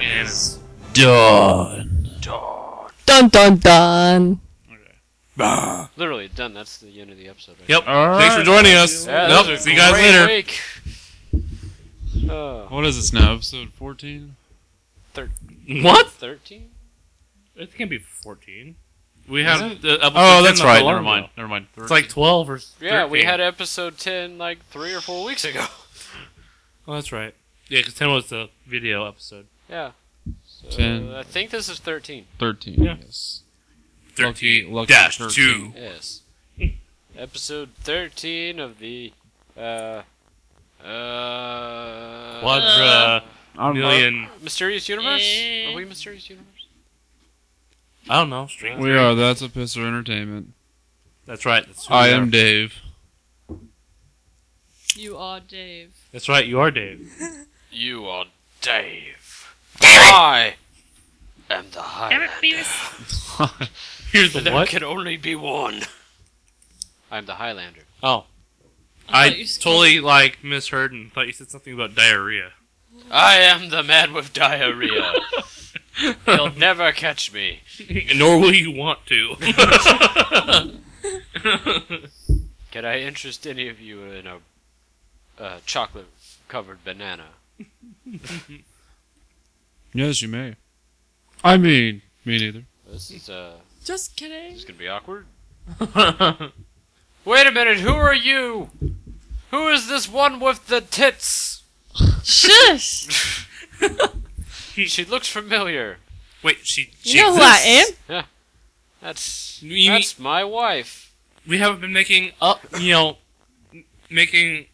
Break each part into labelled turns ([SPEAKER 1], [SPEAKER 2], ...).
[SPEAKER 1] is
[SPEAKER 2] Done.
[SPEAKER 1] done.
[SPEAKER 3] Dun dun dun.
[SPEAKER 1] Okay.
[SPEAKER 2] Bah.
[SPEAKER 4] Literally done. That's the end of the episode. Right
[SPEAKER 1] Yep.
[SPEAKER 2] All
[SPEAKER 1] Thanks for
[SPEAKER 2] right.
[SPEAKER 1] joining us.
[SPEAKER 4] Yeah, that
[SPEAKER 1] nope.
[SPEAKER 4] was a
[SPEAKER 1] See you guys
[SPEAKER 4] great Oh.
[SPEAKER 1] later.
[SPEAKER 4] week. Oh,
[SPEAKER 2] What is this now? Episode 14?
[SPEAKER 4] thir-
[SPEAKER 1] What?
[SPEAKER 4] 13?
[SPEAKER 1] It can be 14.
[SPEAKER 2] We
[SPEAKER 1] Is
[SPEAKER 2] have.
[SPEAKER 1] it? Uh,
[SPEAKER 2] Oh, that's
[SPEAKER 1] not
[SPEAKER 2] right.
[SPEAKER 1] long
[SPEAKER 2] Never mind.
[SPEAKER 1] ago.
[SPEAKER 2] Never mind.
[SPEAKER 1] It's like 12 or
[SPEAKER 4] Yeah, we
[SPEAKER 1] 13.
[SPEAKER 4] had episode 10 like three or four weeks ago.
[SPEAKER 1] Oh, that's right. Yeah, because 10 was the video episode.
[SPEAKER 4] Yeah. So
[SPEAKER 2] 10.
[SPEAKER 4] I think this is 13.
[SPEAKER 2] 13.
[SPEAKER 1] Yeah.
[SPEAKER 2] Yes. Lucky-
[SPEAKER 1] 13
[SPEAKER 2] lucky
[SPEAKER 1] dash
[SPEAKER 2] 13.
[SPEAKER 1] 2.
[SPEAKER 4] Yes. episode 13 of the. Uh. Uh.
[SPEAKER 1] Quadra million.
[SPEAKER 4] Mysterious Universe? Are we Mysterious Universe?
[SPEAKER 1] I don't know. String.
[SPEAKER 2] We are. That's a pisser entertainment.
[SPEAKER 1] That's right. That's who
[SPEAKER 2] I
[SPEAKER 1] we
[SPEAKER 2] am
[SPEAKER 1] are.
[SPEAKER 2] Dave.
[SPEAKER 5] You are Dave.
[SPEAKER 1] That's right. You are Dave.
[SPEAKER 4] You are Dave. I am the Highlander.
[SPEAKER 1] Here's the
[SPEAKER 4] There
[SPEAKER 1] what?
[SPEAKER 4] can only be one. I'm the Highlander.
[SPEAKER 1] Oh,
[SPEAKER 5] I
[SPEAKER 1] I
[SPEAKER 5] thought you said-
[SPEAKER 1] totally like misheard and thought you said something about diarrhea.
[SPEAKER 4] I am the man with diarrhea. You'll never catch me.
[SPEAKER 1] Nor will you want to.
[SPEAKER 4] Can I interest any of you in a uh, chocolate covered banana?
[SPEAKER 2] Yes, you may. I mean, me neither.
[SPEAKER 4] This is uh,
[SPEAKER 5] Just kidding.
[SPEAKER 4] this is gonna be awkward. Wait a minute, who are you? Who is this one with the tits?
[SPEAKER 5] Shush.
[SPEAKER 4] She looks familiar.
[SPEAKER 1] Wait, she. she
[SPEAKER 5] You know who I am?
[SPEAKER 1] exists?
[SPEAKER 4] That's
[SPEAKER 1] You-
[SPEAKER 4] that's my wife.
[SPEAKER 1] We haven't been making up, you know, m- making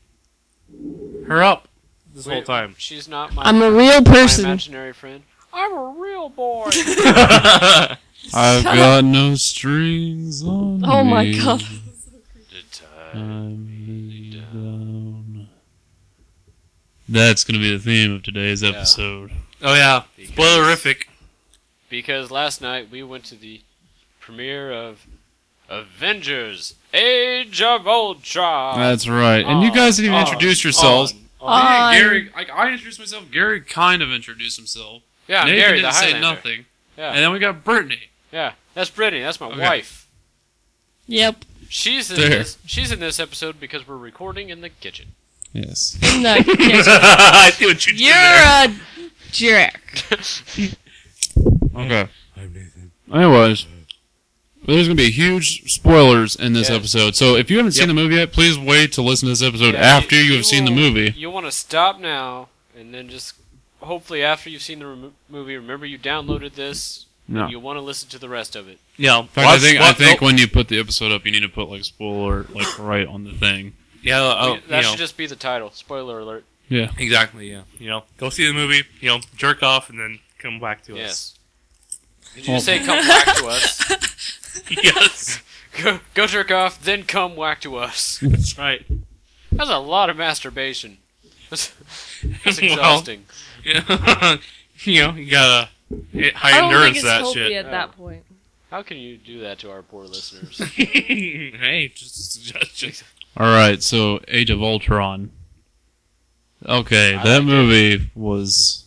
[SPEAKER 1] her up this whole
[SPEAKER 4] Wait,
[SPEAKER 1] time.
[SPEAKER 4] She's not my.
[SPEAKER 3] I'm a real
[SPEAKER 4] my
[SPEAKER 3] person.
[SPEAKER 4] imaginary friend. I'm a real boy.
[SPEAKER 2] I've
[SPEAKER 5] Shut
[SPEAKER 2] got no strings on
[SPEAKER 5] Oh my
[SPEAKER 2] me.
[SPEAKER 5] god.
[SPEAKER 2] I'm heading down. um, That's gonna be the theme of today's episode.
[SPEAKER 1] oh yeah,
[SPEAKER 4] Because-
[SPEAKER 1] spoilerific.
[SPEAKER 4] because last night we went to the premiere of Avengers: Age of Ultron.
[SPEAKER 2] That's right. And you
[SPEAKER 4] Oh,
[SPEAKER 2] guys didn't even
[SPEAKER 4] oh,
[SPEAKER 2] introduce yourselves.
[SPEAKER 4] Uh,
[SPEAKER 5] On-
[SPEAKER 2] Gary, like, I introduced myself. Gary kind of introduced himself.
[SPEAKER 4] yeah,
[SPEAKER 2] Nathan
[SPEAKER 4] Gary the
[SPEAKER 2] didn't say
[SPEAKER 4] Highlander.
[SPEAKER 2] nothing.
[SPEAKER 4] Yeah.
[SPEAKER 2] And then we got Brittany.
[SPEAKER 4] Yeah, that's Brittany. That's my
[SPEAKER 2] Okay.
[SPEAKER 4] wife.
[SPEAKER 5] Yep.
[SPEAKER 4] She's in
[SPEAKER 2] There.
[SPEAKER 4] this. She's in this episode because we're recording in the kitchen.
[SPEAKER 2] Yes.
[SPEAKER 5] In the kitchen.
[SPEAKER 1] I see what you did
[SPEAKER 5] You're
[SPEAKER 1] there.
[SPEAKER 5] a jerk.
[SPEAKER 2] Okay. Anyways, there's going to be huge spoilers in this
[SPEAKER 4] Yeah.
[SPEAKER 2] episode. So if you haven't
[SPEAKER 1] Yep.
[SPEAKER 2] seen the movie yet, please wait to listen to this episode
[SPEAKER 4] Yeah,
[SPEAKER 2] after you, have
[SPEAKER 4] you
[SPEAKER 2] seen the
[SPEAKER 4] will-
[SPEAKER 2] movie.
[SPEAKER 4] You want to stop now, and then just hopefully after you've seen the remo- movie, remember you downloaded this.
[SPEAKER 2] No.
[SPEAKER 4] You want to listen to the rest of it.
[SPEAKER 1] Yeah,
[SPEAKER 2] In fact, I
[SPEAKER 1] watch-
[SPEAKER 2] think, I
[SPEAKER 1] watch-
[SPEAKER 2] think
[SPEAKER 1] oh,
[SPEAKER 2] when you put the episode up, you need to put like spoiler like right on the thing.
[SPEAKER 1] yeah, oh,
[SPEAKER 4] that
[SPEAKER 1] you know,
[SPEAKER 4] should just be the title. Spoiler alert.
[SPEAKER 2] Yeah.
[SPEAKER 1] exactly. Yeah, you know, go see the movie. You know, jerk off and then come back to us.
[SPEAKER 4] Yes. Did you say come back to us?
[SPEAKER 1] yes,
[SPEAKER 4] Go, go jerk off, then come whack to us.
[SPEAKER 1] that's right.
[SPEAKER 4] That's a lot of masturbation. That's, that's
[SPEAKER 1] Well,
[SPEAKER 4] exhausting.
[SPEAKER 1] Yeah. you know, you gotta hit
[SPEAKER 5] I
[SPEAKER 1] high
[SPEAKER 5] don't think
[SPEAKER 1] endurance
[SPEAKER 5] it's
[SPEAKER 1] that
[SPEAKER 5] healthy
[SPEAKER 1] shit.
[SPEAKER 5] at that point.
[SPEAKER 4] How can you do that to our poor listeners?
[SPEAKER 1] hey, just a suggestion.
[SPEAKER 2] All right. So Age of Ultron. Okay,
[SPEAKER 4] I
[SPEAKER 2] that
[SPEAKER 4] like
[SPEAKER 2] movie was.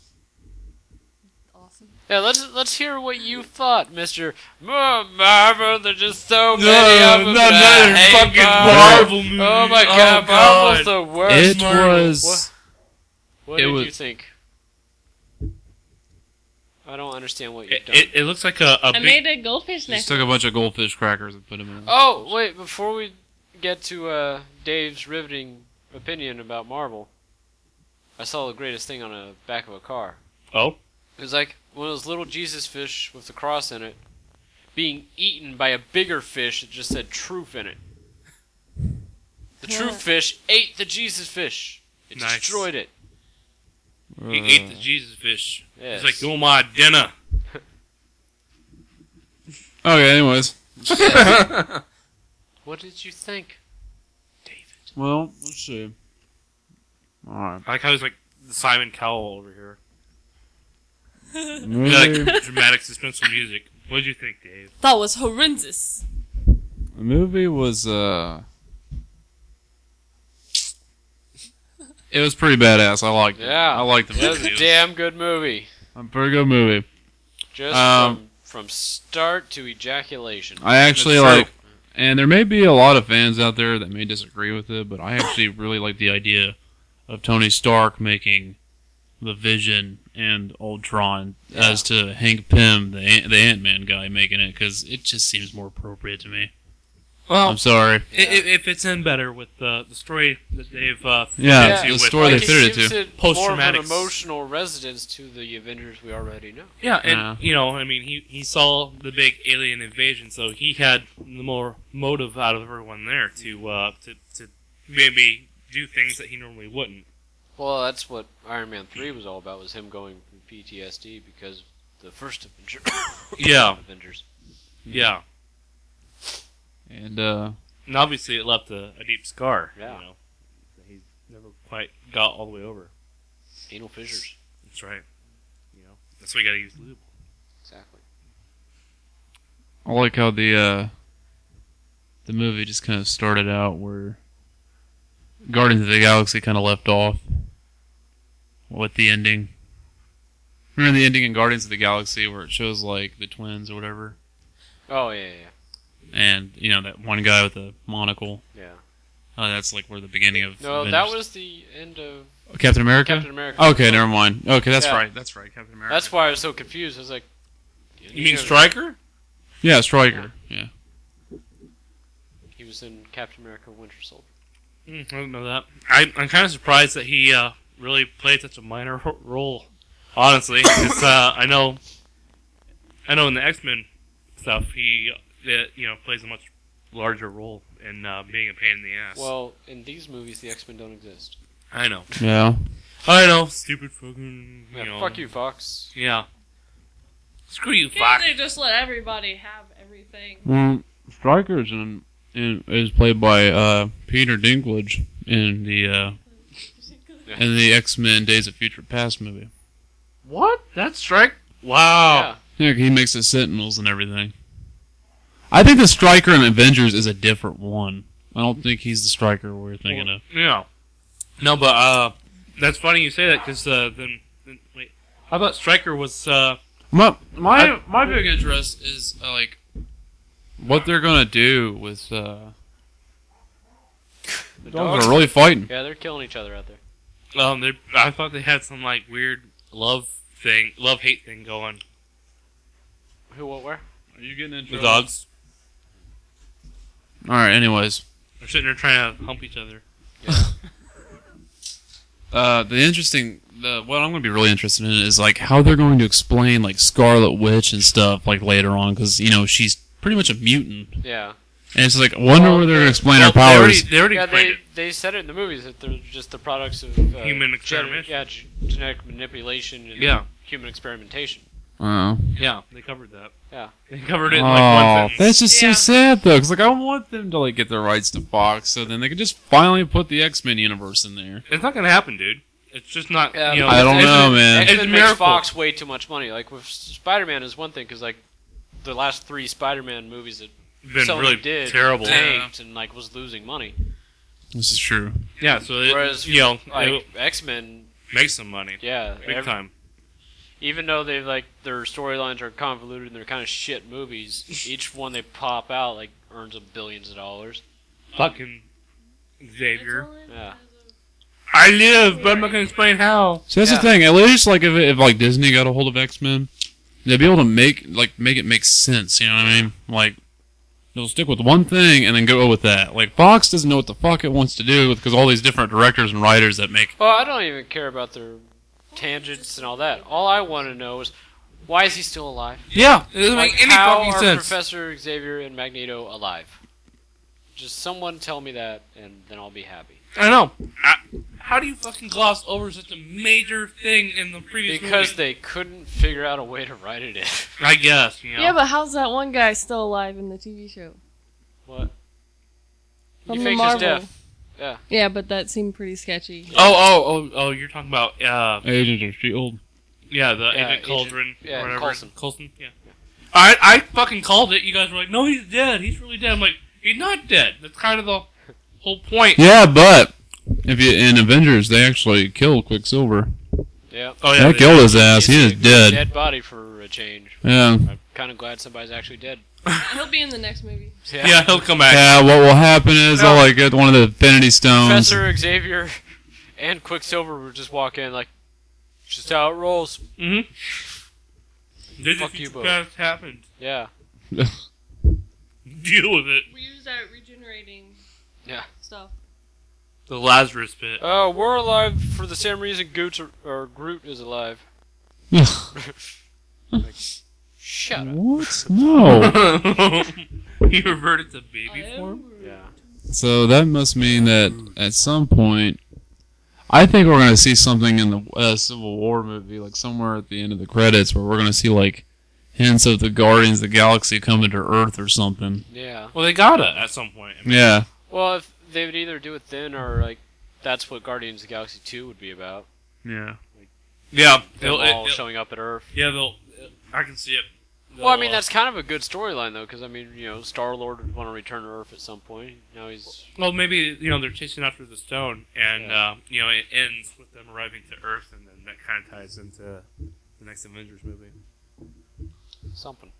[SPEAKER 5] Awesome.
[SPEAKER 4] Yeah, let's let's hear what you thought, Mister Marvel. There's just so many of them. that I hate Marvel.
[SPEAKER 2] Marvel
[SPEAKER 1] movie.
[SPEAKER 4] Oh my God, Marvel's the worst.
[SPEAKER 2] It
[SPEAKER 4] Marvel.
[SPEAKER 2] was.
[SPEAKER 4] What, what
[SPEAKER 2] it
[SPEAKER 4] did
[SPEAKER 2] was-
[SPEAKER 4] you think? I don't understand what you've
[SPEAKER 1] It,
[SPEAKER 4] done.
[SPEAKER 1] it, it looks like a, a
[SPEAKER 5] I
[SPEAKER 1] big.
[SPEAKER 5] made a goldfish
[SPEAKER 2] Just
[SPEAKER 5] neck.
[SPEAKER 2] took a bunch of goldfish crackers and put them in.
[SPEAKER 4] oh wait, before we get to uh, Dave's riveting opinion about Marvel, I saw the greatest thing on the back of a car.
[SPEAKER 1] oh,
[SPEAKER 4] It was like one of those little Jesus fish with the cross in it being eaten by a bigger fish that just said truth in it. The truth
[SPEAKER 5] What?
[SPEAKER 4] fish ate the Jesus fish. It
[SPEAKER 1] Nice.
[SPEAKER 4] destroyed it.
[SPEAKER 1] he
[SPEAKER 2] Mm.
[SPEAKER 1] ate the Jesus fish.
[SPEAKER 4] Yes.
[SPEAKER 1] He's like, oh my dinner.
[SPEAKER 2] Okay. Anyways.
[SPEAKER 4] what did you think? David.
[SPEAKER 2] Well, let's see. All right.
[SPEAKER 1] I like how he's like Simon Cowell over here.
[SPEAKER 2] Movie,
[SPEAKER 1] Like dramatic suspenseful music. What did you think, Dave?
[SPEAKER 5] That was horrendous.
[SPEAKER 2] the movie was uh. It was pretty badass. I liked it.
[SPEAKER 4] Yeah.
[SPEAKER 2] I liked the
[SPEAKER 4] That was
[SPEAKER 2] movie.
[SPEAKER 4] a damn good movie.
[SPEAKER 2] A pretty good movie.
[SPEAKER 4] Just
[SPEAKER 2] Um,
[SPEAKER 4] from, from start to ejaculation.
[SPEAKER 2] I actually
[SPEAKER 1] That's right.
[SPEAKER 2] like, and there may be a lot of fans out there that may disagree with it, but I actually really like the idea of Tony Stark making the Vision and Ultron as to Hank Pym, the Ant- the Ant Man guy, making it because it just seems more appropriate to me.
[SPEAKER 1] Well,
[SPEAKER 2] I'm sorry.
[SPEAKER 1] i It, it fits in better with the, the story that they've. Uh,
[SPEAKER 2] Yeah,
[SPEAKER 1] fitted
[SPEAKER 4] Yeah,
[SPEAKER 1] you
[SPEAKER 2] the
[SPEAKER 1] with.
[SPEAKER 2] story they
[SPEAKER 4] it
[SPEAKER 2] fitted it
[SPEAKER 4] gives
[SPEAKER 2] to.
[SPEAKER 4] more of an
[SPEAKER 1] Post-traumatic s-
[SPEAKER 4] emotional resonance to the Avengers we already know.
[SPEAKER 1] Yeah, and
[SPEAKER 2] Yeah.
[SPEAKER 1] you know, I mean, he he saw the big alien invasion, so he had the more motive out of everyone there to uh, to to maybe do things that he normally wouldn't.
[SPEAKER 4] Well, that's what Iron Man three was all about was him going from PTSD because the first Avenger.
[SPEAKER 1] Yeah.
[SPEAKER 4] Avengers.
[SPEAKER 1] Yeah,
[SPEAKER 2] And uh,
[SPEAKER 1] and obviously it left a, a deep scar.
[SPEAKER 4] Yeah.
[SPEAKER 1] you know, that he never quite got all the way over.
[SPEAKER 4] Anal fissures.
[SPEAKER 1] That's right. You know, that's why you gotta use lube.
[SPEAKER 4] Exactly.
[SPEAKER 2] I like how the uh, the movie just kind of started out where Guardians of the Galaxy kind of left off with the ending. Remember the ending in Guardians of the Galaxy where it shows like the twins or whatever,
[SPEAKER 4] Oh yeah, yeah,
[SPEAKER 2] and you know that one guy with the monocle.
[SPEAKER 4] yeah. yeah.
[SPEAKER 2] Oh, that's like where the beginning of
[SPEAKER 4] No, that
[SPEAKER 2] Avengers-
[SPEAKER 4] was the end of
[SPEAKER 2] Captain America.
[SPEAKER 4] Captain America.
[SPEAKER 1] Oh.
[SPEAKER 2] Okay, never mind. Okay, that's
[SPEAKER 4] Yeah.
[SPEAKER 2] right. That's right. Captain America.
[SPEAKER 4] That's why I was so confused. I was like,
[SPEAKER 1] You mean Striker?
[SPEAKER 2] yeah, Striker. Yeah.
[SPEAKER 4] He was in Captain America: Winter Soldier.
[SPEAKER 1] Mm, I don't know that. I, I'm kind of surprised that he uh, really played such a minor ro- role. Honestly, 'cause, uh, I know, I know in the X Men stuff, he uh, you know plays a much larger role in uh, being a pain in the ass.
[SPEAKER 4] Well, in these movies, the X Men don't exist.
[SPEAKER 1] I know,
[SPEAKER 2] Yeah.
[SPEAKER 1] I know, stupid fucking. You
[SPEAKER 4] Yeah,
[SPEAKER 1] know.
[SPEAKER 4] fuck you, Fox.
[SPEAKER 1] Yeah. Screw you,
[SPEAKER 6] Can't
[SPEAKER 1] Fox.
[SPEAKER 6] they just let everybody have everything?
[SPEAKER 2] Well, Strikers in, in, is played by uh, Peter Dinklage in the uh, in the X Men Days of Future Past movie.
[SPEAKER 1] What? That strike? Wow.
[SPEAKER 4] Yeah.
[SPEAKER 2] Yeah, he makes the Sentinels and everything. I think the Striker in Avengers is a different one. I don't think he's the Striker we're thinking of.
[SPEAKER 1] Yeah. No, but uh, that's funny you say that because uh, then, then wait, how about Striker was uh.
[SPEAKER 2] My my,
[SPEAKER 1] I-
[SPEAKER 2] my big interest is uh, like what they're gonna do with. Uh,
[SPEAKER 4] The
[SPEAKER 2] dogs
[SPEAKER 4] dogs.
[SPEAKER 2] are really fighting.
[SPEAKER 4] yeah, they're killing each other out there.
[SPEAKER 1] Um, they, I thought they had some like weird love thing, love hate thing going.
[SPEAKER 4] Who? What? Where?
[SPEAKER 2] Are you getting into
[SPEAKER 1] The dogs
[SPEAKER 2] All right. Anyways.
[SPEAKER 1] are sitting there trying to hump each other.
[SPEAKER 2] Uh, the interesting, the what I'm going to be really interested in is like how they're going to explain like Scarlet Witch and stuff like later on because you know she's pretty much a mutant,
[SPEAKER 4] Yeah.
[SPEAKER 2] and it's like I wonder
[SPEAKER 4] Well,
[SPEAKER 2] where they're going to explain
[SPEAKER 1] Oh, Well,
[SPEAKER 2] her powers.
[SPEAKER 1] They already, they already
[SPEAKER 4] Yeah,
[SPEAKER 1] explained
[SPEAKER 4] they,
[SPEAKER 1] it.
[SPEAKER 4] they said it in the movies that they're just the products of uh,
[SPEAKER 1] Human
[SPEAKER 4] gen-
[SPEAKER 1] experimentation.
[SPEAKER 4] yeah, g- genetic manipulation and
[SPEAKER 1] Yeah.
[SPEAKER 4] human experimentation.
[SPEAKER 2] oh,
[SPEAKER 1] Yeah, they covered that.
[SPEAKER 4] Yeah.
[SPEAKER 1] They covered it in
[SPEAKER 2] Oh,
[SPEAKER 1] like one sentence.
[SPEAKER 2] that's just
[SPEAKER 6] Yeah.
[SPEAKER 2] so sad though, because like I want them to like get their rights to Fox, so then they could just finally put the X Men universe in there.
[SPEAKER 1] It's not gonna happen, dude. It's just not. you know,
[SPEAKER 2] I don't
[SPEAKER 1] it's-
[SPEAKER 2] know, man.
[SPEAKER 1] It's
[SPEAKER 4] X
[SPEAKER 1] a
[SPEAKER 4] Men makes
[SPEAKER 1] miracle.
[SPEAKER 4] Fox way too much money. Like with Spider Man is one thing because like the last three Spider Man movies that
[SPEAKER 1] It's been
[SPEAKER 4] Sony
[SPEAKER 1] really
[SPEAKER 4] did
[SPEAKER 1] terrible.
[SPEAKER 4] tanked and like was losing money.
[SPEAKER 2] This is true.
[SPEAKER 1] Yeah, so it,
[SPEAKER 4] Whereas
[SPEAKER 1] you know,
[SPEAKER 4] like X Men,
[SPEAKER 1] it makes some money,
[SPEAKER 4] yeah,
[SPEAKER 1] big
[SPEAKER 4] ev-
[SPEAKER 1] time.
[SPEAKER 4] even though they like their storylines are convoluted and they're kind of shit movies, each one they pop out like earns them billions of dollars.
[SPEAKER 1] Fucking Xavier.
[SPEAKER 4] Yeah.
[SPEAKER 1] I live, but I'm not gonna explain how.
[SPEAKER 2] So that's
[SPEAKER 4] Yeah.
[SPEAKER 2] the thing. At least like if, if like Disney got a hold of X Men, they'd be able to make like make it make sense. You know what I mean? Like they'll stick with one thing and then go with that. Like Fox doesn't know what the fuck it wants to do because all these different directors and writers that make.
[SPEAKER 4] Well, Oh, I don't even care about their tangents and all that. All I want to know is why is he still alive?
[SPEAKER 2] Yeah, it doesn't
[SPEAKER 4] Like, how are Professor Xavier and Magneto alive? Just someone tell me that, and then I'll be happy.
[SPEAKER 1] I know. I, how do you fucking gloss over such a major thing in the previous
[SPEAKER 4] Because
[SPEAKER 1] movie?
[SPEAKER 4] they couldn't figure out a way to write it in.
[SPEAKER 1] I guess, you know.
[SPEAKER 5] Yeah, but how's that one guy still alive in the TV show?
[SPEAKER 4] What?
[SPEAKER 5] From
[SPEAKER 4] he
[SPEAKER 5] the
[SPEAKER 4] faked
[SPEAKER 5] Marvel.
[SPEAKER 4] his death. Yeah.
[SPEAKER 5] Yeah, but that seemed pretty sketchy.
[SPEAKER 1] Oh, oh, oh, oh! You're talking about uh,
[SPEAKER 2] Agents of Shield.
[SPEAKER 1] yeah, the
[SPEAKER 4] Yeah,
[SPEAKER 1] Agent Cauldron
[SPEAKER 4] Agent- yeah,
[SPEAKER 1] or whatever.
[SPEAKER 4] Coulson.
[SPEAKER 1] Coulson, yeah. I I fucking called it. You guys were like, "No, he's dead. He's really dead." I'm like, "He's not dead." That's kind of the whole point.
[SPEAKER 2] Yeah, but if you in Avengers they actually killed Quicksilver.
[SPEAKER 4] Yeah.
[SPEAKER 1] Oh yeah,
[SPEAKER 2] that killed his ass. He is dead.
[SPEAKER 4] Dead body for a change.
[SPEAKER 2] Yeah.
[SPEAKER 4] I'm kind of glad somebody's actually dead.
[SPEAKER 7] He'll be in the next movie.
[SPEAKER 1] yeah. yeah, he'll come back.
[SPEAKER 2] Yeah. What will happen is I'll like get one of the Infinity Stones.
[SPEAKER 4] Professor Xavier and Quicksilver would just walk in like, just how it rolls.
[SPEAKER 1] Mm-hmm. This
[SPEAKER 4] Fuck
[SPEAKER 1] is
[SPEAKER 4] you
[SPEAKER 1] what
[SPEAKER 4] both.
[SPEAKER 1] has Mm-hmm. happened.
[SPEAKER 4] Yeah.
[SPEAKER 1] Deal with it.
[SPEAKER 7] We use that regenerating
[SPEAKER 4] Yeah.
[SPEAKER 7] stuff.
[SPEAKER 1] The Lazarus pit.
[SPEAKER 4] Oh, we're alive for the same reason Goots or, or Groot is alive. Shut up.
[SPEAKER 2] what? No.
[SPEAKER 1] he reverted to baby
[SPEAKER 7] I
[SPEAKER 1] form.
[SPEAKER 7] am-
[SPEAKER 4] Oh,
[SPEAKER 5] oh.
[SPEAKER 4] Yeah.
[SPEAKER 2] So that must mean that at some point, I think we're gonna see something in the uh, Civil War movie, like somewhere at the end of the credits, where we're gonna see like hints of the Guardians of the Galaxy coming to Earth or something.
[SPEAKER 4] Yeah.
[SPEAKER 1] Well, they gotta at some point. I mean,
[SPEAKER 2] Yeah.
[SPEAKER 4] Well, if they would either do it then or like, that's what Guardians of the Galaxy Two would be about.
[SPEAKER 2] Yeah.
[SPEAKER 1] yeah,
[SPEAKER 4] Them
[SPEAKER 1] they'll,
[SPEAKER 4] all
[SPEAKER 1] it- it'll-
[SPEAKER 4] showing up at Earth.
[SPEAKER 1] yeah, they'll. I can see it.
[SPEAKER 4] Well, I
[SPEAKER 1] They'll,
[SPEAKER 4] mean
[SPEAKER 1] uh,
[SPEAKER 4] that's kind of a good storyline though, because I mean you know Star Lord would want to return to Earth at some point. Now he's
[SPEAKER 1] Well, maybe you know they're chasing after the stone, and
[SPEAKER 4] Yeah.
[SPEAKER 1] uh, you know it ends with them arriving to Earth, and then that kind of ties into the next Avengers movie.
[SPEAKER 4] something.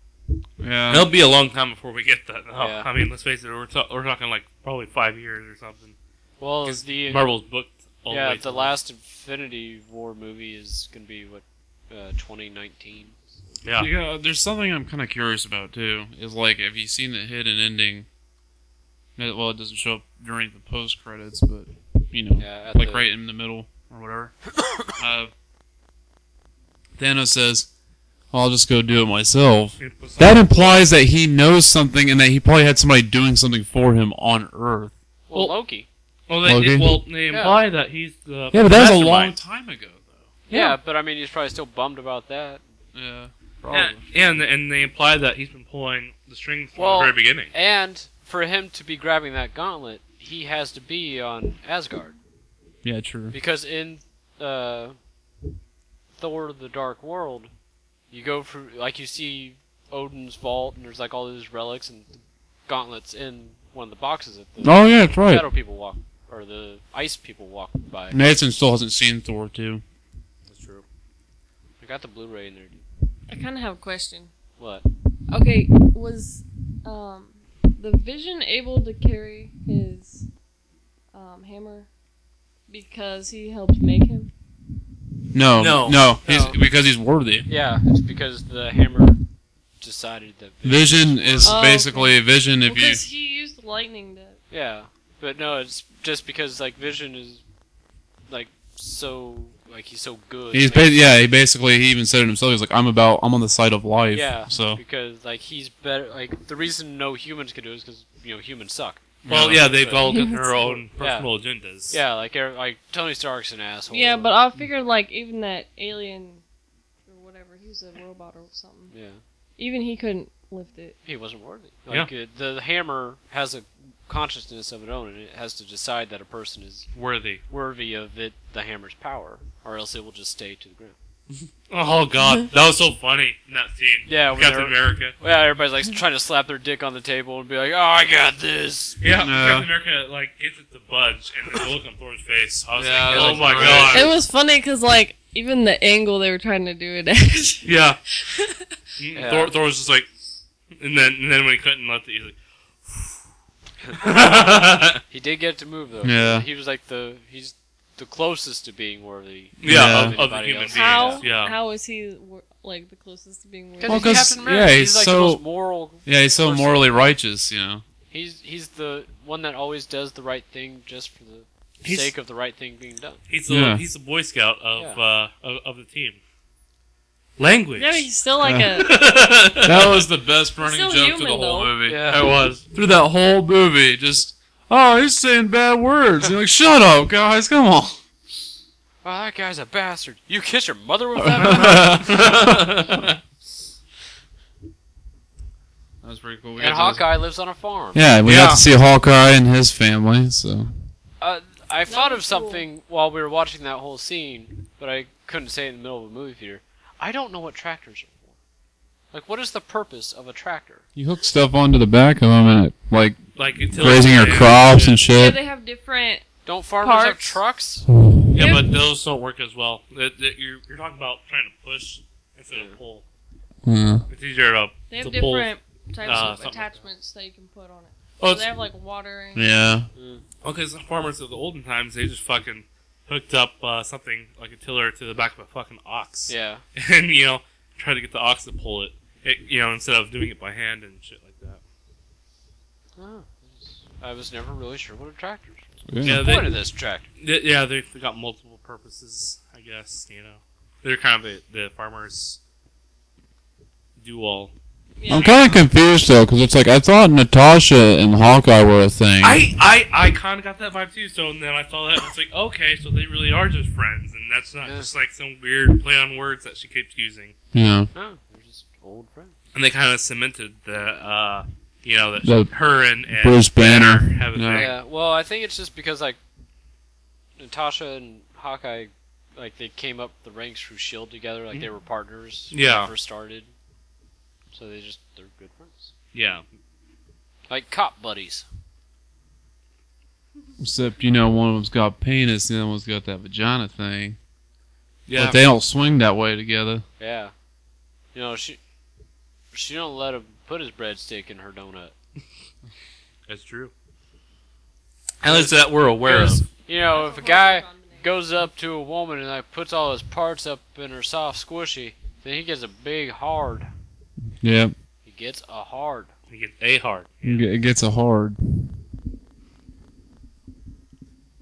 [SPEAKER 2] Yeah.
[SPEAKER 1] It'll be a long time before we get that. though.
[SPEAKER 4] Uh-huh. Yeah.
[SPEAKER 1] I mean, let's face it, we're, ta- we're talking like probably five years or something.
[SPEAKER 4] Well,
[SPEAKER 1] 'Cause
[SPEAKER 4] the
[SPEAKER 1] Marvel's booked. All the,
[SPEAKER 4] yeah
[SPEAKER 1] way
[SPEAKER 4] the
[SPEAKER 1] till-
[SPEAKER 4] last Infinity War movie is gonna be what uh, 2019.
[SPEAKER 1] Yeah.
[SPEAKER 2] Yeah, there's something I'm kind of curious about too. Is like, have you seen the hidden ending? No, Well, it doesn't show up during the post credits, but you know,
[SPEAKER 4] Yeah, at
[SPEAKER 2] like
[SPEAKER 4] the-
[SPEAKER 2] right in the middle or whatever. uh, Thanos says, "I'll just go do it myself." That implies that he knows something and that he probably had somebody doing something for him on Earth.
[SPEAKER 4] Well,
[SPEAKER 1] Well-
[SPEAKER 4] Loki.
[SPEAKER 1] well, they,
[SPEAKER 2] Logan?
[SPEAKER 1] well, they
[SPEAKER 4] Yeah.
[SPEAKER 1] imply that he's the
[SPEAKER 2] Yeah, but that was a long
[SPEAKER 1] mastermind.
[SPEAKER 2] time ago, though.
[SPEAKER 4] Yeah. but I mean he's probably still bummed about that.
[SPEAKER 2] Yeah,
[SPEAKER 1] Yeah, and and they imply that he's been pulling the strings from
[SPEAKER 4] Well-
[SPEAKER 1] the very beginning.
[SPEAKER 4] And for him to be grabbing that gauntlet, he has to be on Asgard.
[SPEAKER 2] Yeah, true.
[SPEAKER 4] Because in uh, Thor: The Dark World, you go through like you see Odin's vault, and there's like all these relics and gauntlets in one of the boxes that the
[SPEAKER 2] Oh yeah, that's right.
[SPEAKER 4] shadow people walk or the ice people walk by.
[SPEAKER 2] Nathan still hasn't seen Thor two.
[SPEAKER 1] That's true.
[SPEAKER 4] I got the Blu-ray in there. Dude.
[SPEAKER 5] I kind of have a question.
[SPEAKER 4] What?
[SPEAKER 5] Okay, was um, the Vision able to carry his um, hammer because he helped make him?
[SPEAKER 2] No,
[SPEAKER 1] No.
[SPEAKER 2] no, no. He's,
[SPEAKER 4] No.
[SPEAKER 2] because he's worthy.
[SPEAKER 4] Yeah, it's because the hammer decided that.
[SPEAKER 2] Vision is
[SPEAKER 5] Oh,
[SPEAKER 2] basically Vision. If you
[SPEAKER 5] Because he used lightning to.
[SPEAKER 4] Yeah, but no, it's just because like Vision is like so like he's so good.
[SPEAKER 2] he's ba-
[SPEAKER 4] basically.
[SPEAKER 2] yeah, he basically he even said it himself. He's like, I'm about I'm on the side of life.
[SPEAKER 4] Yeah.
[SPEAKER 2] So
[SPEAKER 4] because like he's better. Like the reason no humans can do it is because you know humans suck.
[SPEAKER 1] Well,
[SPEAKER 2] Yeah.
[SPEAKER 1] yeah, they've
[SPEAKER 4] But-
[SPEAKER 1] all got their
[SPEAKER 5] That's-
[SPEAKER 1] own
[SPEAKER 4] Yeah.
[SPEAKER 1] personal agendas.
[SPEAKER 4] Yeah, like er- like Tony Stark's an asshole.
[SPEAKER 5] Yeah, but I figured like even that alien or whatever, he was a robot or something.
[SPEAKER 4] yeah,
[SPEAKER 5] Even he couldn't lift it.
[SPEAKER 4] he wasn't worthy. Like uh, the hammer has a consciousness of its own, and it has to decide that a person is
[SPEAKER 1] worthy.
[SPEAKER 4] worthy of it, the hammer's power, or else it will just stay to the ground.
[SPEAKER 1] Oh god, that was so funny in that scene.
[SPEAKER 4] Yeah, when
[SPEAKER 1] Captain
[SPEAKER 4] they're-
[SPEAKER 1] America.
[SPEAKER 4] Yeah, everybody's like trying to slap their dick on the table and be like, "Oh, I got this."
[SPEAKER 1] Yeah,
[SPEAKER 2] No.
[SPEAKER 1] Captain America like gets it to budge, and the look on Thor's face. I was
[SPEAKER 2] Yeah,
[SPEAKER 1] like,
[SPEAKER 2] that
[SPEAKER 1] oh
[SPEAKER 2] was
[SPEAKER 1] my
[SPEAKER 2] great.
[SPEAKER 1] god.
[SPEAKER 5] It was funny because like even the angle they were trying to do it at.
[SPEAKER 1] yeah.
[SPEAKER 4] Yeah.
[SPEAKER 1] Thor, Thor was just like, and then and then when he couldn't lift it, he's like.
[SPEAKER 4] He did get to move though.
[SPEAKER 2] Yeah.
[SPEAKER 4] he was like the he's the closest to being worthy.
[SPEAKER 1] Yeah,
[SPEAKER 2] of-
[SPEAKER 1] of the
[SPEAKER 4] anybody
[SPEAKER 1] human
[SPEAKER 4] else.
[SPEAKER 1] being.
[SPEAKER 5] how
[SPEAKER 1] yeah.
[SPEAKER 5] how is he wor- like the closest to being?
[SPEAKER 4] Because
[SPEAKER 5] worthy?
[SPEAKER 2] Well,
[SPEAKER 4] he's Captain
[SPEAKER 2] 'cause-
[SPEAKER 4] America.
[SPEAKER 2] yeah,
[SPEAKER 4] he's,
[SPEAKER 2] he's
[SPEAKER 4] like
[SPEAKER 2] so-
[SPEAKER 4] the most moral.
[SPEAKER 2] yeah, he's so
[SPEAKER 4] Person.
[SPEAKER 2] morally righteous. You know.
[SPEAKER 4] He's he's the one that always does the right thing just for the
[SPEAKER 1] He's-
[SPEAKER 4] sake of the right thing being done.
[SPEAKER 1] He's the
[SPEAKER 2] Yeah.
[SPEAKER 1] he's the Boy Scout of
[SPEAKER 4] Yeah.
[SPEAKER 1] uh of, of the team. Language.
[SPEAKER 5] Yeah, but he's still like a.
[SPEAKER 2] That was the best running
[SPEAKER 5] Still
[SPEAKER 2] joke to the
[SPEAKER 5] human,
[SPEAKER 2] whole
[SPEAKER 5] though.
[SPEAKER 2] movie.
[SPEAKER 4] Yeah.
[SPEAKER 1] it was.
[SPEAKER 2] Through that whole movie, just oh, he's saying bad words. And you're like, shut up, guys, come on.
[SPEAKER 4] Oh, that guy's a bastard. You kiss your mother with that?
[SPEAKER 2] that was pretty cool. We
[SPEAKER 4] and
[SPEAKER 2] got to-
[SPEAKER 4] Hawkeye lives on a farm.
[SPEAKER 2] Yeah, we
[SPEAKER 1] Yeah.
[SPEAKER 2] got to see Hawkeye and his family. So
[SPEAKER 4] Uh, I thought of
[SPEAKER 5] was cool.
[SPEAKER 4] something while we were watching that whole scene, but I couldn't say it in the middle of a movie theater. I don't know what tractors are for. Like, what is the purpose of a tractor?
[SPEAKER 2] you hook stuff onto the back of them and it, like
[SPEAKER 1] Like until
[SPEAKER 2] grazing your crops and
[SPEAKER 5] Yeah,
[SPEAKER 2] shit.
[SPEAKER 5] they have different.
[SPEAKER 4] Don't farmers have
[SPEAKER 5] Parts.
[SPEAKER 4] trucks?
[SPEAKER 1] yeah. Yeah,
[SPEAKER 5] Yeah.
[SPEAKER 1] but those don't work as well. That- that you're, you're talking about trying to push instead
[SPEAKER 4] Yeah.
[SPEAKER 1] of pull.
[SPEAKER 2] Uh,
[SPEAKER 1] It's easier to.
[SPEAKER 5] They have
[SPEAKER 1] to pull-
[SPEAKER 5] different types
[SPEAKER 1] uh,
[SPEAKER 5] of
[SPEAKER 1] something like that.
[SPEAKER 5] attachments that you can put on it.
[SPEAKER 1] Oh,
[SPEAKER 5] So
[SPEAKER 1] it's,
[SPEAKER 5] they have like watering.
[SPEAKER 2] yeah.
[SPEAKER 1] well, because the farmers of the olden times, they just fucking hooked up uh, something like a tiller to the back of a fucking ox.
[SPEAKER 4] Yeah.
[SPEAKER 1] And, you know, tried to get the ox to pull it. it you know, instead of doing it by hand and shit like that.
[SPEAKER 4] Oh, I was never really sure what a tractor is.
[SPEAKER 1] Yeah,
[SPEAKER 4] What
[SPEAKER 1] they,
[SPEAKER 4] is this tractor?
[SPEAKER 1] they- yeah, they they got multiple purposes, I guess. You know, they're kind of the, the farmers do all.
[SPEAKER 5] Yeah.
[SPEAKER 2] I'm kind of confused though, because it's like I thought Natasha and Hawkeye were a thing.
[SPEAKER 1] I I I kind of got that vibe too. So and then I saw that and it's like, okay, so they really are just friends, and that's not
[SPEAKER 4] Yeah.
[SPEAKER 1] just like some weird play on words that she keeps using.
[SPEAKER 2] yeah.
[SPEAKER 4] Oh, they're just old friends.
[SPEAKER 1] And they kind of cemented the uh, you know, that
[SPEAKER 2] The
[SPEAKER 1] her and, and
[SPEAKER 2] Bruce Banner.
[SPEAKER 1] have a
[SPEAKER 2] Yeah.
[SPEAKER 1] thing.
[SPEAKER 4] Yeah. Well, I think it's just because like Natasha and Hawkeye, like they came up the ranks through Shield E together. Like they were partners. when they
[SPEAKER 1] Yeah.
[SPEAKER 4] first started. So they just they're good friends.
[SPEAKER 1] Yeah,
[SPEAKER 4] Like cop buddies.
[SPEAKER 2] Except you know, one of them's got penis, the other one's got that vagina thing.
[SPEAKER 1] yeah.
[SPEAKER 2] But they don't swing that way together.
[SPEAKER 4] Yeah. You know she. She don't let him put his breadstick in her donut.
[SPEAKER 1] that's true. At least that we're aware of.
[SPEAKER 4] You know,
[SPEAKER 5] That's
[SPEAKER 4] if a
[SPEAKER 5] a
[SPEAKER 4] guy
[SPEAKER 5] horrible combination.
[SPEAKER 4] goes up to a woman and like puts all his parts up in her soft squishy, then he gets a big hard.
[SPEAKER 2] Yep.
[SPEAKER 4] He gets a hard.
[SPEAKER 1] You get a hard.
[SPEAKER 2] It gets a hard.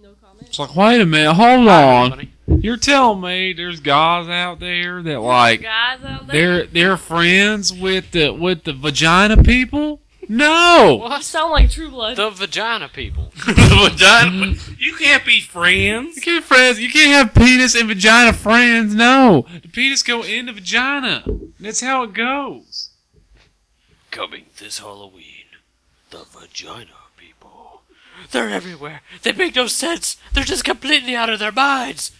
[SPEAKER 5] No comment.
[SPEAKER 2] It's like, wait a minute, hold
[SPEAKER 4] Hi,
[SPEAKER 2] on.
[SPEAKER 4] buddy.
[SPEAKER 2] You're telling me there's guys out there that like
[SPEAKER 5] guys out there.
[SPEAKER 2] they're they're friends with the with the vagina people? No.
[SPEAKER 5] You sound like True Blood.
[SPEAKER 4] The vagina people.
[SPEAKER 1] Vagina- you can't be friends.
[SPEAKER 2] You can't friends. You can't have penis and vagina friends. No, the penis go in the vagina. That's how it goes.
[SPEAKER 4] Coming this Halloween, the vagina people. They're everywhere. They make no sense. They're just completely out of their minds.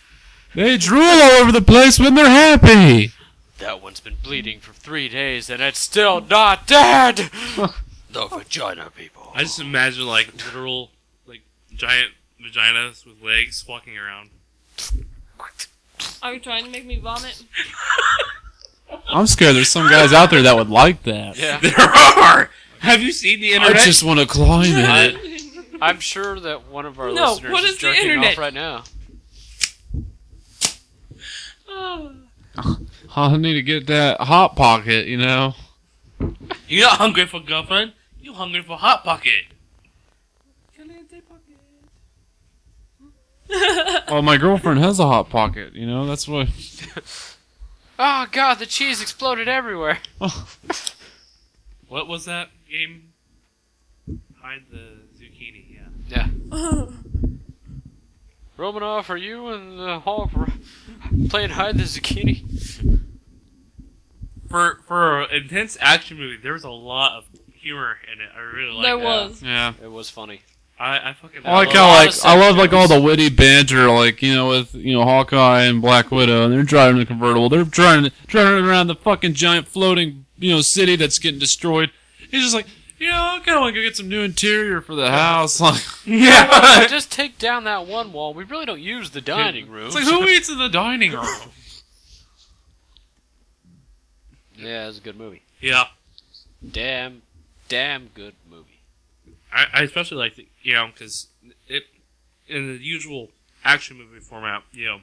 [SPEAKER 2] They drool all over the place when they're happy.
[SPEAKER 4] That one's been bleeding for three days and it's still not dead. the vagina people.
[SPEAKER 1] I just imagine like literal like giant vaginas with legs walking around.
[SPEAKER 5] Are you trying to make me vomit?
[SPEAKER 2] I'm scared. There's some guys out there that would like that.
[SPEAKER 4] Yeah.
[SPEAKER 1] There are. Have you seen the
[SPEAKER 2] I
[SPEAKER 1] internet?
[SPEAKER 2] just want to climb it.
[SPEAKER 4] I'm sure that one of our
[SPEAKER 5] No,
[SPEAKER 4] listeners
[SPEAKER 5] what
[SPEAKER 4] is,
[SPEAKER 5] is the
[SPEAKER 4] jerking off
[SPEAKER 5] internet?
[SPEAKER 4] right now.
[SPEAKER 5] Oh.
[SPEAKER 2] I need to get that hot pocket. You know.
[SPEAKER 1] You're not hungry for girlfriend. You hungry for hot pocket.
[SPEAKER 2] Well, my girlfriend has a hot pocket. You know. That's what.
[SPEAKER 4] Oh god, the cheese exploded everywhere.
[SPEAKER 2] oh.
[SPEAKER 1] What was that game? Hide the zucchini. Yeah.
[SPEAKER 4] Yeah. Romanoff, are you in the hall for playing hide the zucchini?
[SPEAKER 1] For for an intense action movie, there was a lot of humor in it. I really liked
[SPEAKER 5] there
[SPEAKER 1] it.
[SPEAKER 5] was.
[SPEAKER 2] Yeah.
[SPEAKER 4] It was funny.
[SPEAKER 1] I I fucking.
[SPEAKER 2] Oh, I like
[SPEAKER 1] love-
[SPEAKER 2] how
[SPEAKER 4] lot of
[SPEAKER 2] like I love like all
[SPEAKER 4] sectors.
[SPEAKER 2] the witty banter, like you know with you know Hawkeye and Black Widow, and they're driving the convertible. They're driving driving around the fucking giant floating you know city that's getting destroyed. He's just like, you know, I kind of want to go get some new interior for the house. Like,
[SPEAKER 4] But
[SPEAKER 2] yeah,
[SPEAKER 4] just take down that one wall. We really don't use the dining room.
[SPEAKER 2] it's like who eats in the dining room?
[SPEAKER 4] yeah, it was a good movie.
[SPEAKER 1] Yeah.
[SPEAKER 4] Damn, damn good movie.
[SPEAKER 1] I, I especially like the, you know because it in the usual action movie format, you know,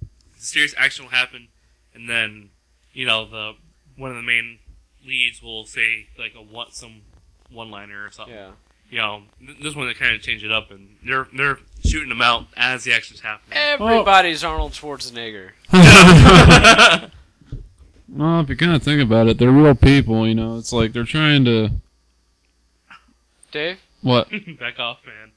[SPEAKER 1] the serious action will happen, and then you know the one of the main leads will say like a what some one liner or something.
[SPEAKER 4] Yeah.
[SPEAKER 1] You know, th- this one they kind of change it up, and they're they're shooting them out as the action's happening.
[SPEAKER 4] Eh. Everybody's Arnold Schwarzenegger.
[SPEAKER 2] well, if you kind of think about it, they're real people. You know, it's like they're trying to
[SPEAKER 4] Dave?
[SPEAKER 2] what?
[SPEAKER 1] Back off, man.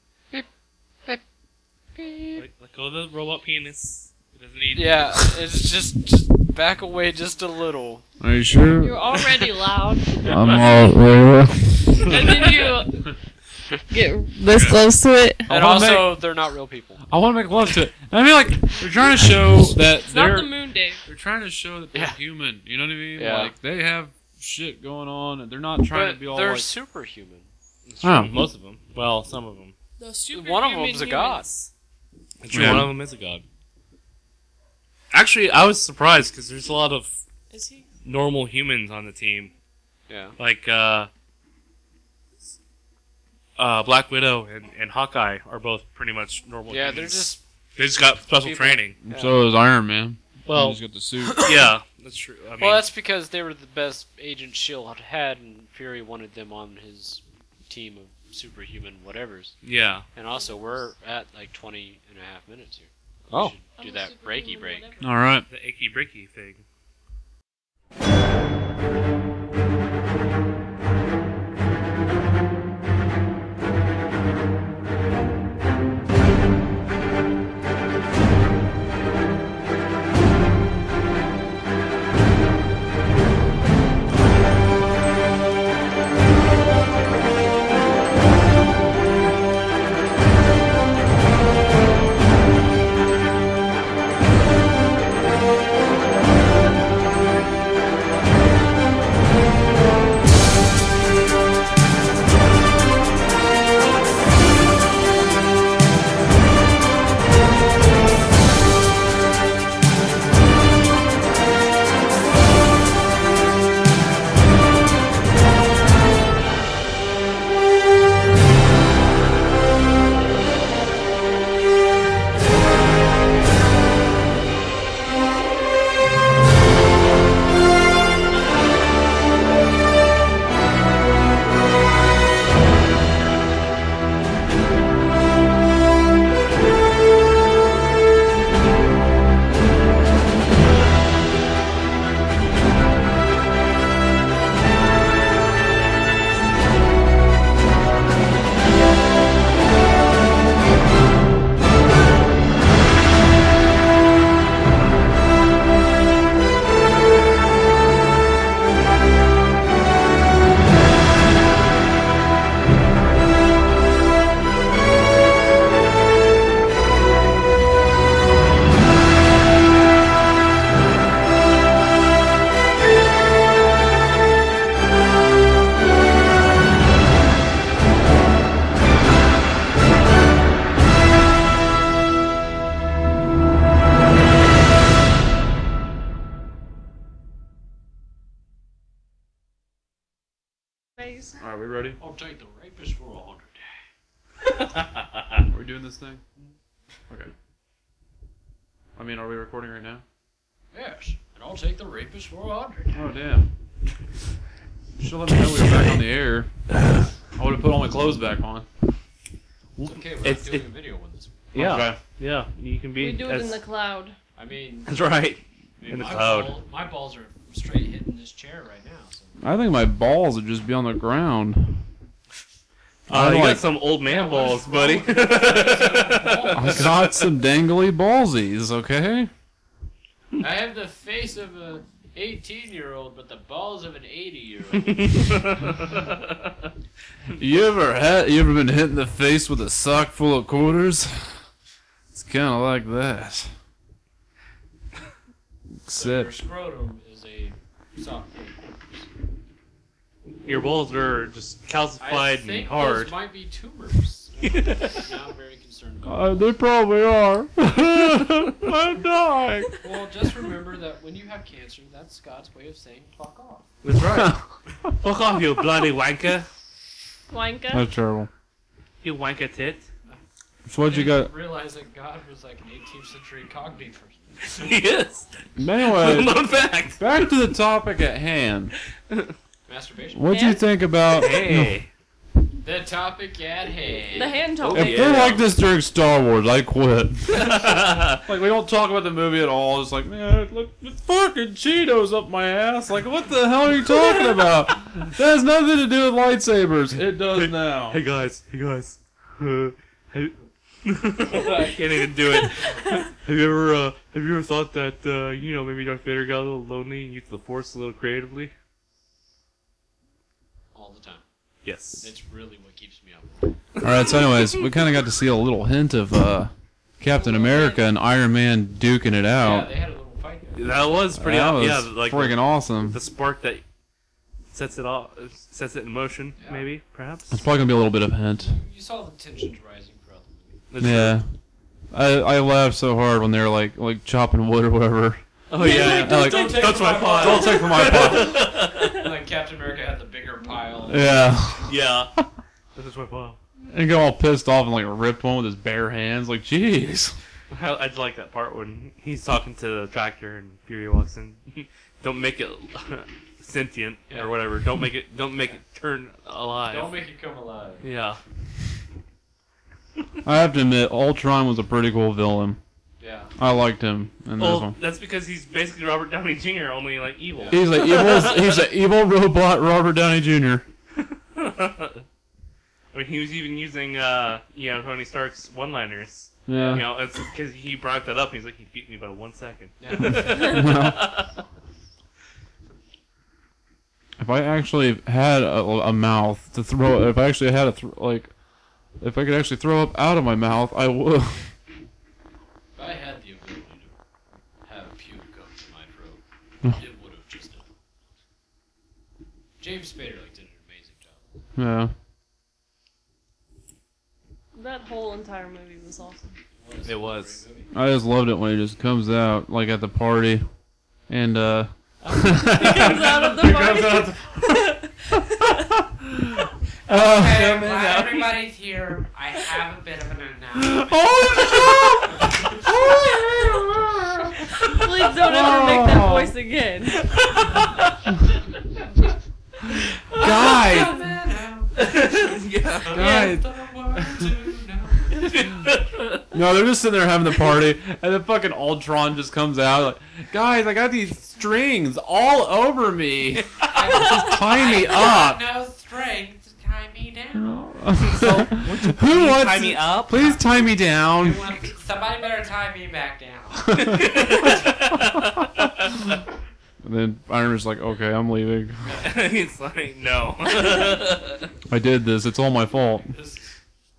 [SPEAKER 1] Let, let go of the robot penis. It doesn't need.
[SPEAKER 4] Yeah, it's just, just back away just a little.
[SPEAKER 2] Are you sure?
[SPEAKER 5] You're already loud,
[SPEAKER 2] I'm all.
[SPEAKER 5] and then you get this close to it.
[SPEAKER 4] And
[SPEAKER 2] I'll make-
[SPEAKER 4] also, they're not real people.
[SPEAKER 2] I want to make love to it. I mean, like they're trying to show that
[SPEAKER 5] It's
[SPEAKER 2] they're
[SPEAKER 5] not the moon, Dave.
[SPEAKER 2] they're trying to show that they're
[SPEAKER 4] Yeah.
[SPEAKER 2] human. You know what I mean?
[SPEAKER 4] Yeah.
[SPEAKER 2] Like they have shit going on, and they're not trying
[SPEAKER 4] But
[SPEAKER 2] to be all
[SPEAKER 4] they're
[SPEAKER 2] like.
[SPEAKER 4] superhuman.
[SPEAKER 1] It's true,
[SPEAKER 2] Oh.
[SPEAKER 1] Most of them. Well, some of them.
[SPEAKER 5] The
[SPEAKER 4] One of them's a god.
[SPEAKER 1] True,
[SPEAKER 2] Yeah.
[SPEAKER 1] One of them is a god. Actually, I was surprised because there's a lot of
[SPEAKER 5] Is he?
[SPEAKER 1] normal humans on the team,
[SPEAKER 4] Yeah.
[SPEAKER 1] like uh, uh, Black Widow and, and Hawkeye are both pretty much normal.
[SPEAKER 4] Yeah,
[SPEAKER 1] humans.
[SPEAKER 4] they're just
[SPEAKER 1] they just got special
[SPEAKER 4] people.
[SPEAKER 1] training.
[SPEAKER 4] Yeah.
[SPEAKER 2] So is Iron Man.
[SPEAKER 1] Well,
[SPEAKER 2] he's got the suit.
[SPEAKER 1] yeah, that's true. I mean,
[SPEAKER 4] well, that's because they were the best Agent Shield E had, and Fury wanted them on his team of superhuman whatever's.
[SPEAKER 1] yeah,
[SPEAKER 4] And also, we're at like 20 and a half minutes here. We
[SPEAKER 2] Oh.
[SPEAKER 4] should
[SPEAKER 5] I'm
[SPEAKER 4] do
[SPEAKER 5] a
[SPEAKER 4] that breaky
[SPEAKER 5] superhuman
[SPEAKER 4] break.
[SPEAKER 5] whatever.
[SPEAKER 2] All right.
[SPEAKER 1] the icky bricky thing.
[SPEAKER 8] Face.
[SPEAKER 2] All right, we ready?
[SPEAKER 4] I'll take the rapist for 100.
[SPEAKER 2] We're doing this thing. Okay. I mean, are we recording right now?
[SPEAKER 4] Yes, and I'll take the rapist for 100.
[SPEAKER 2] Oh damn. Should let me know we were back on the air. I would have put all my clothes back on.
[SPEAKER 4] Okay, we're
[SPEAKER 1] It's-
[SPEAKER 4] not doing a video on this.
[SPEAKER 1] Yeah,
[SPEAKER 2] Okay.
[SPEAKER 1] yeah, you can be.
[SPEAKER 5] We do it
[SPEAKER 1] that's,
[SPEAKER 5] in the cloud.
[SPEAKER 4] I mean,
[SPEAKER 1] that's right.
[SPEAKER 4] I mean,
[SPEAKER 1] In the
[SPEAKER 4] my
[SPEAKER 1] cloud.
[SPEAKER 4] ball- my balls are straight hitting this chair right now. So.
[SPEAKER 2] I think my balls would just be on the ground.
[SPEAKER 1] Uh, you
[SPEAKER 2] like-
[SPEAKER 1] got some old man balls, buddy.
[SPEAKER 2] I
[SPEAKER 1] Oh
[SPEAKER 2] got some dangly ballsies, okay?
[SPEAKER 4] I have the face of a 18 year old, but the balls of an 80 year old.
[SPEAKER 2] You ever had you ever been hit in the face with a sock full of quarters? It's kinda like that.
[SPEAKER 4] So your
[SPEAKER 2] Except
[SPEAKER 4] scrotum is a soft cake.
[SPEAKER 1] Your balls are just
[SPEAKER 4] I
[SPEAKER 1] calcified and
[SPEAKER 4] think
[SPEAKER 1] hard.
[SPEAKER 4] those might be tumors. now I'm very concerned about.
[SPEAKER 2] Uh, they probably are. I'm dying.
[SPEAKER 4] it. Well, just remember that when you have cancer, that's God's way of saying fuck off.
[SPEAKER 1] That's right. Fuck off, you bloody wanker.
[SPEAKER 5] Wanka.
[SPEAKER 2] That's terrible.
[SPEAKER 1] You wanker tit.
[SPEAKER 2] It's what you got.
[SPEAKER 4] Realize that God was like an 18th century cognate person.
[SPEAKER 1] yes. Uh,
[SPEAKER 2] Anyway,
[SPEAKER 1] Known fact.
[SPEAKER 2] back to the topic at hand.
[SPEAKER 4] Masturbation.
[SPEAKER 2] What do you
[SPEAKER 5] Hand?
[SPEAKER 2] think about?
[SPEAKER 1] Hey.
[SPEAKER 4] The topic at hand.
[SPEAKER 5] The hand topic.
[SPEAKER 2] If they're like this during Star Wars, I quit. Like we don't talk about the movie at all. It's like, man, look, it's fucking Cheetos up my ass. Like, what the hell are you talking about? that has nothing to do with lightsabers. It does now.
[SPEAKER 1] hey guys. Hey guys. Uh, have- I can't even do it. have you ever, uh, have you ever thought that, uh, you know, maybe Darth Vader got a little lonely and used the Force a little creatively?
[SPEAKER 4] All the time.
[SPEAKER 1] Yes.
[SPEAKER 4] That's really what keeps me up.
[SPEAKER 2] All right. So, anyways, we kind of got to see a little hint of uh, Captain America and Iron Man duking it
[SPEAKER 1] Oh.
[SPEAKER 4] Yeah,
[SPEAKER 2] out.
[SPEAKER 4] they had a little fight there.
[SPEAKER 1] That was pretty.
[SPEAKER 2] that
[SPEAKER 1] aw-
[SPEAKER 2] was
[SPEAKER 1] yeah, like the-
[SPEAKER 2] freaking awesome.
[SPEAKER 1] the spark that sets it off, sets it in motion.
[SPEAKER 4] Yeah.
[SPEAKER 1] Maybe, perhaps.
[SPEAKER 2] It's probably gonna be a little bit of hint.
[SPEAKER 4] You saw the tensions rising throughout the movie.
[SPEAKER 2] yeah.
[SPEAKER 1] That's
[SPEAKER 2] I, I laughed so hard when they were like like chopping wood or whatever.
[SPEAKER 1] Oh yeah,
[SPEAKER 2] And, like,
[SPEAKER 4] take
[SPEAKER 1] that's
[SPEAKER 4] my
[SPEAKER 1] my pot.
[SPEAKER 2] don't take from my pot.
[SPEAKER 4] And then Captain America had the bigger pile.
[SPEAKER 2] Yeah,
[SPEAKER 1] yeah. This is my pile.
[SPEAKER 2] and got all pissed off and like ripped one with his bare hands. Like, jeez.
[SPEAKER 1] I, I like that part when he's talking to the tractor and Fury walks in. Don't make it sentient
[SPEAKER 4] Yeah.
[SPEAKER 1] or whatever. Don't make it. Don't make it turn alive.
[SPEAKER 4] Don't make it come alive.
[SPEAKER 1] yeah.
[SPEAKER 2] I have to admit, Ultron was a pretty cool villain.
[SPEAKER 4] Yeah.
[SPEAKER 2] I liked him in this
[SPEAKER 1] Well,
[SPEAKER 2] one.
[SPEAKER 1] that's because he's basically Robert Downey Jr. only like evil.
[SPEAKER 2] He's an evil. he's an evil robot, Robert Downey Jr.
[SPEAKER 1] I mean, he was even using uh, you know Tony Stark's one-liners. You
[SPEAKER 2] Yeah.
[SPEAKER 1] know, it's because he brought that up. He's like, he beat me by one second.
[SPEAKER 2] If I actually had a, a mouth to throw, if I actually had a thr like, if I could actually throw up out of my mouth, I would.
[SPEAKER 4] If I had the ability to have puke go to my throat,
[SPEAKER 2] Mm.
[SPEAKER 4] it would have just done. James Spader like, did an amazing job.
[SPEAKER 2] Yeah.
[SPEAKER 5] That whole entire movie was awesome.
[SPEAKER 4] What a
[SPEAKER 1] It was.
[SPEAKER 4] great movie.
[SPEAKER 2] I just loved it when he just comes out like at the party, and uh.
[SPEAKER 5] He comes out of the
[SPEAKER 1] Here comes
[SPEAKER 5] party.
[SPEAKER 1] out the-
[SPEAKER 9] Okay,
[SPEAKER 1] man,
[SPEAKER 9] while
[SPEAKER 1] that-
[SPEAKER 9] everybody's here, I have a bit of an announcement.
[SPEAKER 5] Please don't ever make that voice again.
[SPEAKER 2] Oh, Guys,
[SPEAKER 1] yeah.
[SPEAKER 2] guys. No, they're just sitting there having the party, and then fucking Ultron just comes out like, guys, I got these strings all over me. Tie me up.
[SPEAKER 9] No strength to tie me down.
[SPEAKER 2] Who wants?
[SPEAKER 1] tie me up?
[SPEAKER 2] Please tie me down.
[SPEAKER 9] You want- Somebody better tie me back down.
[SPEAKER 2] And then Iron Man's like, okay, I'm leaving.
[SPEAKER 1] He's like, no.
[SPEAKER 2] I did this. It's all my fault.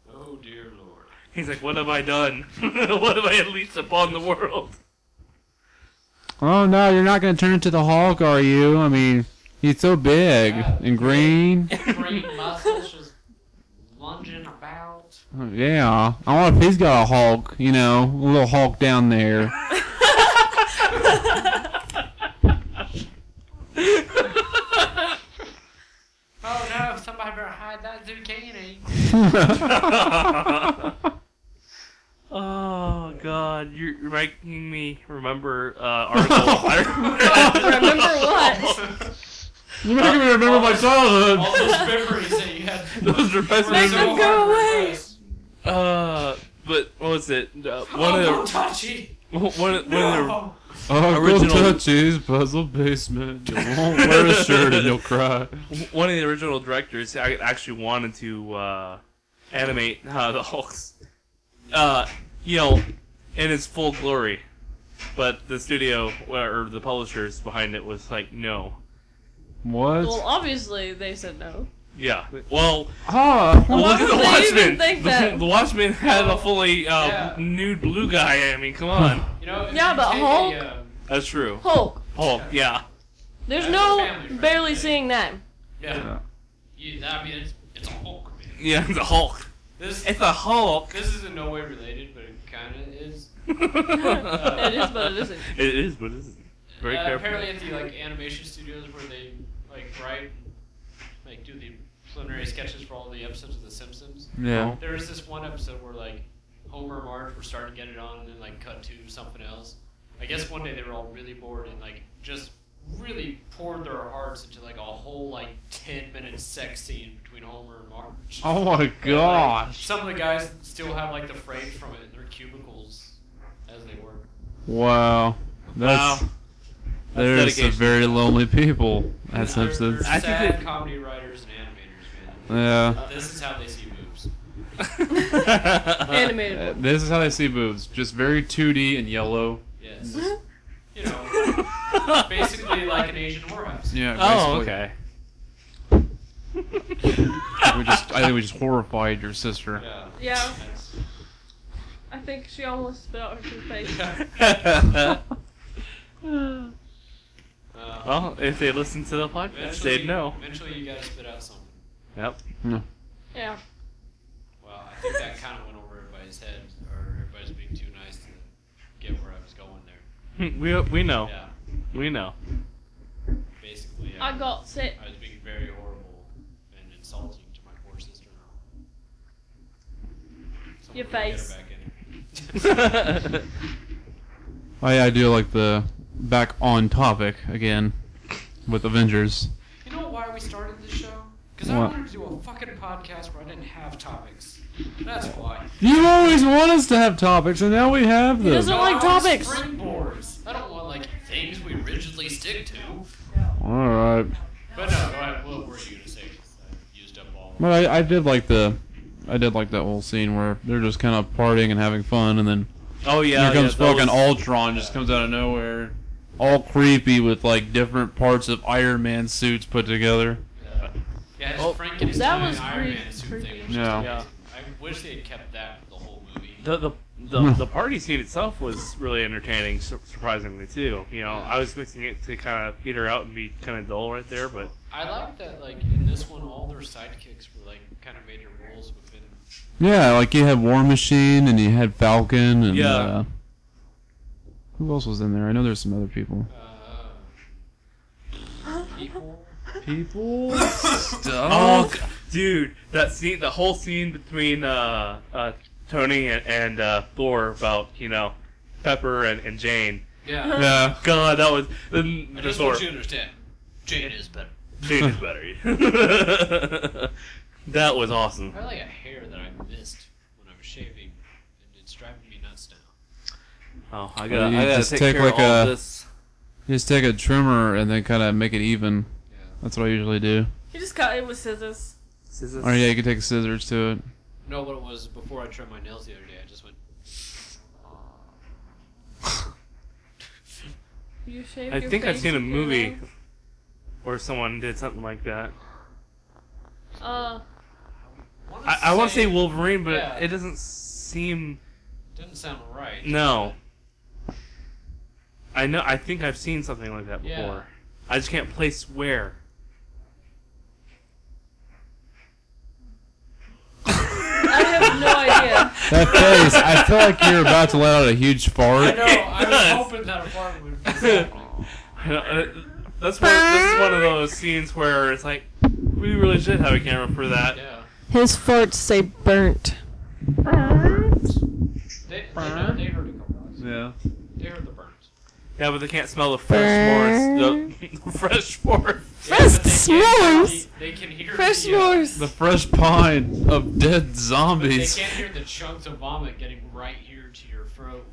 [SPEAKER 4] Oh dear lord.
[SPEAKER 1] He's like, what have I done? what have I unleashed upon the world?
[SPEAKER 2] Oh no, you're not gonna turn into the Hulk, are you? I mean, he's so big and green.
[SPEAKER 9] Three muscles just lunging about.
[SPEAKER 2] Yeah, I wonder if he's got a Hulk. You know, a little Hulk down there.
[SPEAKER 9] Oh no, somebody better hide that zucchini.
[SPEAKER 1] Oh god, you're you're making me remember uh, Arnold. I
[SPEAKER 5] Remember what?
[SPEAKER 2] You're making me remember my
[SPEAKER 4] All
[SPEAKER 2] childhood.
[SPEAKER 4] those memories that you had.
[SPEAKER 1] Those are best
[SPEAKER 5] Make
[SPEAKER 1] memories.
[SPEAKER 5] them go away.
[SPEAKER 1] Uh, but what was it? Uh,
[SPEAKER 9] Oh,
[SPEAKER 1] one
[SPEAKER 9] no,
[SPEAKER 1] of
[SPEAKER 9] touchy.
[SPEAKER 1] the one, one of the
[SPEAKER 9] No.
[SPEAKER 2] Uncle
[SPEAKER 1] Original-
[SPEAKER 2] Touchy's puzzle basement. You won't wear a shirt and you'll cry.
[SPEAKER 1] one of the original directors I actually wanted to uh, animate uh, the Hulk's, uh, you know, in its full glory, but the studio or the publishers behind it was like, no,
[SPEAKER 5] Well,
[SPEAKER 2] What?
[SPEAKER 5] obviously they said no.
[SPEAKER 1] yeah, well,
[SPEAKER 2] Ah,
[SPEAKER 1] look at the
[SPEAKER 5] Why would they even
[SPEAKER 1] Watchmen.
[SPEAKER 5] think
[SPEAKER 1] The,
[SPEAKER 5] that?
[SPEAKER 1] the Watchmen had a fully uh,
[SPEAKER 4] Yeah.
[SPEAKER 1] nude blue guy. I mean, come on,
[SPEAKER 4] You know, if
[SPEAKER 5] Yeah,
[SPEAKER 4] you
[SPEAKER 5] but
[SPEAKER 4] take a,
[SPEAKER 5] Hulk-
[SPEAKER 4] uh,
[SPEAKER 1] that's true.
[SPEAKER 5] Hulk.
[SPEAKER 1] Hulk, yeah.
[SPEAKER 5] There's
[SPEAKER 4] That's a
[SPEAKER 5] no
[SPEAKER 4] family friendly
[SPEAKER 5] barely
[SPEAKER 4] thing.
[SPEAKER 5] seeing that.
[SPEAKER 4] yeah. You, I mean, it's, it's a Hulk, man.
[SPEAKER 1] Yeah, the Hulk.
[SPEAKER 4] This,
[SPEAKER 1] It's a Hulk.
[SPEAKER 4] this is in no way related, but it kind of is.
[SPEAKER 1] it
[SPEAKER 5] is, but it isn't.
[SPEAKER 1] It is, but it isn't. Very
[SPEAKER 4] uh,
[SPEAKER 1] careful.
[SPEAKER 4] Apparently, at the like animation studios where they like write, like do the preliminary sketches for all the episodes of The Simpsons,
[SPEAKER 2] yeah.
[SPEAKER 4] there was this one episode where like Homer and Marge were starting to get it on, and then like cut to something else. I guess one day they were all really bored and like just really poured their hearts into like a whole like ten minute sex scene between Homer and Marge.
[SPEAKER 2] Oh my
[SPEAKER 4] And, like,
[SPEAKER 2] gosh.
[SPEAKER 4] some of the guys still have like the frame from it in their cubicles as they work.
[SPEAKER 2] Wow. That's
[SPEAKER 1] Wow.
[SPEAKER 2] there's
[SPEAKER 1] dedication.
[SPEAKER 2] some very lonely people at
[SPEAKER 4] They're-
[SPEAKER 2] Simpsons.
[SPEAKER 4] They're
[SPEAKER 1] I think
[SPEAKER 4] sad
[SPEAKER 1] that-
[SPEAKER 4] comedy writers and animators, man. Uh,
[SPEAKER 2] Yeah.
[SPEAKER 4] This is how they see boobs.
[SPEAKER 5] Animated.
[SPEAKER 2] Uh, This is how they see boobs. Just very 2D and yellow.
[SPEAKER 4] Yes. you know, basically like an Asian whorehouse.
[SPEAKER 2] Yeah.
[SPEAKER 1] oh,
[SPEAKER 2] basically.
[SPEAKER 1] okay.
[SPEAKER 2] We just, I think we just horrified your sister.
[SPEAKER 4] Yeah.
[SPEAKER 5] Yeah,
[SPEAKER 4] That's-
[SPEAKER 5] I think she almost spit out her face.
[SPEAKER 4] uh,
[SPEAKER 1] well, if they listened to the podcast,
[SPEAKER 4] eventually,
[SPEAKER 1] they'd know.
[SPEAKER 4] Eventually, you gotta spit out something.
[SPEAKER 1] Yep.
[SPEAKER 5] Yeah.
[SPEAKER 4] Wow, I think that kind of went over everybody's head, or everybody's being too
[SPEAKER 1] we we know.
[SPEAKER 4] Yeah,
[SPEAKER 1] We know.
[SPEAKER 4] basically.
[SPEAKER 5] I got sick.
[SPEAKER 4] I was being very horrible and insulting to my poor sister.
[SPEAKER 5] Your
[SPEAKER 4] Someone get her
[SPEAKER 5] face.
[SPEAKER 4] back in here.
[SPEAKER 2] I, I do like the back on topic again with Avengers.
[SPEAKER 10] You know why we started this show? Because I
[SPEAKER 2] What?
[SPEAKER 10] wanted to do a fucking podcast where I didn't have topics. That's why.
[SPEAKER 2] You always want us to have topics, and now we have
[SPEAKER 5] He doesn't
[SPEAKER 2] them.
[SPEAKER 5] like
[SPEAKER 10] I want
[SPEAKER 5] topics.
[SPEAKER 10] Springboards.
[SPEAKER 4] I don't want like things we rigidly stick to.
[SPEAKER 2] All right,
[SPEAKER 4] But no, go ahead. What were you gonna say? 'Cause I used up all.
[SPEAKER 2] but I, I did like the, I did like that whole scene where they're just kind of partying and having fun, and then
[SPEAKER 1] Oh yeah.
[SPEAKER 2] here comes
[SPEAKER 1] yeah, that
[SPEAKER 2] fucking
[SPEAKER 1] was-
[SPEAKER 2] Ultron, just comes out of nowhere, all creepy with like different parts of Iron Man suits put together.
[SPEAKER 4] Yeah, his
[SPEAKER 1] Oh.
[SPEAKER 4] Frankenstein
[SPEAKER 5] That was
[SPEAKER 4] Iron
[SPEAKER 5] pretty
[SPEAKER 4] Man suit thing. was
[SPEAKER 5] freaky.
[SPEAKER 4] just
[SPEAKER 2] Yeah.
[SPEAKER 1] Yeah.
[SPEAKER 4] amazing. I wish they had kept that for the whole movie.
[SPEAKER 1] The the
[SPEAKER 2] Hmm.
[SPEAKER 1] the, the party scene itself was really entertaining, sur- surprisingly too. You know, I was expecting it to kind of peter out and be kind of dull right there, but
[SPEAKER 4] I like that, like in this one, all their sidekicks were like kind of major roles within.
[SPEAKER 2] Yeah, like you had War Machine and you had Falcon and
[SPEAKER 1] Yeah.
[SPEAKER 2] uh, who else was in there? I know there's some other people.
[SPEAKER 4] Uh, um, people.
[SPEAKER 2] People.
[SPEAKER 1] Oh,
[SPEAKER 2] Stuff.
[SPEAKER 1] g- Oh, dude, that scene, the whole scene between uh, uh, Tony and, and uh, Thor about you know Pepper and, and Jane.
[SPEAKER 4] Yeah.
[SPEAKER 2] Yeah.
[SPEAKER 1] God, that was the,
[SPEAKER 4] I
[SPEAKER 1] the
[SPEAKER 4] just
[SPEAKER 1] Thor.
[SPEAKER 4] want you to understand. Jane is better.
[SPEAKER 1] Jane is better. that was awesome.
[SPEAKER 4] I like a hair that I missed when I was shaving, and it's driving me nuts now.
[SPEAKER 1] Oh, I
[SPEAKER 2] Well,
[SPEAKER 1] gotta,
[SPEAKER 2] you
[SPEAKER 1] I gotta
[SPEAKER 2] just
[SPEAKER 1] take,
[SPEAKER 2] take
[SPEAKER 1] care
[SPEAKER 2] like
[SPEAKER 1] of all
[SPEAKER 2] a-
[SPEAKER 1] this.
[SPEAKER 2] Just take a trimmer and then kind of make it even.
[SPEAKER 4] Yeah.
[SPEAKER 2] That's what I usually do.
[SPEAKER 5] He just cut it with scissors.
[SPEAKER 1] Scissors.
[SPEAKER 2] Or yeah, you can take scissors to it.
[SPEAKER 4] No, what it was before I trimmed my nails the other day, I just went.
[SPEAKER 5] You shaved
[SPEAKER 1] I
[SPEAKER 5] your
[SPEAKER 1] think I've
[SPEAKER 5] face
[SPEAKER 1] seen a
[SPEAKER 5] with your
[SPEAKER 1] movie
[SPEAKER 5] nails?
[SPEAKER 1] where someone did something like that.
[SPEAKER 5] Uh,
[SPEAKER 1] I, I want to say Wolverine, but
[SPEAKER 4] Yeah.
[SPEAKER 1] it doesn't seem.
[SPEAKER 4] Doesn't sound right.
[SPEAKER 1] No. I know. I think I've seen something like that before.
[SPEAKER 4] Yeah.
[SPEAKER 1] I just can't place where.
[SPEAKER 5] I have no idea.
[SPEAKER 2] That face, I feel like you're about to let out a huge
[SPEAKER 10] I
[SPEAKER 2] fart.
[SPEAKER 10] know. I
[SPEAKER 1] does.
[SPEAKER 10] was hoping that apartment would be happening.
[SPEAKER 1] I know, uh, that's one. This is one of those scenes where it's like, we really should have a camera for that.
[SPEAKER 4] Yeah.
[SPEAKER 5] His farts say burnt.
[SPEAKER 4] They, they, know- they heard a couple times.
[SPEAKER 2] Yeah.
[SPEAKER 4] They heard the burns.
[SPEAKER 1] Yeah, but they can't smell the fresh forest. The fresh forest.
[SPEAKER 5] Fresh
[SPEAKER 4] s'mores.
[SPEAKER 5] s'mores.
[SPEAKER 4] They can hear
[SPEAKER 5] Fresh
[SPEAKER 4] the, uh,
[SPEAKER 5] s'mores.
[SPEAKER 2] The fresh pine of dead
[SPEAKER 4] But they
[SPEAKER 2] zombies.
[SPEAKER 4] can't hear the chunks of vomit getting right here to your throat.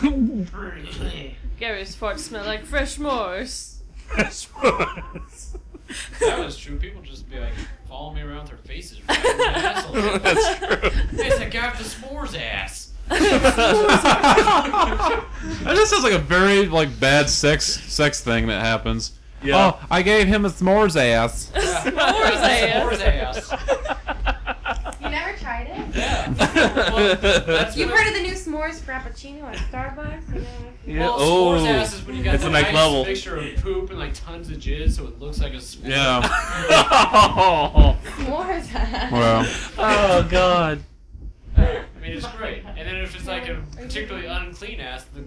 [SPEAKER 5] Gary's farts smell like fresh s'mores.
[SPEAKER 1] fresh forest.
[SPEAKER 4] that was true. People just be like, follow me around with their faces. Right in my asshole.
[SPEAKER 1] That's true.
[SPEAKER 4] It's a guy with the s'mores ass.
[SPEAKER 2] that just sounds like a very like bad sex sex thing that happens.
[SPEAKER 1] Yeah.
[SPEAKER 2] Oh, I gave him a s'mores ass.
[SPEAKER 5] S'mores
[SPEAKER 4] S'mores
[SPEAKER 5] ass.
[SPEAKER 4] ass.
[SPEAKER 9] You never tried it?
[SPEAKER 4] Yeah.
[SPEAKER 9] You've heard of the new s'mores frappuccino at Starbucks? You know,
[SPEAKER 1] Yeah,
[SPEAKER 4] Well,
[SPEAKER 1] oh.
[SPEAKER 4] s'mores ass is when you got
[SPEAKER 1] It's
[SPEAKER 4] the
[SPEAKER 1] a nice
[SPEAKER 4] nice
[SPEAKER 1] level.
[SPEAKER 4] mixture of poop and like tons of jizz, so it looks like a s'more.
[SPEAKER 2] yeah.
[SPEAKER 1] oh,
[SPEAKER 9] s'mores. huh?
[SPEAKER 2] Well,
[SPEAKER 1] God.
[SPEAKER 4] I mean, it's great. And then if it's like a particularly unclean ass, the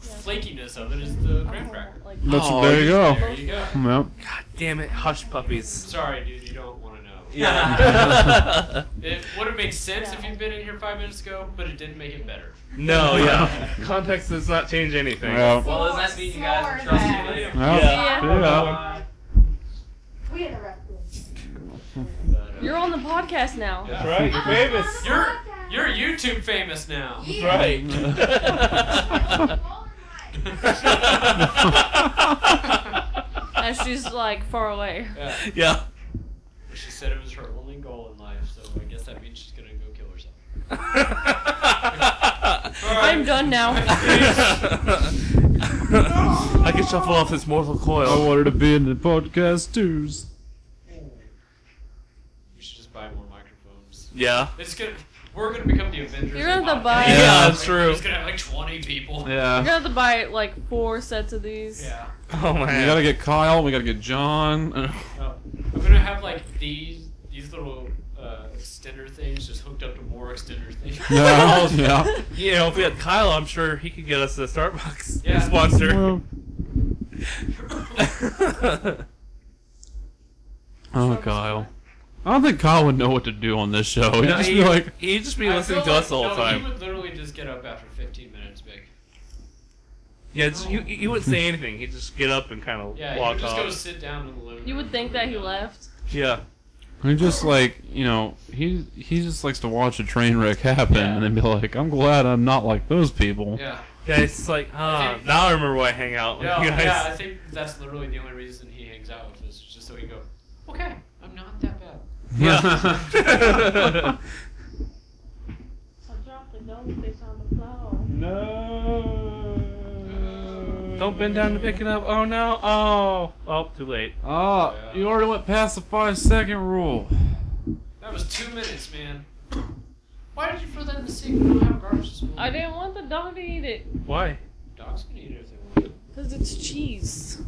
[SPEAKER 4] flakiness of it is the graham cracker.
[SPEAKER 2] that's
[SPEAKER 1] Oh,
[SPEAKER 2] there you go.
[SPEAKER 4] There you go.
[SPEAKER 2] Yep.
[SPEAKER 1] Damn it, hush puppies.
[SPEAKER 4] Sorry, dude, you don't want to know.
[SPEAKER 1] Yeah.
[SPEAKER 4] It would have made sense if you'd been in here five minutes ago, but it didn't make it better.
[SPEAKER 1] no, yeah. Context does not change anything.
[SPEAKER 2] Yep.
[SPEAKER 9] Well, does that mean you guys are trusting
[SPEAKER 2] Yep.
[SPEAKER 9] later?
[SPEAKER 1] Yeah.
[SPEAKER 2] Yeah.
[SPEAKER 9] We interrupted.
[SPEAKER 5] You're on the podcast now.
[SPEAKER 4] Yeah.
[SPEAKER 1] Right, you're famous.
[SPEAKER 4] You're you're YouTube famous now.
[SPEAKER 1] Right.
[SPEAKER 5] And she's like far away.
[SPEAKER 4] Yeah.
[SPEAKER 1] yeah.
[SPEAKER 4] She said it was her only goal in life, so I guess that means she's gonna go kill herself.
[SPEAKER 5] I'm done now.
[SPEAKER 1] I can shuffle off this mortal
[SPEAKER 2] I
[SPEAKER 1] coil.
[SPEAKER 2] wanted to be in the podcast too.
[SPEAKER 4] We should just buy more microphones.
[SPEAKER 1] Yeah.
[SPEAKER 4] It's gonna. We're gonna become the Avengers.
[SPEAKER 5] You're
[SPEAKER 4] of
[SPEAKER 5] gonna have to
[SPEAKER 4] podcasts.
[SPEAKER 5] buy-
[SPEAKER 1] Yeah,
[SPEAKER 2] Yeah.
[SPEAKER 1] that's true.
[SPEAKER 4] It's gonna have like 20 people.
[SPEAKER 5] You're
[SPEAKER 2] Yeah.
[SPEAKER 5] gonna have to buy like four sets of these.
[SPEAKER 4] Yeah.
[SPEAKER 1] Oh
[SPEAKER 2] We
[SPEAKER 1] man.
[SPEAKER 2] gotta get Kyle. We gotta get John.
[SPEAKER 4] Oh, I'm gonna have like these these little uh, uh, extender things just hooked up to more extender things.
[SPEAKER 2] No, no.
[SPEAKER 1] Yeah, if we had Kyle, I'm sure he could get us a Starbucks
[SPEAKER 4] Yeah.
[SPEAKER 1] sponsor.
[SPEAKER 2] Well, oh, Kyle. I don't think Kyle would know what to do on this show. He'd
[SPEAKER 4] No,
[SPEAKER 2] just
[SPEAKER 4] he-
[SPEAKER 2] be like,
[SPEAKER 1] He'd just be
[SPEAKER 4] I
[SPEAKER 1] listening
[SPEAKER 4] feel
[SPEAKER 1] to
[SPEAKER 4] like-
[SPEAKER 1] us the whole
[SPEAKER 4] no, He
[SPEAKER 1] time.
[SPEAKER 4] would literally just get up after 15 minutes, big.
[SPEAKER 1] Yeah, just, you you wouldn't say anything. He'd just get up and kind of
[SPEAKER 4] Yeah, he
[SPEAKER 1] walk
[SPEAKER 4] would just go
[SPEAKER 1] off.
[SPEAKER 4] sit down in the living room.
[SPEAKER 5] You would think that he left.
[SPEAKER 1] Yeah,
[SPEAKER 2] he just like, you know, he he just likes to watch a train wreck happen
[SPEAKER 4] Yeah.
[SPEAKER 2] and then be like, I'm glad I'm not like those people.
[SPEAKER 4] Yeah.
[SPEAKER 1] yeah. It's just like ah,
[SPEAKER 4] think-
[SPEAKER 1] now I remember why I hang out with
[SPEAKER 4] Yeah,
[SPEAKER 1] you guys.
[SPEAKER 4] yeah, I think that's literally the only reason he hangs out with us, just so he can go, okay, I'm not that bad.
[SPEAKER 1] Yeah.
[SPEAKER 9] I dropped the goldfish on the floor.
[SPEAKER 2] no.
[SPEAKER 1] Don't bend down to pick it up. Oh no. Oh. Oh, too late.
[SPEAKER 2] Oh,
[SPEAKER 4] Yeah.
[SPEAKER 2] you already went past the five second rule.
[SPEAKER 4] That was two minutes, man. Why did you throw that in the sink? We don't have garbage disposal.
[SPEAKER 5] I didn't want the dog to eat it
[SPEAKER 1] Why?
[SPEAKER 4] Dogs can eat it if they want.
[SPEAKER 5] because it's cheese.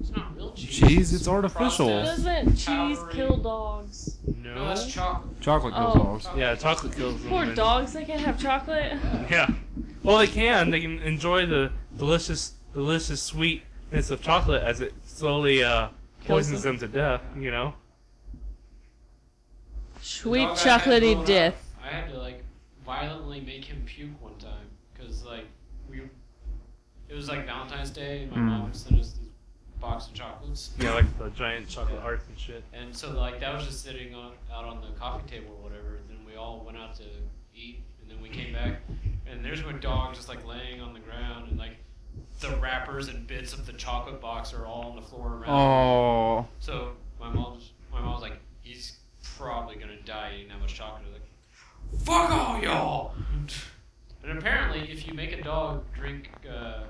[SPEAKER 4] It's not real cheese.
[SPEAKER 2] Cheese, it's artificial.
[SPEAKER 4] Processed.
[SPEAKER 5] Doesn't cheese
[SPEAKER 4] Powdery.
[SPEAKER 5] kill dogs?
[SPEAKER 4] No, that's chocolate.
[SPEAKER 2] Chocolate kills
[SPEAKER 5] Oh.
[SPEAKER 2] dogs.
[SPEAKER 1] Yeah, chocolate kills them.
[SPEAKER 5] Poor
[SPEAKER 1] and-
[SPEAKER 5] dogs, they can't have chocolate.
[SPEAKER 1] Yeah. Well, they can. They can enjoy the delicious, delicious sweetness of chocolate as it slowly uh,
[SPEAKER 5] Kills
[SPEAKER 1] poisons them to death. You know.
[SPEAKER 4] The
[SPEAKER 5] Sweet
[SPEAKER 4] dog I had growing
[SPEAKER 5] chocolatey
[SPEAKER 4] up,
[SPEAKER 5] death.
[SPEAKER 4] I had to like violently make him puke one time because like we, it was like Valentine's Day and my
[SPEAKER 2] Mm.
[SPEAKER 4] mom sent us this box of chocolates.
[SPEAKER 1] Yeah, like the giant chocolate hearts and shit.
[SPEAKER 4] And so like that was just sitting on out on the coffee table or whatever. Then we all went out to eat, and then we came back, and there's my dog just like laying on the ground, and like the wrappers and bits of the chocolate box are all on the floor around.
[SPEAKER 2] Oh.
[SPEAKER 4] So my mom's my mom's like, he's probably gonna die eating that much chocolate. I was like, fuck all y'all. And apparently, if you make a dog drink uh,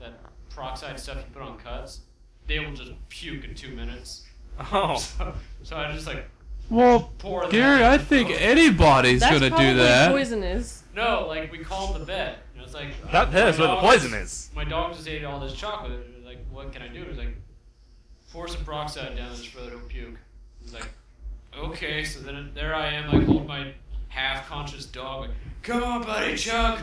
[SPEAKER 4] that peroxide stuff you put on cuts, they will just puke in two minutes.
[SPEAKER 1] Oh.
[SPEAKER 4] So, so I just like
[SPEAKER 2] Well,
[SPEAKER 4] pour. that
[SPEAKER 2] Gary,
[SPEAKER 4] in
[SPEAKER 2] I
[SPEAKER 4] the
[SPEAKER 2] think
[SPEAKER 4] dog.
[SPEAKER 2] anybody's
[SPEAKER 5] That's
[SPEAKER 2] gonna
[SPEAKER 5] probably
[SPEAKER 2] do that.
[SPEAKER 5] poisonous.
[SPEAKER 4] No, like we called the vet. And it's like
[SPEAKER 1] That that is
[SPEAKER 4] my
[SPEAKER 1] where
[SPEAKER 4] dog-
[SPEAKER 1] the poison is.
[SPEAKER 4] My dog just ate all this chocolate. It was Like, what can I do? It's like pour some peroxide down his throat. He'll puke. It's like, okay. So then there I am. I hold my half-conscious dog. Like, come on, buddy, chug.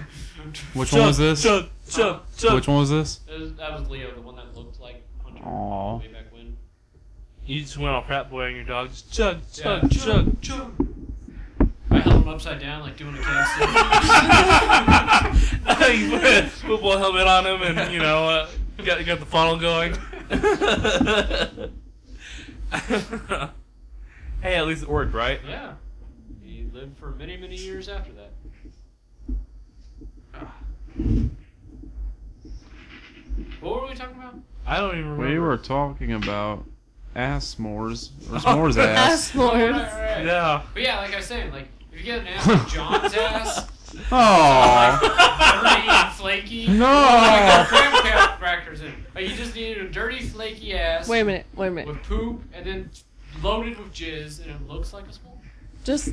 [SPEAKER 2] Which one was this?
[SPEAKER 1] Chug, chug, chug.
[SPEAKER 2] Which one was this?
[SPEAKER 4] That was, that was Leo, the one that looked like Hunter
[SPEAKER 2] Aw.
[SPEAKER 4] way back when.
[SPEAKER 1] You just went all frat boy on your dog. Just chug,
[SPEAKER 4] Yeah,
[SPEAKER 1] chug, chug.
[SPEAKER 4] chug. I held him upside down like doing a KFC.
[SPEAKER 1] you put a football helmet on him, and you know, uh, got got the funnel going. hey, at least it worked, right?
[SPEAKER 4] yeah. He lived for many, many years after that. Ah. What were we talking about?
[SPEAKER 1] I don't even remember.
[SPEAKER 2] We were talking about ass s'mores. Or s'mores ass.
[SPEAKER 4] Right,
[SPEAKER 5] S'mores.
[SPEAKER 4] right, right.
[SPEAKER 1] Yeah.
[SPEAKER 4] But yeah, like I was saying, like if you get an ass like John's ass,
[SPEAKER 2] Oh.
[SPEAKER 4] dirty and flaky,
[SPEAKER 2] No.
[SPEAKER 4] like a cramp cap crackers in. Like you just needed a dirty, flaky ass
[SPEAKER 5] Wait a minute, wait a minute.
[SPEAKER 4] with poop and then loaded with jizz, and it looks like a spoon.
[SPEAKER 5] Just.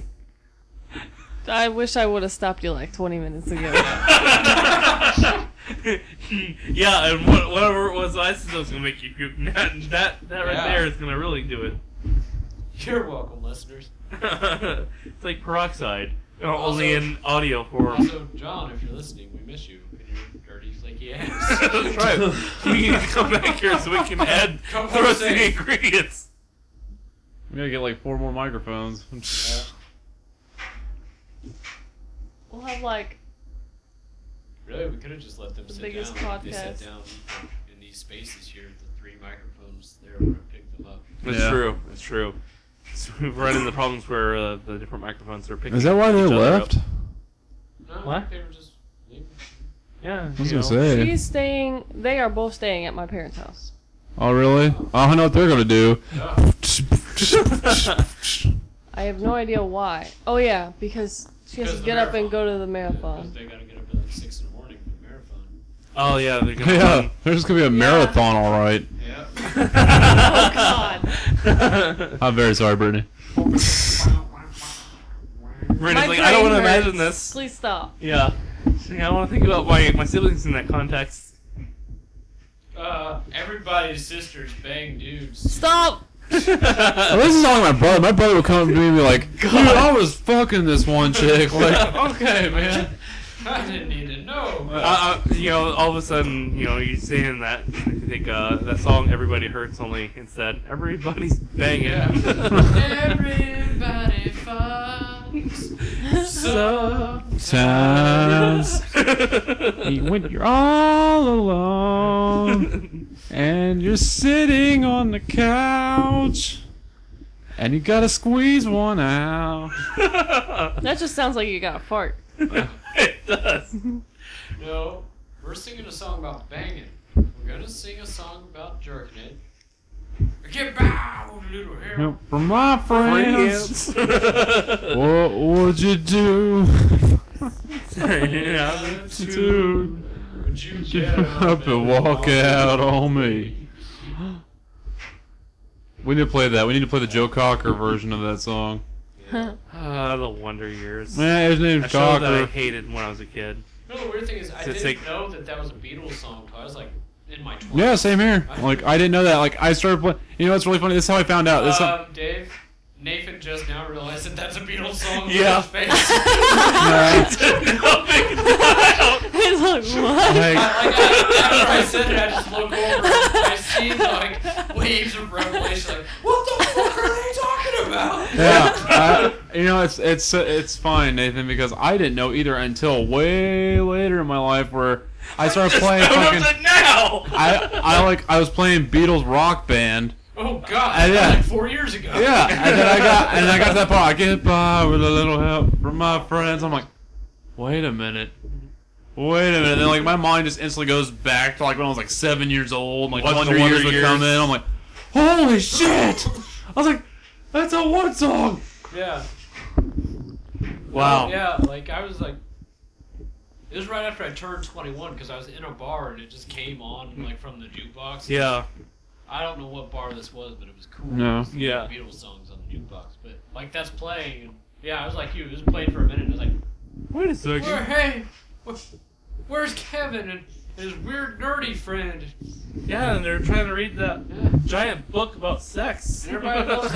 [SPEAKER 5] I wish I would have stopped you like 20 minutes ago.
[SPEAKER 1] yeah, and what, whatever it was I said was gonna make you puke. That that, that right
[SPEAKER 4] Yeah.
[SPEAKER 1] there is gonna really do it.
[SPEAKER 4] You're welcome, listeners.
[SPEAKER 1] it's like peroxide, uh,
[SPEAKER 4] Also-
[SPEAKER 1] only in audio form.
[SPEAKER 4] Also, John, if you're listening, we miss you and your dirty, flaky ass.
[SPEAKER 1] That's right. You need to come back here so we can add
[SPEAKER 4] Come
[SPEAKER 1] the rest of the
[SPEAKER 4] safe.
[SPEAKER 1] ingredients.
[SPEAKER 2] We gotta get like four more microphones.
[SPEAKER 5] we'll have like.
[SPEAKER 4] Really, we could have just let them
[SPEAKER 5] The
[SPEAKER 4] sit
[SPEAKER 5] biggest
[SPEAKER 4] down. They
[SPEAKER 5] podcast.
[SPEAKER 4] sat down in these spaces here. The three microphones there would have picked them up.
[SPEAKER 1] That's
[SPEAKER 2] Yeah.
[SPEAKER 1] true. That's true. So we've run into problems where uh, the different microphones are picking.
[SPEAKER 2] Is that why they
[SPEAKER 1] each other up.
[SPEAKER 2] left?
[SPEAKER 4] No, I think
[SPEAKER 1] What?
[SPEAKER 4] They were just leaving.
[SPEAKER 1] Yeah.
[SPEAKER 2] I was
[SPEAKER 1] you
[SPEAKER 2] gonna
[SPEAKER 1] know.
[SPEAKER 2] say.
[SPEAKER 5] She's staying. They are both staying at my parents' house.
[SPEAKER 2] Oh really? Oh, I know what they're gonna do.
[SPEAKER 5] I have no idea why. Oh, yeah, because she has
[SPEAKER 4] Because
[SPEAKER 5] to
[SPEAKER 4] of
[SPEAKER 5] get
[SPEAKER 4] the
[SPEAKER 5] up and go to the
[SPEAKER 4] Because
[SPEAKER 5] marathon.
[SPEAKER 4] they gotta get up at like six in the morning for the marathon.
[SPEAKER 1] Oh yeah, they're gonna.
[SPEAKER 2] yeah, there's gonna be a marathon, all right.
[SPEAKER 4] Yeah.
[SPEAKER 5] Oh,
[SPEAKER 1] God.
[SPEAKER 2] I'm very sorry, Brittany.
[SPEAKER 1] Brenda's
[SPEAKER 5] My
[SPEAKER 1] like, I don't
[SPEAKER 5] brain
[SPEAKER 1] want to
[SPEAKER 5] hurts.
[SPEAKER 1] imagine this.
[SPEAKER 5] Please stop.
[SPEAKER 1] Yeah. She's like, I want to think about my, my siblings in that context.
[SPEAKER 4] Uh, everybody's sisters bang dudes.
[SPEAKER 5] Stop!
[SPEAKER 1] She's Uh,
[SPEAKER 2] Well, this is all my brother. My brother would come up to me and be like, "Dude, I was fucking this one chick." Like,
[SPEAKER 4] Oh.
[SPEAKER 2] okay, man.
[SPEAKER 4] I didn't need to know.
[SPEAKER 1] Uh, uh, you know, all of a sudden, you know, you're saying that. I think uh, that song "Everybody Hurts" only instead "Everybody's Banging."
[SPEAKER 4] Everybody fucks. So
[SPEAKER 2] Sometimes when you're all alone and you're sitting on the couch and you gotta squeeze one out.
[SPEAKER 5] That just sounds like you got a fart.
[SPEAKER 1] it does.
[SPEAKER 4] no, we're singing a song about banging. We're gonna sing a song about jerking it. Get back, little hair.
[SPEAKER 2] Now, For my friends, what would you do?
[SPEAKER 1] yeah.
[SPEAKER 2] Dude,
[SPEAKER 4] Would you
[SPEAKER 2] get
[SPEAKER 4] get
[SPEAKER 2] up and walk out on me. We need to play that. We need to play the Joe Cocker version of that song.
[SPEAKER 1] Uh, the Wonder Years. A
[SPEAKER 2] Man, his name's
[SPEAKER 1] show that I
[SPEAKER 2] Cocker.
[SPEAKER 1] hated when I was a kid.
[SPEAKER 4] No, the weird thing is, I
[SPEAKER 1] It's
[SPEAKER 4] didn't
[SPEAKER 1] like-
[SPEAKER 4] know that that was a Beatles song until I was like in my 20s.
[SPEAKER 2] Yeah, same here. Like I didn't know that. Like I started playing. You know, it's really funny. This is how I found out. Uh, This
[SPEAKER 1] Uh,
[SPEAKER 4] Um, Dave, Nathan just now realized that that's a Beatles song. with
[SPEAKER 1] Yeah.
[SPEAKER 4] his face.
[SPEAKER 5] It's like, what?
[SPEAKER 2] like,
[SPEAKER 4] Like, I- after I said it, I just look over and I see like waves of revelation. Like, what the fuck are they talking about?
[SPEAKER 2] yeah, I- you know, it's it's it's fine, Nathan, because I didn't know either until way later in my life where I started playing
[SPEAKER 1] Found out
[SPEAKER 2] fucking.
[SPEAKER 1] that now.
[SPEAKER 2] I, I like I was playing Beatles Rock Band.
[SPEAKER 4] Oh God,
[SPEAKER 2] Uh, yeah.
[SPEAKER 4] that was like four years ago.
[SPEAKER 2] Yeah, and then I got and I got to that part. I get by with a little help from my friends. I'm like, wait a minute. Wait a minute. And then like my mind just instantly goes back to like when I was like seven years old. and, Like
[SPEAKER 1] Wonder
[SPEAKER 2] Wonder, Years
[SPEAKER 1] Years.
[SPEAKER 2] would come in. I'm like, holy shit! I was like, that's a what song?
[SPEAKER 4] Yeah.
[SPEAKER 2] Wow.
[SPEAKER 4] Yeah, like I was like, it was right after I turned 21 because I was in a bar and it just came on like from the jukebox.
[SPEAKER 1] Yeah.
[SPEAKER 4] I don't know what bar this was, but it was cool.
[SPEAKER 2] No.
[SPEAKER 1] Yeah.
[SPEAKER 4] Beatles songs on the jukebox, but like that's playing. And, yeah, I was like you. It was playing for a minute. And I was like,
[SPEAKER 1] Wait a second.
[SPEAKER 4] Where, hey, wh- where's Kevin and his weird nerdy friend?
[SPEAKER 1] Yeah, and they're trying to read that
[SPEAKER 4] Yeah.
[SPEAKER 1] giant book about sex.
[SPEAKER 4] Everybody loves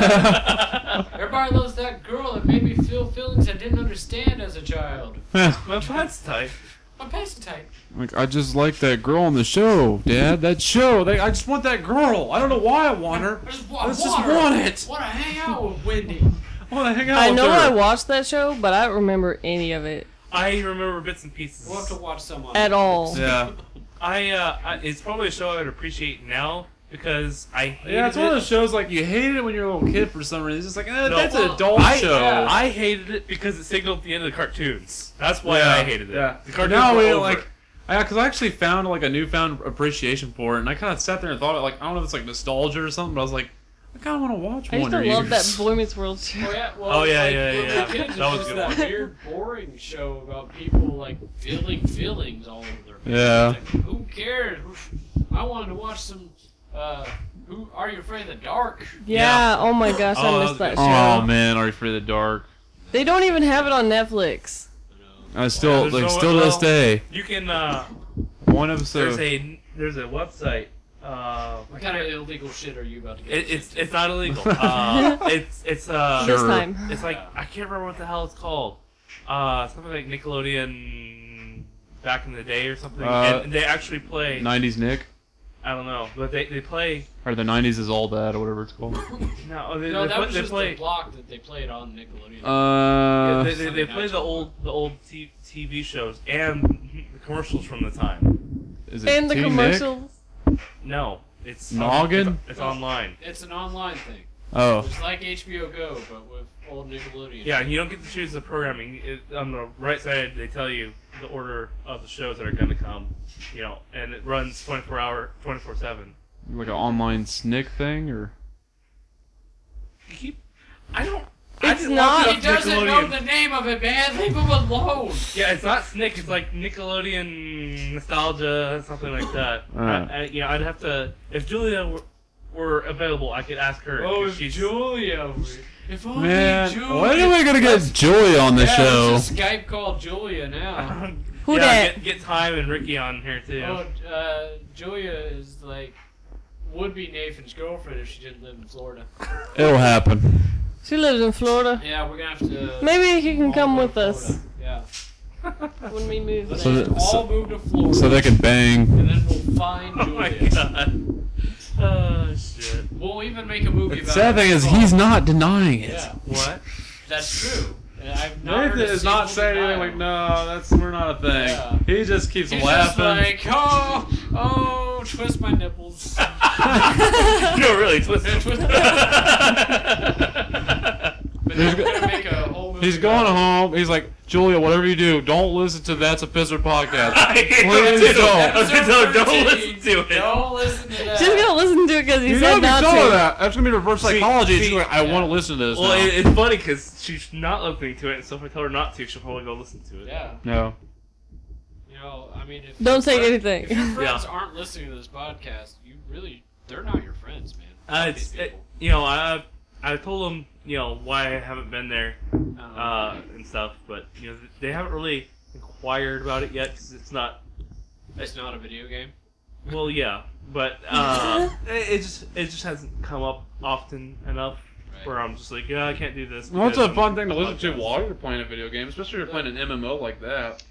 [SPEAKER 4] Everybody loves that girl that made me feel feelings I didn't understand as a child.
[SPEAKER 1] My pants tight.
[SPEAKER 4] My pants are tight.
[SPEAKER 2] Like I just like that girl on the show, Dad. That show. They, I just want that girl. I don't know why I want her.
[SPEAKER 4] I just wa-
[SPEAKER 2] Let's
[SPEAKER 4] want
[SPEAKER 2] just
[SPEAKER 4] her.
[SPEAKER 2] want it.
[SPEAKER 4] Want to hang out with Wendy?
[SPEAKER 2] I want to hang out
[SPEAKER 5] I
[SPEAKER 2] with
[SPEAKER 5] know
[SPEAKER 2] her.
[SPEAKER 5] I watched that show, but I don't remember any of it
[SPEAKER 1] I remember bits and pieces.
[SPEAKER 4] We'll have to watch someone.
[SPEAKER 5] at all.
[SPEAKER 2] Yeah.
[SPEAKER 1] I, uh, I, it's probably a show I would appreciate now because I hated
[SPEAKER 2] Yeah, it's one of
[SPEAKER 1] it.
[SPEAKER 2] those shows like you hated it when you were a little kid for some reason. It's just like eh,
[SPEAKER 1] No.
[SPEAKER 2] that's an
[SPEAKER 1] Well,
[SPEAKER 2] adult
[SPEAKER 1] I,
[SPEAKER 2] show.
[SPEAKER 1] I hated it because it signaled the end of the cartoons. That's why
[SPEAKER 2] Yeah,
[SPEAKER 1] I hated it.
[SPEAKER 2] Yeah,
[SPEAKER 1] The cartoons
[SPEAKER 2] now
[SPEAKER 1] were
[SPEAKER 2] we
[SPEAKER 1] over.
[SPEAKER 2] like, yeah, because I actually found like a newfound appreciation for it, and I kind of sat there and thought like I don't know if it's like nostalgia or something, but I was like, I kind of want to watch
[SPEAKER 5] I used
[SPEAKER 2] Wonder
[SPEAKER 5] to love that
[SPEAKER 2] Years.
[SPEAKER 5] Boy Meets World show.
[SPEAKER 4] Oh yeah, well,
[SPEAKER 1] Oh, yeah,
[SPEAKER 4] like,
[SPEAKER 1] yeah,
[SPEAKER 4] when
[SPEAKER 1] yeah.
[SPEAKER 4] we did, it
[SPEAKER 1] That was
[SPEAKER 4] just
[SPEAKER 1] a good
[SPEAKER 4] that
[SPEAKER 1] one.
[SPEAKER 4] weird, boring show about people like feeling feelings all over their face.
[SPEAKER 2] Yeah.
[SPEAKER 4] Like, who cares? I wanted to watch some. Uh, who are you afraid of the dark?
[SPEAKER 5] Yeah, oh my gosh,
[SPEAKER 1] Oh, that
[SPEAKER 5] I
[SPEAKER 1] was
[SPEAKER 5] missed that,
[SPEAKER 1] good.
[SPEAKER 2] Oh
[SPEAKER 5] show.
[SPEAKER 2] man, Are You Afraid of the Dark?
[SPEAKER 5] They don't even have it on Netflix.
[SPEAKER 2] I still
[SPEAKER 1] there's
[SPEAKER 2] like
[SPEAKER 1] no-
[SPEAKER 2] still to this
[SPEAKER 1] well-
[SPEAKER 2] day
[SPEAKER 1] you can. Uh,
[SPEAKER 2] one
[SPEAKER 1] there's
[SPEAKER 2] episode.
[SPEAKER 1] a there's a website. Uh,
[SPEAKER 4] What kind of illegal shit are you about to get?
[SPEAKER 1] it, it's
[SPEAKER 4] into?
[SPEAKER 1] it's not illegal. Uh, it's it's uh.
[SPEAKER 2] Sure.
[SPEAKER 5] This time.
[SPEAKER 1] It's like I can't remember what the hell it's called. Uh, something like Nickelodeon back in the day or something.
[SPEAKER 2] Uh,
[SPEAKER 1] and they actually play.
[SPEAKER 2] Nineties Nick
[SPEAKER 1] I don't know, but they, they play.
[SPEAKER 2] or the nineties is all bad or whatever it's called.
[SPEAKER 1] No, they,
[SPEAKER 4] no, that
[SPEAKER 1] they, play-
[SPEAKER 4] was
[SPEAKER 1] they
[SPEAKER 4] just
[SPEAKER 1] play.
[SPEAKER 4] the block that they played on Nickelodeon.
[SPEAKER 2] Uh,
[SPEAKER 1] they, they, they play the old the old t- TV shows and the commercials from the time.
[SPEAKER 2] is it
[SPEAKER 5] And the
[SPEAKER 2] Teen Nick?
[SPEAKER 5] commercials.
[SPEAKER 1] No, it's uh,
[SPEAKER 2] Noggin?
[SPEAKER 1] It's, it's online.
[SPEAKER 4] it's an online thing.
[SPEAKER 2] Oh,
[SPEAKER 4] It's like HBO Go, but with old Nickelodeon.
[SPEAKER 1] Yeah, and you don't get to choose the programming. It, on the right side, they tell you the order of the shows that are going to come. You know, and it runs 24 hour, 24 seven.
[SPEAKER 2] like an online Snick thing or
[SPEAKER 1] You keep. I don't. I
[SPEAKER 5] It's
[SPEAKER 1] didn't
[SPEAKER 5] not-
[SPEAKER 1] look
[SPEAKER 4] He
[SPEAKER 1] up
[SPEAKER 4] doesn't know
[SPEAKER 1] Nickelodeon.
[SPEAKER 4] the name of it, man. Leave him alone.
[SPEAKER 1] Yeah, it's not Snick. It's like Nickelodeon nostalgia, something like that.
[SPEAKER 2] Alright.
[SPEAKER 1] I, I, you know, I'd have to if Julia were, were available, I could ask her.
[SPEAKER 4] Oh,
[SPEAKER 1] if
[SPEAKER 4] if
[SPEAKER 1] she's,
[SPEAKER 4] Julia. were- If only
[SPEAKER 2] man.
[SPEAKER 4] Julia.
[SPEAKER 2] When are we gonna get Julia on the
[SPEAKER 4] yeah,
[SPEAKER 2] show?
[SPEAKER 4] let's just Skype call Julia now.
[SPEAKER 5] Who
[SPEAKER 1] Uh, yeah,
[SPEAKER 5] dat?
[SPEAKER 1] Get, get time and Ricky on here too.
[SPEAKER 4] Oh, uh, Julia is like would be Nathan's girlfriend if she didn't live in Florida.
[SPEAKER 11] It'll happen.
[SPEAKER 5] She lives in Florida.
[SPEAKER 4] Yeah, we're gonna have to.
[SPEAKER 5] Maybe he
[SPEAKER 4] all
[SPEAKER 5] can come
[SPEAKER 4] go to
[SPEAKER 5] with us
[SPEAKER 4] Florida. Yeah.
[SPEAKER 5] when we move
[SPEAKER 4] Let's
[SPEAKER 11] So
[SPEAKER 5] there.
[SPEAKER 4] just
[SPEAKER 11] that-
[SPEAKER 4] all
[SPEAKER 11] so-
[SPEAKER 4] move to Florida.
[SPEAKER 11] So they can bang.
[SPEAKER 4] And then we'll find
[SPEAKER 1] Oh my
[SPEAKER 4] Julius.
[SPEAKER 1] god. Oh shit.
[SPEAKER 4] We'll even make a movie
[SPEAKER 11] The
[SPEAKER 4] about
[SPEAKER 11] sad
[SPEAKER 4] it.
[SPEAKER 11] thing is, he's not denying it.
[SPEAKER 4] Yeah,
[SPEAKER 1] What?
[SPEAKER 4] that's true. And I've not
[SPEAKER 11] Nathan
[SPEAKER 4] heard a
[SPEAKER 11] is not
[SPEAKER 4] single
[SPEAKER 11] saying anything like,
[SPEAKER 4] denial.
[SPEAKER 11] no, that's we're not a thing.
[SPEAKER 4] Yeah.
[SPEAKER 11] He just keeps
[SPEAKER 4] He's just
[SPEAKER 11] laughing.
[SPEAKER 4] like, oh, oh, twist my nipples.
[SPEAKER 1] you don't really twist them.
[SPEAKER 4] Twist But
[SPEAKER 11] He's
[SPEAKER 4] then we're
[SPEAKER 11] go-
[SPEAKER 4] gonna make a whole movie.
[SPEAKER 11] He's going
[SPEAKER 4] about
[SPEAKER 11] home. He's like, Julia, whatever you do, don't listen to That's a Pisser podcast.
[SPEAKER 1] Please
[SPEAKER 11] Please
[SPEAKER 1] don't.
[SPEAKER 11] don't.
[SPEAKER 1] I was gonna tell her, don't
[SPEAKER 4] Episode
[SPEAKER 1] listen to it.
[SPEAKER 4] Don't listen to that.
[SPEAKER 5] She's gonna listen to it because he
[SPEAKER 11] You gotta
[SPEAKER 5] said
[SPEAKER 11] be
[SPEAKER 5] not
[SPEAKER 11] telling her
[SPEAKER 5] to.
[SPEAKER 11] that. That's gonna be reverse
[SPEAKER 1] See-
[SPEAKER 11] psychology. She's
[SPEAKER 1] see-
[SPEAKER 11] like, I
[SPEAKER 4] yeah.
[SPEAKER 11] want to listen to this.
[SPEAKER 1] Well,
[SPEAKER 11] now."
[SPEAKER 1] it, it's funny because she's not listening to it, so if I tell her not to, she'll probably go listen to it.
[SPEAKER 4] Yeah.
[SPEAKER 11] no.
[SPEAKER 4] You know, I mean, if
[SPEAKER 5] Don't say
[SPEAKER 4] if-
[SPEAKER 5] anything.
[SPEAKER 4] If your friends
[SPEAKER 1] Yeah.
[SPEAKER 4] aren't listening to this podcast, you really, they're not your friends, man.
[SPEAKER 1] Uh,
[SPEAKER 4] Fuck
[SPEAKER 1] it's,
[SPEAKER 4] these
[SPEAKER 1] it,
[SPEAKER 4] people.
[SPEAKER 1] you know, I I told them you know why I haven't been there
[SPEAKER 4] Uh,
[SPEAKER 1] uh, and stuff, but you know they haven't really inquired about it yet because it's not.
[SPEAKER 4] it's not a video game.
[SPEAKER 1] Well, yeah, but uh, it, it just it just hasn't come up often enough
[SPEAKER 4] Right.
[SPEAKER 1] where I'm just like, yeah, I can't do this.
[SPEAKER 11] Well, it's
[SPEAKER 1] because
[SPEAKER 11] a
[SPEAKER 1] I'm
[SPEAKER 11] fun thing to listen to
[SPEAKER 1] podcast."
[SPEAKER 11] while you're playing a video game, especially if you're playing an MMO like that.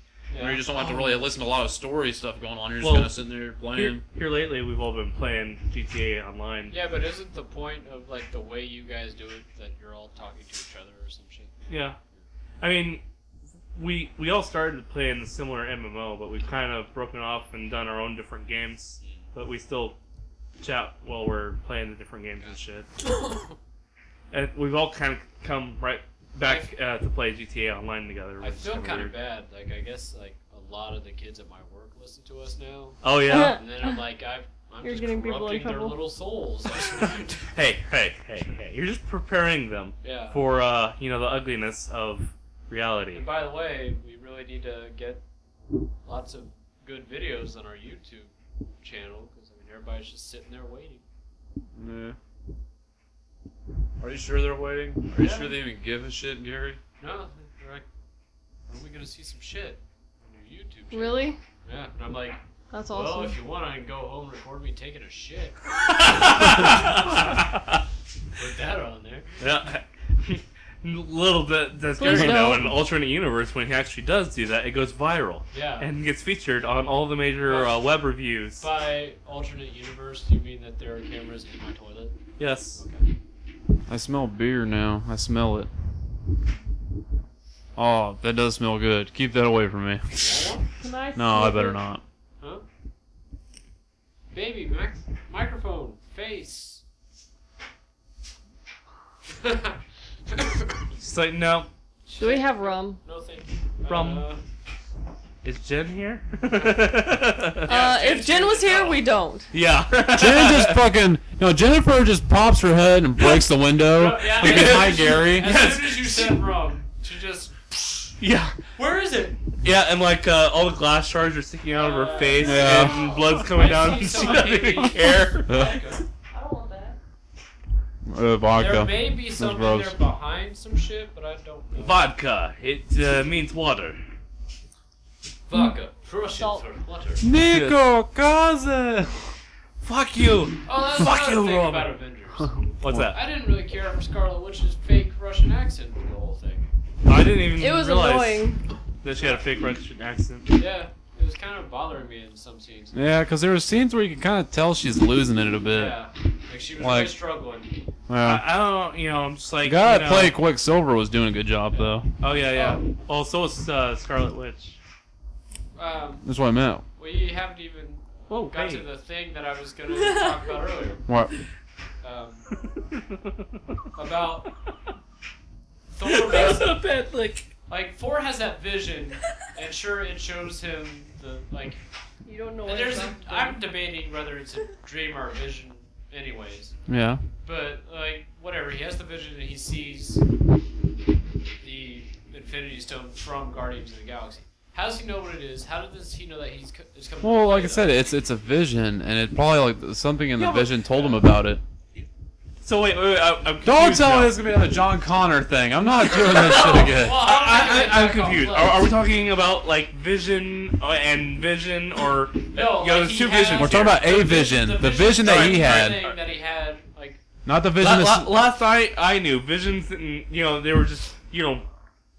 [SPEAKER 11] Where you just don't have to really listen to a lot of story stuff going on. You're just
[SPEAKER 1] Well,
[SPEAKER 11] kind of sitting there
[SPEAKER 1] Here,
[SPEAKER 11] playing.
[SPEAKER 1] here lately, we've all been playing GTA Online.
[SPEAKER 4] Yeah, but isn't the point of like the way you guys do it that you're all talking to each other or some shit?
[SPEAKER 1] Yeah, I mean, we we all started playing a similar MMO, but we've kind of broken off and done our own different games. But we still chat while we're playing the different games and shit. and we've all kind of come right back uh, to play GTA Online together.
[SPEAKER 4] I
[SPEAKER 1] which is
[SPEAKER 4] feel
[SPEAKER 1] kinda
[SPEAKER 4] kind of
[SPEAKER 1] weird.
[SPEAKER 4] bad. Like I guess like a lot of the kids at my work listen to us now,
[SPEAKER 1] Oh yeah.
[SPEAKER 4] and then I'm like, I've, I'm
[SPEAKER 5] You're
[SPEAKER 4] just
[SPEAKER 5] getting people in
[SPEAKER 4] corrupting their
[SPEAKER 5] trouble.
[SPEAKER 4] little souls.
[SPEAKER 1] hey, hey, hey, hey! You're just preparing them
[SPEAKER 4] yeah.
[SPEAKER 1] for uh, you know the ugliness of reality.
[SPEAKER 4] And by the way, we really need to get lots of good videos on our YouTube channel because I mean everybody's just sitting there waiting.
[SPEAKER 11] Yeah. Are you sure they're waiting? Are you
[SPEAKER 4] Yeah.
[SPEAKER 11] sure they even give a shit, Gary?
[SPEAKER 4] No, they're like, when are we gonna see some shit on your YouTube channel?
[SPEAKER 5] Really?
[SPEAKER 4] Yeah. And I'm like,
[SPEAKER 5] That's
[SPEAKER 4] well,
[SPEAKER 5] awesome.
[SPEAKER 4] if you want, I can go home and record me taking a shit. Put that on there.
[SPEAKER 1] Yeah. Little d- does
[SPEAKER 5] Please
[SPEAKER 1] Gary know,
[SPEAKER 5] don't.
[SPEAKER 1] in an alternate universe, when he actually does do that, it goes viral
[SPEAKER 4] Yeah.
[SPEAKER 1] and gets featured on all the major uh, web reviews.
[SPEAKER 4] By alternate universe, do you mean that there are cameras in my toilet?
[SPEAKER 1] Yes.
[SPEAKER 4] Okay.
[SPEAKER 2] I smell beer now. I smell it. Oh, that does smell good. Keep that away from me.
[SPEAKER 5] Can I
[SPEAKER 2] No, I
[SPEAKER 5] sniff
[SPEAKER 2] better
[SPEAKER 5] it?
[SPEAKER 2] not.
[SPEAKER 4] Huh? Baby, mic- microphone, face. no,
[SPEAKER 1] She's like, no,
[SPEAKER 5] Do we have rum?
[SPEAKER 4] thank you.
[SPEAKER 1] From-
[SPEAKER 4] Uh,
[SPEAKER 1] is Jen here?
[SPEAKER 5] uh, if Jen was here, we don't.
[SPEAKER 1] yeah.
[SPEAKER 11] Jen just fucking no. Jennifer just pops her head and breaks the window.
[SPEAKER 4] yeah,
[SPEAKER 11] Like,
[SPEAKER 1] yeah.
[SPEAKER 11] Oh, hi, Gary.
[SPEAKER 4] as soon as you said rum, she just.
[SPEAKER 1] yeah.
[SPEAKER 4] Where is it?
[SPEAKER 1] Yeah, and like uh, all the glass shards are sticking out of her face
[SPEAKER 11] Yeah.
[SPEAKER 1] and blood's coming
[SPEAKER 4] I
[SPEAKER 1] down
[SPEAKER 4] see
[SPEAKER 1] and she
[SPEAKER 4] some
[SPEAKER 1] doesn't
[SPEAKER 4] baby.
[SPEAKER 1] even care.
[SPEAKER 9] I don't want that.
[SPEAKER 11] Uh,
[SPEAKER 4] There
[SPEAKER 11] vodka.
[SPEAKER 4] may be something
[SPEAKER 11] gross.
[SPEAKER 4] there behind some shit, but I don't know.
[SPEAKER 1] Vodka. It uh, means water. Hmm.
[SPEAKER 4] Vodka. Russian
[SPEAKER 5] Salt.
[SPEAKER 4] for water.
[SPEAKER 11] Nico Kaza.
[SPEAKER 1] Fuck you.
[SPEAKER 4] Oh, that's
[SPEAKER 1] Fuck
[SPEAKER 4] another
[SPEAKER 1] you,
[SPEAKER 4] thing
[SPEAKER 1] Roman.
[SPEAKER 4] about Avengers.
[SPEAKER 1] What's that?
[SPEAKER 4] I didn't really care for Scarlet Witch's fake Russian accent for the whole thing.
[SPEAKER 1] I didn't even
[SPEAKER 5] It was
[SPEAKER 1] realize
[SPEAKER 5] annoying.
[SPEAKER 1] that she had a fake Russian accent.
[SPEAKER 4] Yeah, it was kind of bothering me in some scenes.
[SPEAKER 2] Yeah, because there were scenes where you could kind of tell she's losing it a bit.
[SPEAKER 4] Yeah, like she was really
[SPEAKER 2] Like-
[SPEAKER 4] struggling.
[SPEAKER 2] Yeah.
[SPEAKER 1] I, I don't, you know, I'm just like.
[SPEAKER 2] Guy
[SPEAKER 1] you
[SPEAKER 2] that
[SPEAKER 1] know-
[SPEAKER 2] played Quicksilver was doing a good job though.
[SPEAKER 1] Oh yeah, yeah. Well, so is uh, Scarlet Witch.
[SPEAKER 4] Um,
[SPEAKER 2] That's what I meant.
[SPEAKER 4] we haven't even
[SPEAKER 1] Whoa,
[SPEAKER 4] got
[SPEAKER 1] hey.
[SPEAKER 4] to the thing that I was going to talk about earlier.
[SPEAKER 2] What?
[SPEAKER 4] Um, about Thor makes
[SPEAKER 1] bad like.
[SPEAKER 4] like Thor has that vision, and sure it shows him the like.
[SPEAKER 5] You don't know
[SPEAKER 4] And there's a, I'm debating whether it's a dream or a vision, anyways.
[SPEAKER 2] Yeah.
[SPEAKER 4] But like whatever, he has the vision and he sees the Infinity Stone from Guardians of the Galaxy. How does he know what it is? How does he know that he's co- it's coming?
[SPEAKER 2] Well,
[SPEAKER 4] to
[SPEAKER 2] like I
[SPEAKER 4] play,
[SPEAKER 2] said,
[SPEAKER 4] though?
[SPEAKER 2] it's it's a vision, and it probably like something in the vision told him about it.
[SPEAKER 1] So wait, wait, wait I, I'm
[SPEAKER 2] Don't
[SPEAKER 1] confused
[SPEAKER 2] tell
[SPEAKER 1] now.
[SPEAKER 2] me this is gonna be another John Connor thing. I'm not doing this shit again.
[SPEAKER 1] I, I, I'm confused. Are, are we talking about like vision uh, and vision, or
[SPEAKER 4] No,
[SPEAKER 1] You know,
[SPEAKER 4] like
[SPEAKER 1] there's
[SPEAKER 4] he
[SPEAKER 1] two
[SPEAKER 4] has-
[SPEAKER 1] visions.
[SPEAKER 2] We're talking about a vision, the vision that he had,
[SPEAKER 4] Thing that he had, like
[SPEAKER 2] not the vision.
[SPEAKER 1] La- la-
[SPEAKER 2] that's-
[SPEAKER 1] last night I knew visions didn't. You know, they were just you know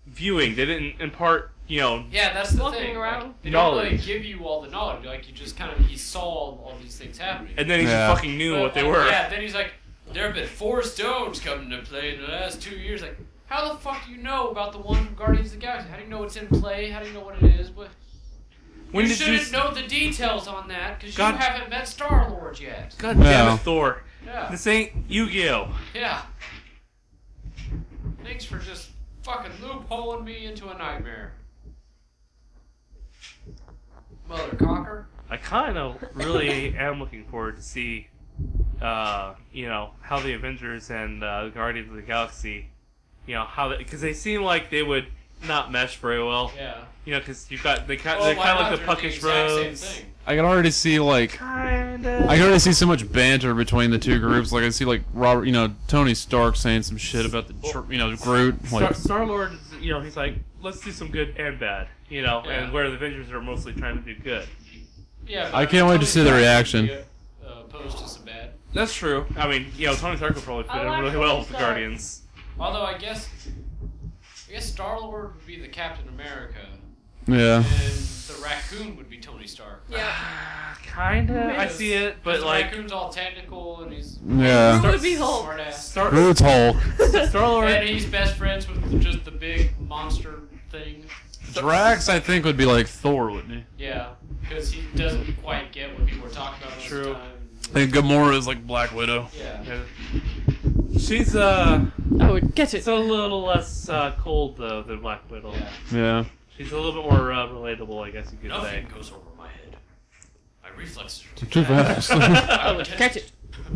[SPEAKER 1] viewing. They didn't impart. You know,
[SPEAKER 4] yeah, that's the
[SPEAKER 5] Walking
[SPEAKER 4] thing.
[SPEAKER 5] around.
[SPEAKER 4] Like, they don't really
[SPEAKER 1] Knowledge.
[SPEAKER 4] give you all the knowledge. Like you just kind of he saw all these things happening.
[SPEAKER 1] and then he
[SPEAKER 2] Yeah.
[SPEAKER 1] just fucking knew
[SPEAKER 4] But,
[SPEAKER 1] what they
[SPEAKER 4] like,
[SPEAKER 1] were.
[SPEAKER 4] Yeah, then he's like, there have been four stones coming to play in the last two years. Like, how the fuck do you know about the one from Guardians of the Galaxy? How do you know it's in play? How do you know what it is? What?
[SPEAKER 1] When
[SPEAKER 4] you
[SPEAKER 1] did you
[SPEAKER 4] shouldn't
[SPEAKER 1] s-
[SPEAKER 4] know the details on that because you
[SPEAKER 1] God-
[SPEAKER 4] haven't met Star Lord yet.
[SPEAKER 1] God damn
[SPEAKER 2] No.
[SPEAKER 1] it, Thor!
[SPEAKER 4] Yeah.
[SPEAKER 1] This ain't Yu-Gi-Oh.
[SPEAKER 4] Yeah. Thanks for just fucking loopholing me into a nightmare. Mother cocker.
[SPEAKER 1] I kind of really am looking forward to see, uh, you know, how the Avengers and uh, the Guardians of the Galaxy, you know, how because they seem like they would not mesh very well.
[SPEAKER 4] Yeah.
[SPEAKER 1] You know, because you've got they kind
[SPEAKER 4] Oh,
[SPEAKER 1] they're
[SPEAKER 4] why
[SPEAKER 1] kind
[SPEAKER 4] not?
[SPEAKER 1] of
[SPEAKER 4] They're
[SPEAKER 1] like
[SPEAKER 4] the
[SPEAKER 1] the puckish
[SPEAKER 4] exact same
[SPEAKER 1] roads.
[SPEAKER 4] thing.
[SPEAKER 2] I can already see like I can already see so much banter between the two groups. Like I see like Robert, you know, Tony Stark saying some shit about the tr- you know Groot. Like
[SPEAKER 1] Star Lord, you know, he's like, let's do some good and bad, you know,
[SPEAKER 4] Yeah.
[SPEAKER 1] and where the Avengers are mostly trying to do good.
[SPEAKER 4] Yeah.
[SPEAKER 2] I can't wait to see the reaction.
[SPEAKER 4] Uh, opposed to some bad.
[SPEAKER 1] That's true. I mean, you know, Tony Stark would probably fit
[SPEAKER 5] I
[SPEAKER 1] in
[SPEAKER 5] like
[SPEAKER 1] really well
[SPEAKER 5] Tony
[SPEAKER 1] with the
[SPEAKER 5] Stark.
[SPEAKER 1] Guardians.
[SPEAKER 4] Although I guess, I guess Star Lord would be the Captain America,
[SPEAKER 2] yeah,
[SPEAKER 4] and the raccoon would be Tony Stark.
[SPEAKER 5] Yeah.
[SPEAKER 1] Kinda, I see it, but
[SPEAKER 4] the
[SPEAKER 1] like,
[SPEAKER 4] raccoon's all technical and he's
[SPEAKER 2] yeah.
[SPEAKER 5] Who would be Hulk?
[SPEAKER 4] smart ass.
[SPEAKER 1] Star
[SPEAKER 2] Groot's Hulk.
[SPEAKER 1] Star Lord
[SPEAKER 4] And he's best friends with just the big monster thing.
[SPEAKER 2] Drax, I think, would be like Thor, wouldn't he?
[SPEAKER 4] Yeah, because he doesn't quite get what people are talking about. all the
[SPEAKER 1] True.
[SPEAKER 4] time.
[SPEAKER 2] And Gamora is like Black Widow.
[SPEAKER 4] Yeah.
[SPEAKER 1] Yeah. She's uh,
[SPEAKER 5] I would get it.
[SPEAKER 1] she's a little less uh, cold though than Black Widow.
[SPEAKER 4] yeah.
[SPEAKER 2] Yeah.
[SPEAKER 1] She's a little bit more uh, relatable, I guess you could
[SPEAKER 4] Nothing
[SPEAKER 1] say.
[SPEAKER 4] goes over my head. My reflexes are
[SPEAKER 2] Too
[SPEAKER 4] too fast.
[SPEAKER 2] fast.
[SPEAKER 4] I would
[SPEAKER 5] Catch it.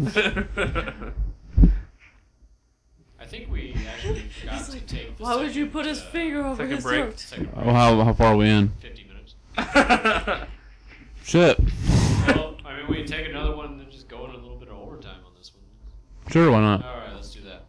[SPEAKER 4] I think we actually forgot to take. The
[SPEAKER 5] Why would you
[SPEAKER 4] second,
[SPEAKER 5] put his
[SPEAKER 4] uh,
[SPEAKER 5] finger over
[SPEAKER 1] second
[SPEAKER 5] his
[SPEAKER 1] break.
[SPEAKER 5] throat?
[SPEAKER 4] Second
[SPEAKER 2] oh, how how far are we in?
[SPEAKER 4] 50 minutes.
[SPEAKER 2] Shit.
[SPEAKER 4] Well, I mean, we can take another one and then just go in a little bit of overtime on this one.
[SPEAKER 2] Sure, why not?
[SPEAKER 4] All right, let's do that.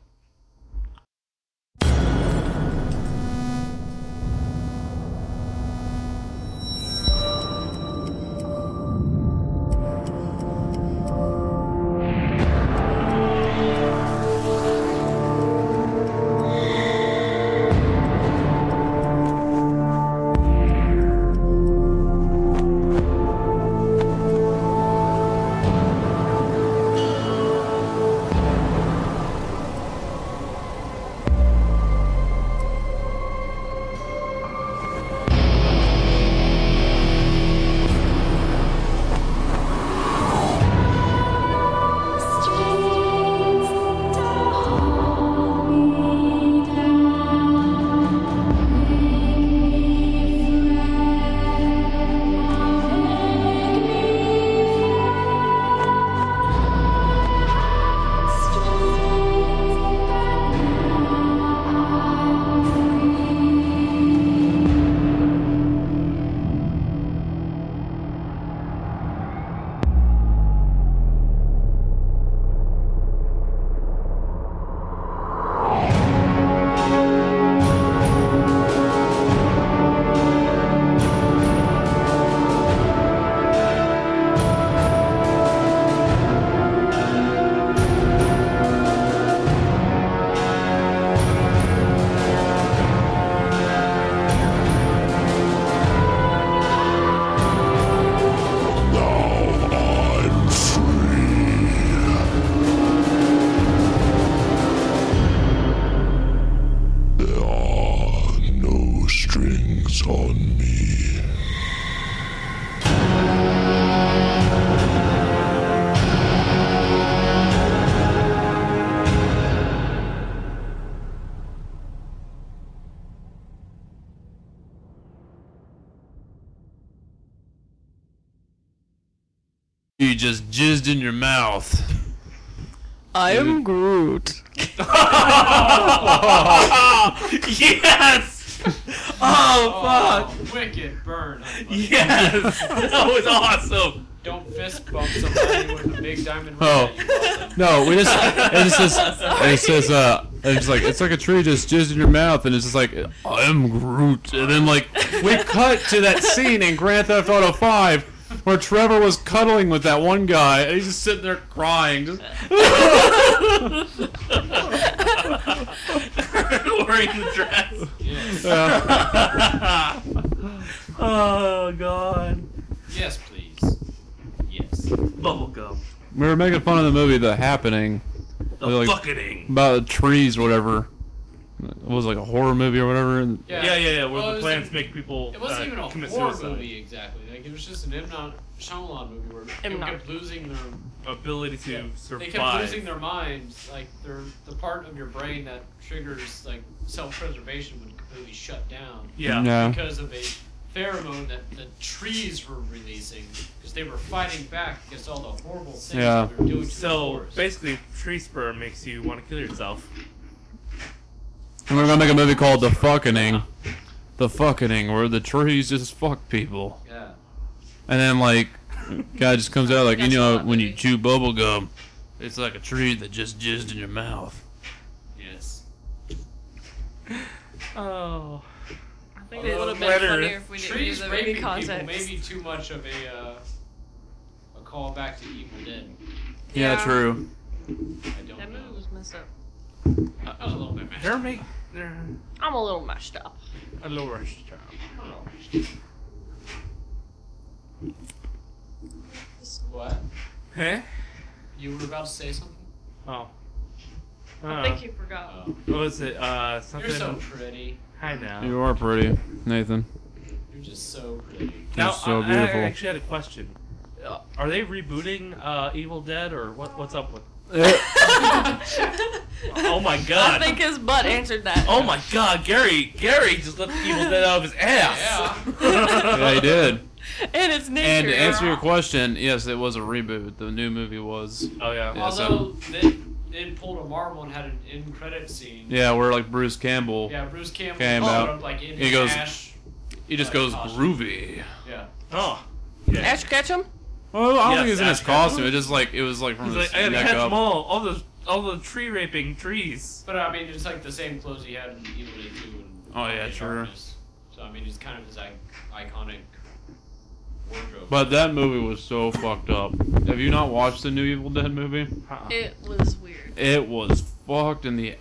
[SPEAKER 12] There are no strings on me.
[SPEAKER 2] You just jizzed in your mouth.
[SPEAKER 5] I am Groot.
[SPEAKER 2] Oh,
[SPEAKER 1] yes,
[SPEAKER 4] Oh, wicked burn.
[SPEAKER 1] yes, that was awesome.
[SPEAKER 4] Don't fist bump somebody with a big diamond ring.
[SPEAKER 2] Oh.
[SPEAKER 4] that you bought them.
[SPEAKER 2] No, we just it just says it says uh it's like it's like a tree just jizzed in your mouth and it's just like I'm Groot and then like we cut to that scene in Grand Theft Auto Five where Trevor was cuddling with that one guy and he's just sitting there crying just
[SPEAKER 1] Wearing the dress.
[SPEAKER 2] Yeah.
[SPEAKER 1] oh god.
[SPEAKER 4] Yes, please. Yes.
[SPEAKER 1] Bubblegum.
[SPEAKER 2] we were making fun of the movie The Happening
[SPEAKER 1] The
[SPEAKER 2] Like,
[SPEAKER 1] Fuckening.
[SPEAKER 2] about the trees or whatever it was like a horror movie or whatever and
[SPEAKER 1] Yeah, yeah, yeah. where
[SPEAKER 4] Well, it
[SPEAKER 1] the
[SPEAKER 4] was
[SPEAKER 1] plants
[SPEAKER 4] a-
[SPEAKER 1] make people
[SPEAKER 4] It wasn't
[SPEAKER 1] uh,
[SPEAKER 4] even a
[SPEAKER 1] commit
[SPEAKER 4] horror
[SPEAKER 1] suicide.
[SPEAKER 4] movie exactly. Like it was just an M. Night Shyamalan movie where
[SPEAKER 5] M.
[SPEAKER 4] people
[SPEAKER 5] Night.
[SPEAKER 4] kept losing their
[SPEAKER 1] Ability to
[SPEAKER 4] They
[SPEAKER 1] survive.
[SPEAKER 4] kept losing their minds. Like their the part of your brain that triggers like self preservation would completely shut down.
[SPEAKER 1] Yeah.
[SPEAKER 2] Yeah.
[SPEAKER 4] Because of a pheromone that the trees were releasing because they were fighting back against all the horrible things
[SPEAKER 2] Yeah.
[SPEAKER 4] that we were doing. To the
[SPEAKER 1] So
[SPEAKER 4] forest.
[SPEAKER 1] basically, tree spur makes you want to kill yourself.
[SPEAKER 2] And we're gonna make a movie called The Fuckening. The Fuckening, where the trees just fuck people.
[SPEAKER 4] Yeah.
[SPEAKER 2] And then like guy just comes out like, you know, when you chew bubble gum, it's like a tree that just jizzed in your mouth.
[SPEAKER 4] Yes.
[SPEAKER 1] Oh.
[SPEAKER 5] I think it would have been funnier if we didn't
[SPEAKER 4] trees
[SPEAKER 5] use the
[SPEAKER 4] raping
[SPEAKER 5] raping
[SPEAKER 4] people
[SPEAKER 5] context.
[SPEAKER 4] may be too much of a uh, a callback to Evil Dead.
[SPEAKER 2] Yeah, true.
[SPEAKER 4] I don't
[SPEAKER 5] That movie was messed up.
[SPEAKER 4] I was a little bit mad.
[SPEAKER 1] They're make they're
[SPEAKER 5] I'm a little mashed up.
[SPEAKER 1] a little rushed job.
[SPEAKER 4] What?
[SPEAKER 1] Huh?
[SPEAKER 4] You were about to say something?
[SPEAKER 1] Oh.
[SPEAKER 5] I think you forgot.
[SPEAKER 4] Oh.
[SPEAKER 1] What was it? Uh, something.
[SPEAKER 4] You're so pretty.
[SPEAKER 1] Hi now.
[SPEAKER 2] Oh. You are pretty, Nathan.
[SPEAKER 4] You're just so pretty.
[SPEAKER 1] Now,
[SPEAKER 2] You're so
[SPEAKER 1] I-
[SPEAKER 2] beautiful.
[SPEAKER 1] I actually had a question. Uh, are they rebooting uh, Evil Dead or what? What's up with? Oh my
[SPEAKER 5] I
[SPEAKER 1] god!
[SPEAKER 5] think his butt answered that.
[SPEAKER 1] oh my god, Gary! Gary just let the Evil Dead out of his ass.
[SPEAKER 2] yeah, he did.
[SPEAKER 5] And it's nature.
[SPEAKER 2] And to answer your question, yes, it was a reboot. The new movie was.
[SPEAKER 1] Oh yeah.
[SPEAKER 2] Yeah, so-
[SPEAKER 4] Although they they pulled a Marvel and had an end credit scene.
[SPEAKER 2] Yeah, where like Bruce Campbell.
[SPEAKER 4] Yeah, Bruce Campbell
[SPEAKER 2] Came
[SPEAKER 4] showed
[SPEAKER 2] out.
[SPEAKER 4] up, like, in
[SPEAKER 2] he
[SPEAKER 4] his
[SPEAKER 2] goes.
[SPEAKER 4] ash,
[SPEAKER 2] he just
[SPEAKER 4] like,
[SPEAKER 2] goes
[SPEAKER 4] costume.
[SPEAKER 2] groovy.
[SPEAKER 4] Yeah.
[SPEAKER 1] Oh.
[SPEAKER 5] Ash Ketchum?
[SPEAKER 2] Well, I don't
[SPEAKER 1] Yes,
[SPEAKER 2] think it was in his
[SPEAKER 1] Ash
[SPEAKER 2] costume.
[SPEAKER 1] Ketchum.
[SPEAKER 2] It just like it was like from
[SPEAKER 1] He's
[SPEAKER 2] his
[SPEAKER 1] like, I gotta
[SPEAKER 2] neck
[SPEAKER 1] catch
[SPEAKER 2] up.
[SPEAKER 1] them all. All the all the tree raping trees.
[SPEAKER 4] But I mean, it's like the same clothes he had in Evil Dead 2. And
[SPEAKER 2] Oh, yeah,
[SPEAKER 4] Army
[SPEAKER 2] true.
[SPEAKER 4] Darkness. So I mean, it's kind of his like, iconic wardrobe.
[SPEAKER 2] But that movie was so fucked up. Have you not watched the new Evil Dead movie?
[SPEAKER 5] It was weird.
[SPEAKER 2] It was fucked in the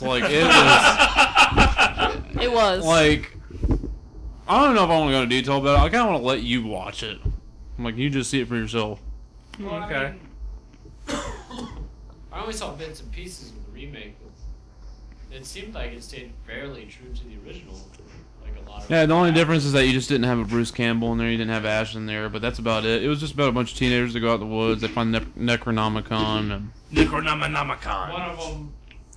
[SPEAKER 2] Like it was
[SPEAKER 5] It was.
[SPEAKER 2] like I don't know if I want to go into detail, but I kind of want to let you watch it. I'm like you just see it for yourself.
[SPEAKER 4] Well, I
[SPEAKER 1] Okay.
[SPEAKER 4] mean, I only saw bits and pieces of the remake. but It seemed like it stayed fairly true to the original. Like a lot of.
[SPEAKER 2] Yeah, the only difference is that you just didn't have a Bruce Campbell in there, you didn't have Ash in there, but that's about it. It was just about a bunch of teenagers that go out in the woods, they find Nec- Necronomicon, and,
[SPEAKER 4] One
[SPEAKER 1] Necronomicon.
[SPEAKER 4] of them,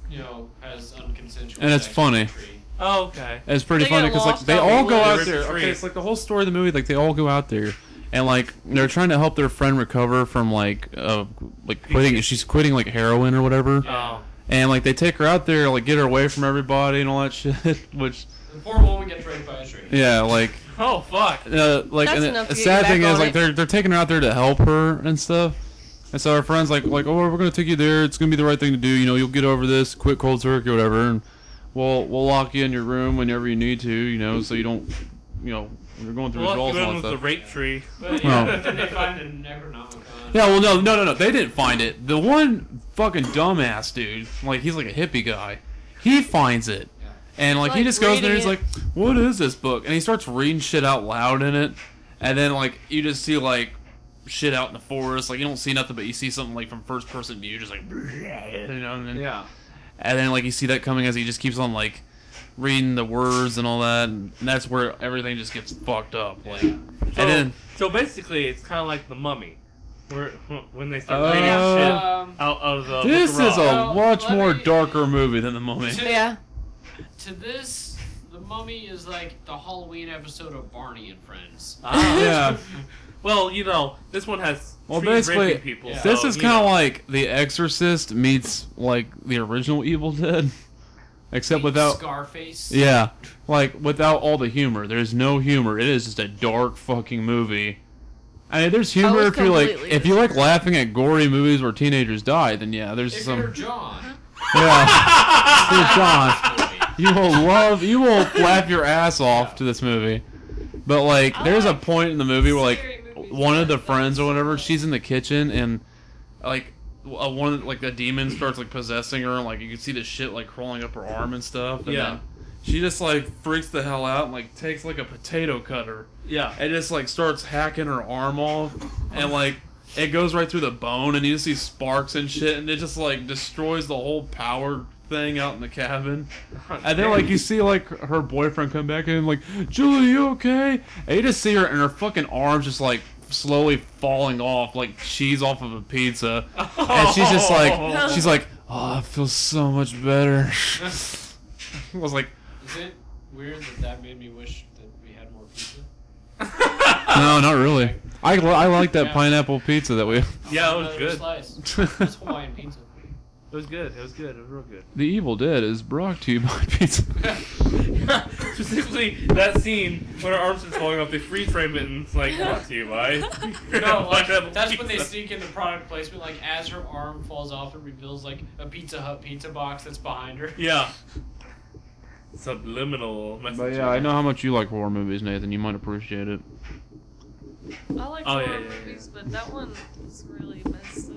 [SPEAKER 4] you know, has unconsensual.
[SPEAKER 2] and it's
[SPEAKER 4] sex
[SPEAKER 2] funny.
[SPEAKER 4] with a tree.
[SPEAKER 1] Oh, okay.
[SPEAKER 2] It's pretty
[SPEAKER 5] They
[SPEAKER 2] funny
[SPEAKER 5] got
[SPEAKER 2] because like
[SPEAKER 5] lost
[SPEAKER 2] they
[SPEAKER 5] out in
[SPEAKER 2] all
[SPEAKER 5] the
[SPEAKER 2] go out
[SPEAKER 1] woods.
[SPEAKER 2] there.
[SPEAKER 1] Tree.
[SPEAKER 2] Okay, it's like the whole story of the movie. Like they all go out there, and like they're trying to help their friend recover from like uh like quitting. She's quitting like heroin or whatever,
[SPEAKER 1] Oh.
[SPEAKER 2] and like they take her out there like get her away from everybody and all that shit. Which
[SPEAKER 4] The poor woman gets raped by a tree.
[SPEAKER 2] yeah, like
[SPEAKER 1] Oh fuck.
[SPEAKER 2] uh, like
[SPEAKER 5] That's
[SPEAKER 2] and
[SPEAKER 5] enough
[SPEAKER 2] the
[SPEAKER 5] to get
[SPEAKER 2] sad
[SPEAKER 5] you
[SPEAKER 2] thing
[SPEAKER 5] back
[SPEAKER 2] is
[SPEAKER 5] on
[SPEAKER 2] like
[SPEAKER 5] it.
[SPEAKER 2] they're they're taking her out there to help her and stuff. And so her friends like like oh we're gonna take you there. It's gonna be the right thing to do. You know you'll get over this. Quit cold turkey or whatever. And we'll we'll lock you in your room whenever you need to. You know so you don't you know when you're going through
[SPEAKER 1] Well,
[SPEAKER 2] withdrawals
[SPEAKER 1] you
[SPEAKER 2] and all
[SPEAKER 1] went
[SPEAKER 2] that
[SPEAKER 1] with the
[SPEAKER 2] stuff.
[SPEAKER 1] rape tree.
[SPEAKER 4] But
[SPEAKER 2] Well.
[SPEAKER 4] yeah, then they find the Necronomicon.
[SPEAKER 2] Yeah, well, no, no, no, no. They didn't find it. The one fucking dumbass dude, like he's like a hippie guy, he finds it, and like, he
[SPEAKER 5] Like,
[SPEAKER 2] just goes there. and He's
[SPEAKER 5] reading
[SPEAKER 2] like,
[SPEAKER 5] it.
[SPEAKER 2] "What is this book?" And he starts reading shit out loud in it, and then like you just see like shit out in the forest. Like you don't see nothing, but you see something like from first person view, just like you know. And then,
[SPEAKER 1] Yeah.
[SPEAKER 2] and then like you see that coming as he just keeps on like reading the words and all that, and that's where everything just gets fucked up. Like, and
[SPEAKER 1] So,
[SPEAKER 2] then
[SPEAKER 1] so basically, it's kind of like the mummy, where when they start
[SPEAKER 2] Uh,
[SPEAKER 1] reading shit
[SPEAKER 4] Um,
[SPEAKER 1] out of the.
[SPEAKER 2] this
[SPEAKER 1] book of
[SPEAKER 2] is
[SPEAKER 1] Ra.
[SPEAKER 2] a
[SPEAKER 4] Well,
[SPEAKER 2] much
[SPEAKER 4] let
[SPEAKER 2] more
[SPEAKER 4] me-
[SPEAKER 2] darker movie than the Mummy.
[SPEAKER 5] yeah.
[SPEAKER 4] To this, the mummy is like the Halloween episode of Barney and Friends.
[SPEAKER 1] Ah.
[SPEAKER 2] yeah.
[SPEAKER 1] Well, you know, this one has
[SPEAKER 2] Well,
[SPEAKER 1] tree
[SPEAKER 2] basically,
[SPEAKER 1] raping people.
[SPEAKER 2] this
[SPEAKER 1] so,
[SPEAKER 2] is
[SPEAKER 1] you
[SPEAKER 2] kind of
[SPEAKER 1] know.
[SPEAKER 2] like The Exorcist meets like the original Evil Dead, except without
[SPEAKER 4] Scarface.
[SPEAKER 2] yeah, like without all the humor. There's no humor. It is just a dark fucking movie I mean, there's humor
[SPEAKER 4] was
[SPEAKER 2] if you like
[SPEAKER 4] completely
[SPEAKER 2] if you like laughing at gory movies where teenagers die, then yeah, there's
[SPEAKER 4] If
[SPEAKER 2] some
[SPEAKER 4] you're John.
[SPEAKER 2] yeah. Dear John, you will love, you will laugh your ass off to this movie. But like, there's a point in the movie where like one of the friends or whatever, she's in the kitchen and
[SPEAKER 13] like uh, one of the, like the demon starts like possessing her and like you can see the shit like crawling up her arm and stuff and
[SPEAKER 2] Yeah.
[SPEAKER 13] then she just like freaks the hell out and like takes like a potato cutter
[SPEAKER 1] Yeah.
[SPEAKER 13] and just like starts hacking her arm off and like it goes right through the bone and you see sparks and shit and it just like destroys the whole power thing out in the cabin
[SPEAKER 2] and then like you see like her boyfriend come back in like, Julie, you okay?
[SPEAKER 13] and you just see her and her fucking arms just like slowly falling off like cheese off of a pizza
[SPEAKER 2] And she's just like, she's like, oh, I feel so much better. I was like,
[SPEAKER 4] Is it weird that that made me wish that we had more pizza?
[SPEAKER 2] no, not really. I, li- I like that
[SPEAKER 4] Yeah.
[SPEAKER 2] pineapple pizza that we.
[SPEAKER 1] Yeah, it was
[SPEAKER 4] Another
[SPEAKER 1] good.
[SPEAKER 4] Slice. It's Hawaiian pizza.
[SPEAKER 1] It was good. It was good. It was real good.
[SPEAKER 2] The Evil Dead is brought to you by Pizza.
[SPEAKER 1] Specifically, that scene when her arms are falling off, they freeze frame it and it's like, "What to you, why?"
[SPEAKER 4] No, like, that's when they sneak in the product placement. Like as her arm falls off, it reveals like a Pizza Hut pizza box that's behind her.
[SPEAKER 1] Yeah. Subliminal message.
[SPEAKER 2] But yeah, I know how much you like horror movies, Nathan. You might appreciate it.
[SPEAKER 5] I like
[SPEAKER 1] Oh,
[SPEAKER 5] horror
[SPEAKER 1] yeah, yeah, yeah.
[SPEAKER 5] movies, but that one was really messed up.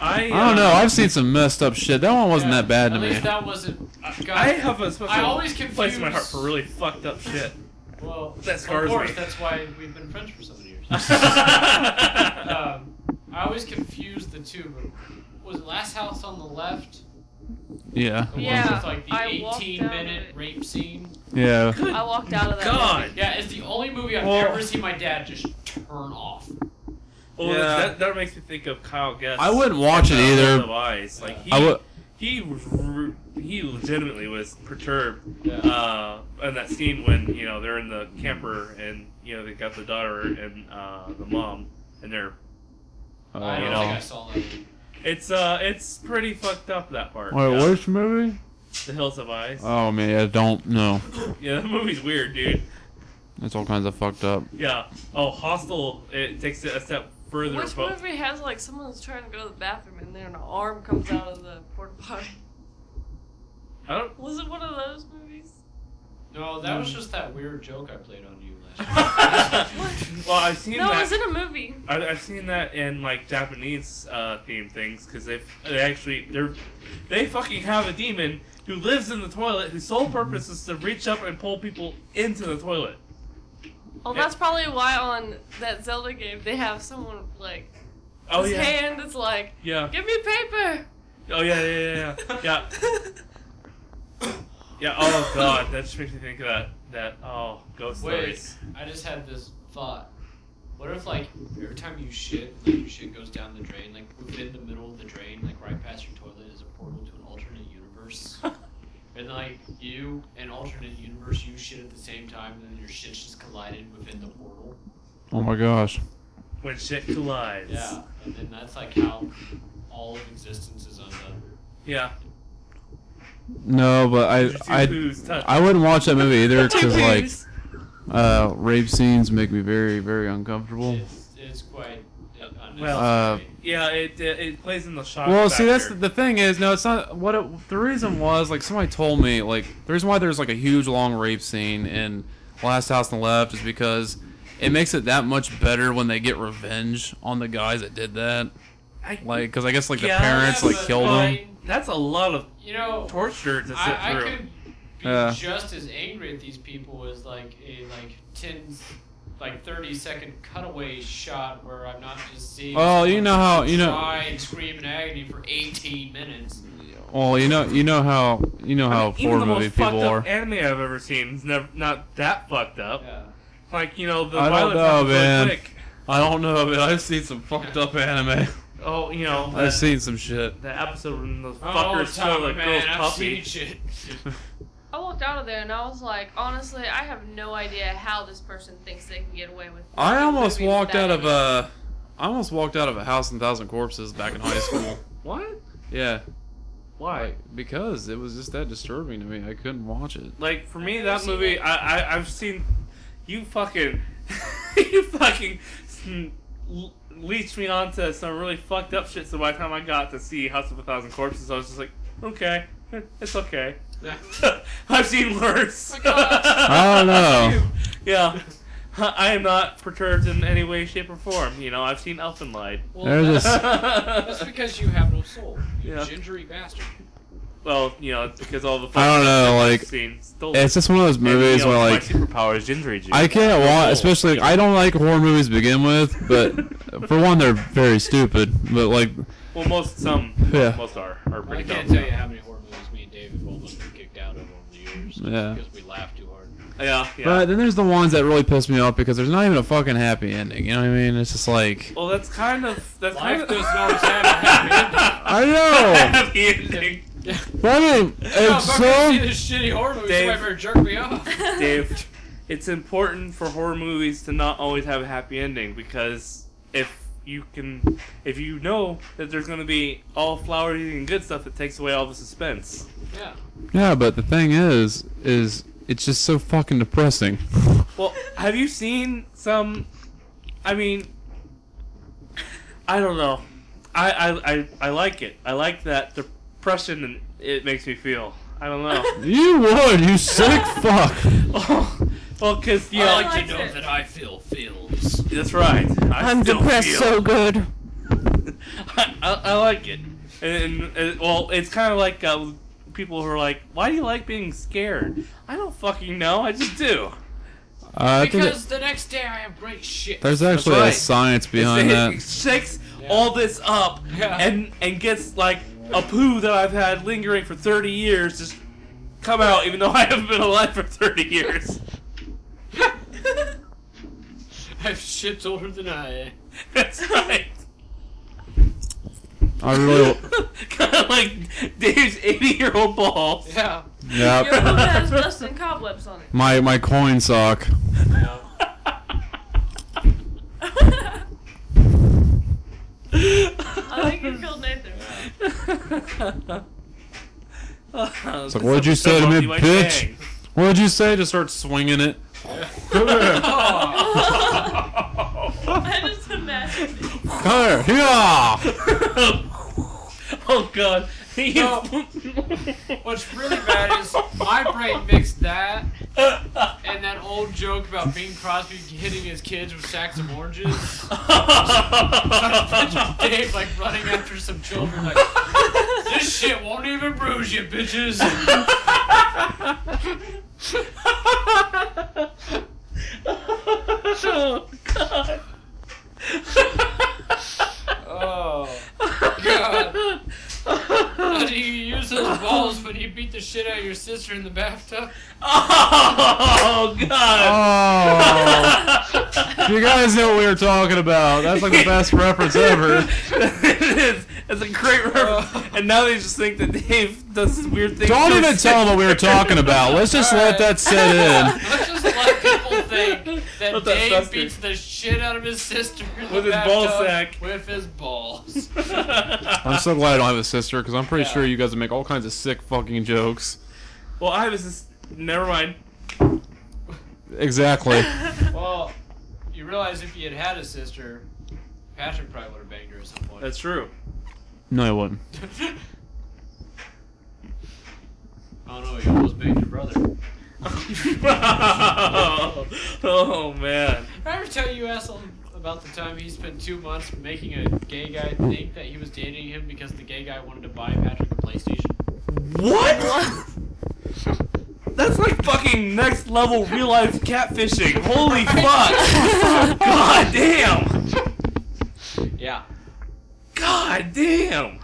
[SPEAKER 1] I,
[SPEAKER 2] I don't
[SPEAKER 1] uh,
[SPEAKER 2] know. I've seen some messed up shit. That one wasn't that bad to
[SPEAKER 4] At
[SPEAKER 2] me.
[SPEAKER 4] least that wasn't. uh, God,
[SPEAKER 1] I have a special
[SPEAKER 4] I always
[SPEAKER 1] place
[SPEAKER 4] confuse.
[SPEAKER 1] in my heart for really fucked up shit.
[SPEAKER 4] Well,
[SPEAKER 1] That
[SPEAKER 4] of
[SPEAKER 1] scars
[SPEAKER 4] course,
[SPEAKER 1] me.
[SPEAKER 4] that's why we've been friends for so many years. um, I always confuse the two. Was it Last House on the Left?
[SPEAKER 2] Yeah.
[SPEAKER 4] The one
[SPEAKER 5] Yeah,
[SPEAKER 4] with, like the
[SPEAKER 5] I walked
[SPEAKER 4] 18
[SPEAKER 5] out of
[SPEAKER 4] minute
[SPEAKER 5] it.
[SPEAKER 4] rape scene.
[SPEAKER 2] Yeah.
[SPEAKER 5] I walked out of that.
[SPEAKER 1] God.
[SPEAKER 4] Yeah, it's the only movie I've
[SPEAKER 1] Well-
[SPEAKER 4] ever seen my dad just turn off.
[SPEAKER 1] Well,
[SPEAKER 2] Yeah.
[SPEAKER 1] that, that makes me think of Kyle Guest.
[SPEAKER 2] I wouldn't watch it
[SPEAKER 1] and, uh,
[SPEAKER 2] either.
[SPEAKER 1] Love Eyes. Like he,
[SPEAKER 2] I would-
[SPEAKER 1] he, re- he legitimately was perturbed uh, in that scene when you know they're in the camper and you know they got the daughter and uh, the mom and they're
[SPEAKER 2] Oh.
[SPEAKER 4] I
[SPEAKER 1] you
[SPEAKER 4] don't
[SPEAKER 1] know
[SPEAKER 4] think I saw that.
[SPEAKER 1] it's uh it's pretty fucked up that part.
[SPEAKER 2] Wait,
[SPEAKER 1] yeah.
[SPEAKER 2] what's the movie?
[SPEAKER 1] The Hills of Eyes.
[SPEAKER 2] Oh man, I don't know.
[SPEAKER 1] Yeah, that movie's weird, dude.
[SPEAKER 2] It's all kinds of fucked up.
[SPEAKER 1] Yeah. Oh, Hostel. It takes it a step further.
[SPEAKER 5] Which
[SPEAKER 1] but-
[SPEAKER 5] movie has like someone's trying to go to the bathroom and then an arm comes out of the porta potty?
[SPEAKER 1] I don't.
[SPEAKER 5] Was it one of those movies?
[SPEAKER 4] No, that was just that weird joke I played on you last year.
[SPEAKER 1] Well, I've seen
[SPEAKER 5] No,
[SPEAKER 1] that.
[SPEAKER 5] it was in a movie.
[SPEAKER 1] I, I've seen that in like Japanese uh, theme things because they they actually they're they fucking have a demon who lives in the toilet whose sole purpose is to reach up and pull people into the toilet.
[SPEAKER 5] Oh, that's probably why on that Zelda game they have someone like
[SPEAKER 1] Oh
[SPEAKER 5] his
[SPEAKER 1] yeah,
[SPEAKER 5] hand is like,
[SPEAKER 1] yeah.
[SPEAKER 5] give me paper.
[SPEAKER 1] Oh yeah, yeah, yeah, yeah, yeah. yeah. Oh god, that just makes me think of that that oh ghost
[SPEAKER 4] Wait,
[SPEAKER 1] stories.
[SPEAKER 4] I just had this thought. What if like every time you shit, like your shit goes down the drain, like within the middle of the drain, like right past your toilet is a portal to an alternate universe. and like you and alternate universe you shit at the same time and then your shit's just collided within the portal.
[SPEAKER 2] Oh my gosh.
[SPEAKER 1] When shit collides.
[SPEAKER 4] Yeah. And then that's like how all of existence is undone.
[SPEAKER 1] Yeah.
[SPEAKER 2] No, but
[SPEAKER 1] Your two
[SPEAKER 2] I
[SPEAKER 1] poos
[SPEAKER 2] I
[SPEAKER 1] touch.
[SPEAKER 2] I wouldn't watch that movie either
[SPEAKER 5] Two
[SPEAKER 2] because like
[SPEAKER 5] poos.
[SPEAKER 2] uh, rape scenes make me very very uncomfortable.
[SPEAKER 4] It's it's quite unnecessary.
[SPEAKER 1] Well,
[SPEAKER 2] Uh,
[SPEAKER 1] yeah. It, it it plays in the shock.
[SPEAKER 2] Well, see, that's the,
[SPEAKER 1] factor.
[SPEAKER 2] the thing is, no, it's not. What it, the reason was, like, somebody told me, like, the reason why there's like a huge long rape scene in Last House on the Left is because it makes it that much better when they get revenge on the guys that did that.
[SPEAKER 1] I-
[SPEAKER 2] Like, because I guess like the
[SPEAKER 1] Yeah,
[SPEAKER 2] parents like
[SPEAKER 4] but
[SPEAKER 2] killed
[SPEAKER 4] I-
[SPEAKER 2] them.
[SPEAKER 1] That's a lot of
[SPEAKER 4] You know
[SPEAKER 1] torture to sit
[SPEAKER 4] Oh. I, I
[SPEAKER 1] through.
[SPEAKER 4] could be
[SPEAKER 2] Yeah.
[SPEAKER 4] just as angry at these people as like a like 10 like 30 second cutaway shot where I'm not just seeing
[SPEAKER 2] Oh, you know how- you know-
[SPEAKER 4] cry and scream in agony for 18 minutes.
[SPEAKER 2] Well, you know, you know how you know how
[SPEAKER 1] Even
[SPEAKER 2] horror
[SPEAKER 1] the
[SPEAKER 2] Oh, movie
[SPEAKER 1] most fucked
[SPEAKER 2] people are.
[SPEAKER 1] up anime I've ever seen is never not that fucked up.
[SPEAKER 4] Yeah.
[SPEAKER 1] Like you know the
[SPEAKER 2] I don't
[SPEAKER 1] violence
[SPEAKER 2] know,
[SPEAKER 1] happens really
[SPEAKER 2] man.
[SPEAKER 1] quick.
[SPEAKER 2] I don't know, man. I've seen some fucked up anime.
[SPEAKER 1] Oh, you know
[SPEAKER 2] I've
[SPEAKER 1] that,
[SPEAKER 2] seen some shit.
[SPEAKER 1] that episode when those
[SPEAKER 4] All the
[SPEAKER 1] fuckers
[SPEAKER 4] time,
[SPEAKER 1] stole that girl's
[SPEAKER 4] Oh, man, I've
[SPEAKER 1] puppy.
[SPEAKER 4] seen shit.
[SPEAKER 5] I walked out of there and I was like, honestly, I have no idea how this person thinks they can get away with.
[SPEAKER 2] I
[SPEAKER 5] making
[SPEAKER 2] almost
[SPEAKER 5] movies
[SPEAKER 2] walked
[SPEAKER 5] that
[SPEAKER 2] out of
[SPEAKER 5] many."
[SPEAKER 2] a, I almost walked out of a house and thousand corpses back in high school.
[SPEAKER 1] What?
[SPEAKER 2] Yeah.
[SPEAKER 1] Why?
[SPEAKER 2] Because it was just that disturbing to me. I couldn't watch it.
[SPEAKER 1] Like for me, that movie I, I I've seen. You fucking, you fucking. l- leads me on to some really fucked up shit. So by the time I got to see House of a Thousand Corpses, I was just like, okay, it's okay. I've seen worse.
[SPEAKER 2] Oh, no.
[SPEAKER 1] yeah. I am not perturbed in any way, shape, or form. You know, I've seen Elfenlied.
[SPEAKER 4] Well,
[SPEAKER 2] There's
[SPEAKER 4] that's,
[SPEAKER 1] a-
[SPEAKER 4] that's because you have no soul. You
[SPEAKER 1] Yeah.
[SPEAKER 4] gingery bastard.
[SPEAKER 1] Well, you know, because all the
[SPEAKER 2] I don't know,
[SPEAKER 1] fucking
[SPEAKER 2] like,
[SPEAKER 1] scenes stole
[SPEAKER 2] it's just one of those
[SPEAKER 1] And, you
[SPEAKER 2] movies
[SPEAKER 1] know,
[SPEAKER 2] where,
[SPEAKER 1] my
[SPEAKER 2] like,
[SPEAKER 1] superpower is ginger juice.
[SPEAKER 2] I can't
[SPEAKER 1] Oh.
[SPEAKER 2] watch, especially I don't like horror movies to begin with. But for one, they're very stupid. But like,
[SPEAKER 1] Well, most some
[SPEAKER 2] Yeah.
[SPEAKER 1] most are are
[SPEAKER 4] I
[SPEAKER 1] pretty
[SPEAKER 4] can't
[SPEAKER 1] dumb.
[SPEAKER 4] tell you how many horror movies me and David both have been kicked out of over the years.
[SPEAKER 2] Yeah.
[SPEAKER 4] Because we laughed too hard.
[SPEAKER 1] Yeah, yeah.
[SPEAKER 2] but then there's the ones that really piss me off because there's not even a fucking happy ending. You know what I mean? It's just like
[SPEAKER 1] well, that's kind of that's kind
[SPEAKER 4] Life
[SPEAKER 1] of
[SPEAKER 4] does not have a happy ending.
[SPEAKER 2] I know.
[SPEAKER 1] happy ending.
[SPEAKER 2] But I
[SPEAKER 4] Oh,
[SPEAKER 2] mean, it's
[SPEAKER 4] fuck, I see
[SPEAKER 2] so
[SPEAKER 4] this shitty horror movie.
[SPEAKER 1] Dave.
[SPEAKER 4] Somebody better jerk me off.
[SPEAKER 1] uh, Dave, it's important for horror movies to not always have a happy ending because if you can, if you know that there's going to be all flowery and good stuff, it takes away all the suspense.
[SPEAKER 4] Yeah.
[SPEAKER 2] yeah. But the thing is, is it's just so fucking depressing.
[SPEAKER 1] Well, have you seen some? I mean, I don't know. I I, I, I like it. I like that depression and it makes me feel. I don't know. Oh,
[SPEAKER 2] you would, you sick fuck.
[SPEAKER 1] well, because you
[SPEAKER 4] I
[SPEAKER 1] know,
[SPEAKER 4] like to know that I feel feels.
[SPEAKER 1] that's right. I
[SPEAKER 14] I'm
[SPEAKER 1] still
[SPEAKER 14] depressed
[SPEAKER 1] feel.
[SPEAKER 14] so
[SPEAKER 2] Uh,
[SPEAKER 14] good.
[SPEAKER 1] I, I, I like it. And, and, and- well, it's kind of like uh, people who are like, "Why do you like being scared?" I don't fucking know. I just do.
[SPEAKER 2] Uh, I think
[SPEAKER 4] Because the next day I have great shit.
[SPEAKER 2] there's
[SPEAKER 1] That's
[SPEAKER 2] actually
[SPEAKER 1] right.
[SPEAKER 2] a science
[SPEAKER 1] It's-
[SPEAKER 2] behind
[SPEAKER 1] It
[SPEAKER 2] that.
[SPEAKER 1] shakes all this up
[SPEAKER 4] Yeah.
[SPEAKER 1] and and gets like a poo that I've had lingering for 30 years just come out, even though I haven't been alive for 30 years.
[SPEAKER 4] I have shit older than I am.
[SPEAKER 1] That's right.
[SPEAKER 2] I really,
[SPEAKER 1] kind of like Dave's 80 year old balls.
[SPEAKER 4] Yeah.
[SPEAKER 2] Yep.
[SPEAKER 5] Your hook has dust and cobwebs on it.
[SPEAKER 2] my my coin sock.
[SPEAKER 5] I think you killed Nathan.
[SPEAKER 2] It's like, what'd you say to me, bitch? What'd you say? Just start swinging it. Come here.
[SPEAKER 5] I just imagine.
[SPEAKER 2] Come here. Here.
[SPEAKER 1] oh god. He
[SPEAKER 4] No.
[SPEAKER 1] is-
[SPEAKER 4] What's really bad is my brain mixed that and that old joke about Bing Crosby hitting his kids with sacks of oranges. Dave like running after some children like this shit won't even bruise you bitches.
[SPEAKER 1] oh god.
[SPEAKER 4] Oh god. How do you use those balls when you beat the shit out of your sister in the bathtub?
[SPEAKER 1] Oh
[SPEAKER 2] Oh.
[SPEAKER 1] god.
[SPEAKER 2] You guys know what we were talking about. That's like the best reference ever.
[SPEAKER 1] it is. It's a great reference. and now they just think that Dave does this weird thing.
[SPEAKER 2] Don't even tell them what we were talking about. Let's just let that set in.
[SPEAKER 4] Let's just let people think that
[SPEAKER 1] Let that
[SPEAKER 4] Dave
[SPEAKER 1] fester.
[SPEAKER 4] beats the shit out of his sister in the
[SPEAKER 1] With his ball
[SPEAKER 4] bathtub
[SPEAKER 1] sack.
[SPEAKER 4] With his balls.
[SPEAKER 2] I'm so glad I don't have a sister because I'm pretty sure you guys would make all kinds of sick fucking jokes.
[SPEAKER 1] well, I was just. Never mind.
[SPEAKER 2] Exactly.
[SPEAKER 4] well, you realize if you had had a sister, Patrick probably would have banged her at some point.
[SPEAKER 1] That's true.
[SPEAKER 2] No, I wouldn't.
[SPEAKER 4] I don't know. You Oh, almost banged your brother.
[SPEAKER 1] oh, man.
[SPEAKER 4] Did I ever tell you asshole about the time he spent two months making a gay guy think that he was dating him because the gay guy wanted to buy Patrick a PlayStation?
[SPEAKER 1] What? That's like fucking next level real life catfishing. Holy fuck! God damn!
[SPEAKER 4] Yeah.
[SPEAKER 1] God damn!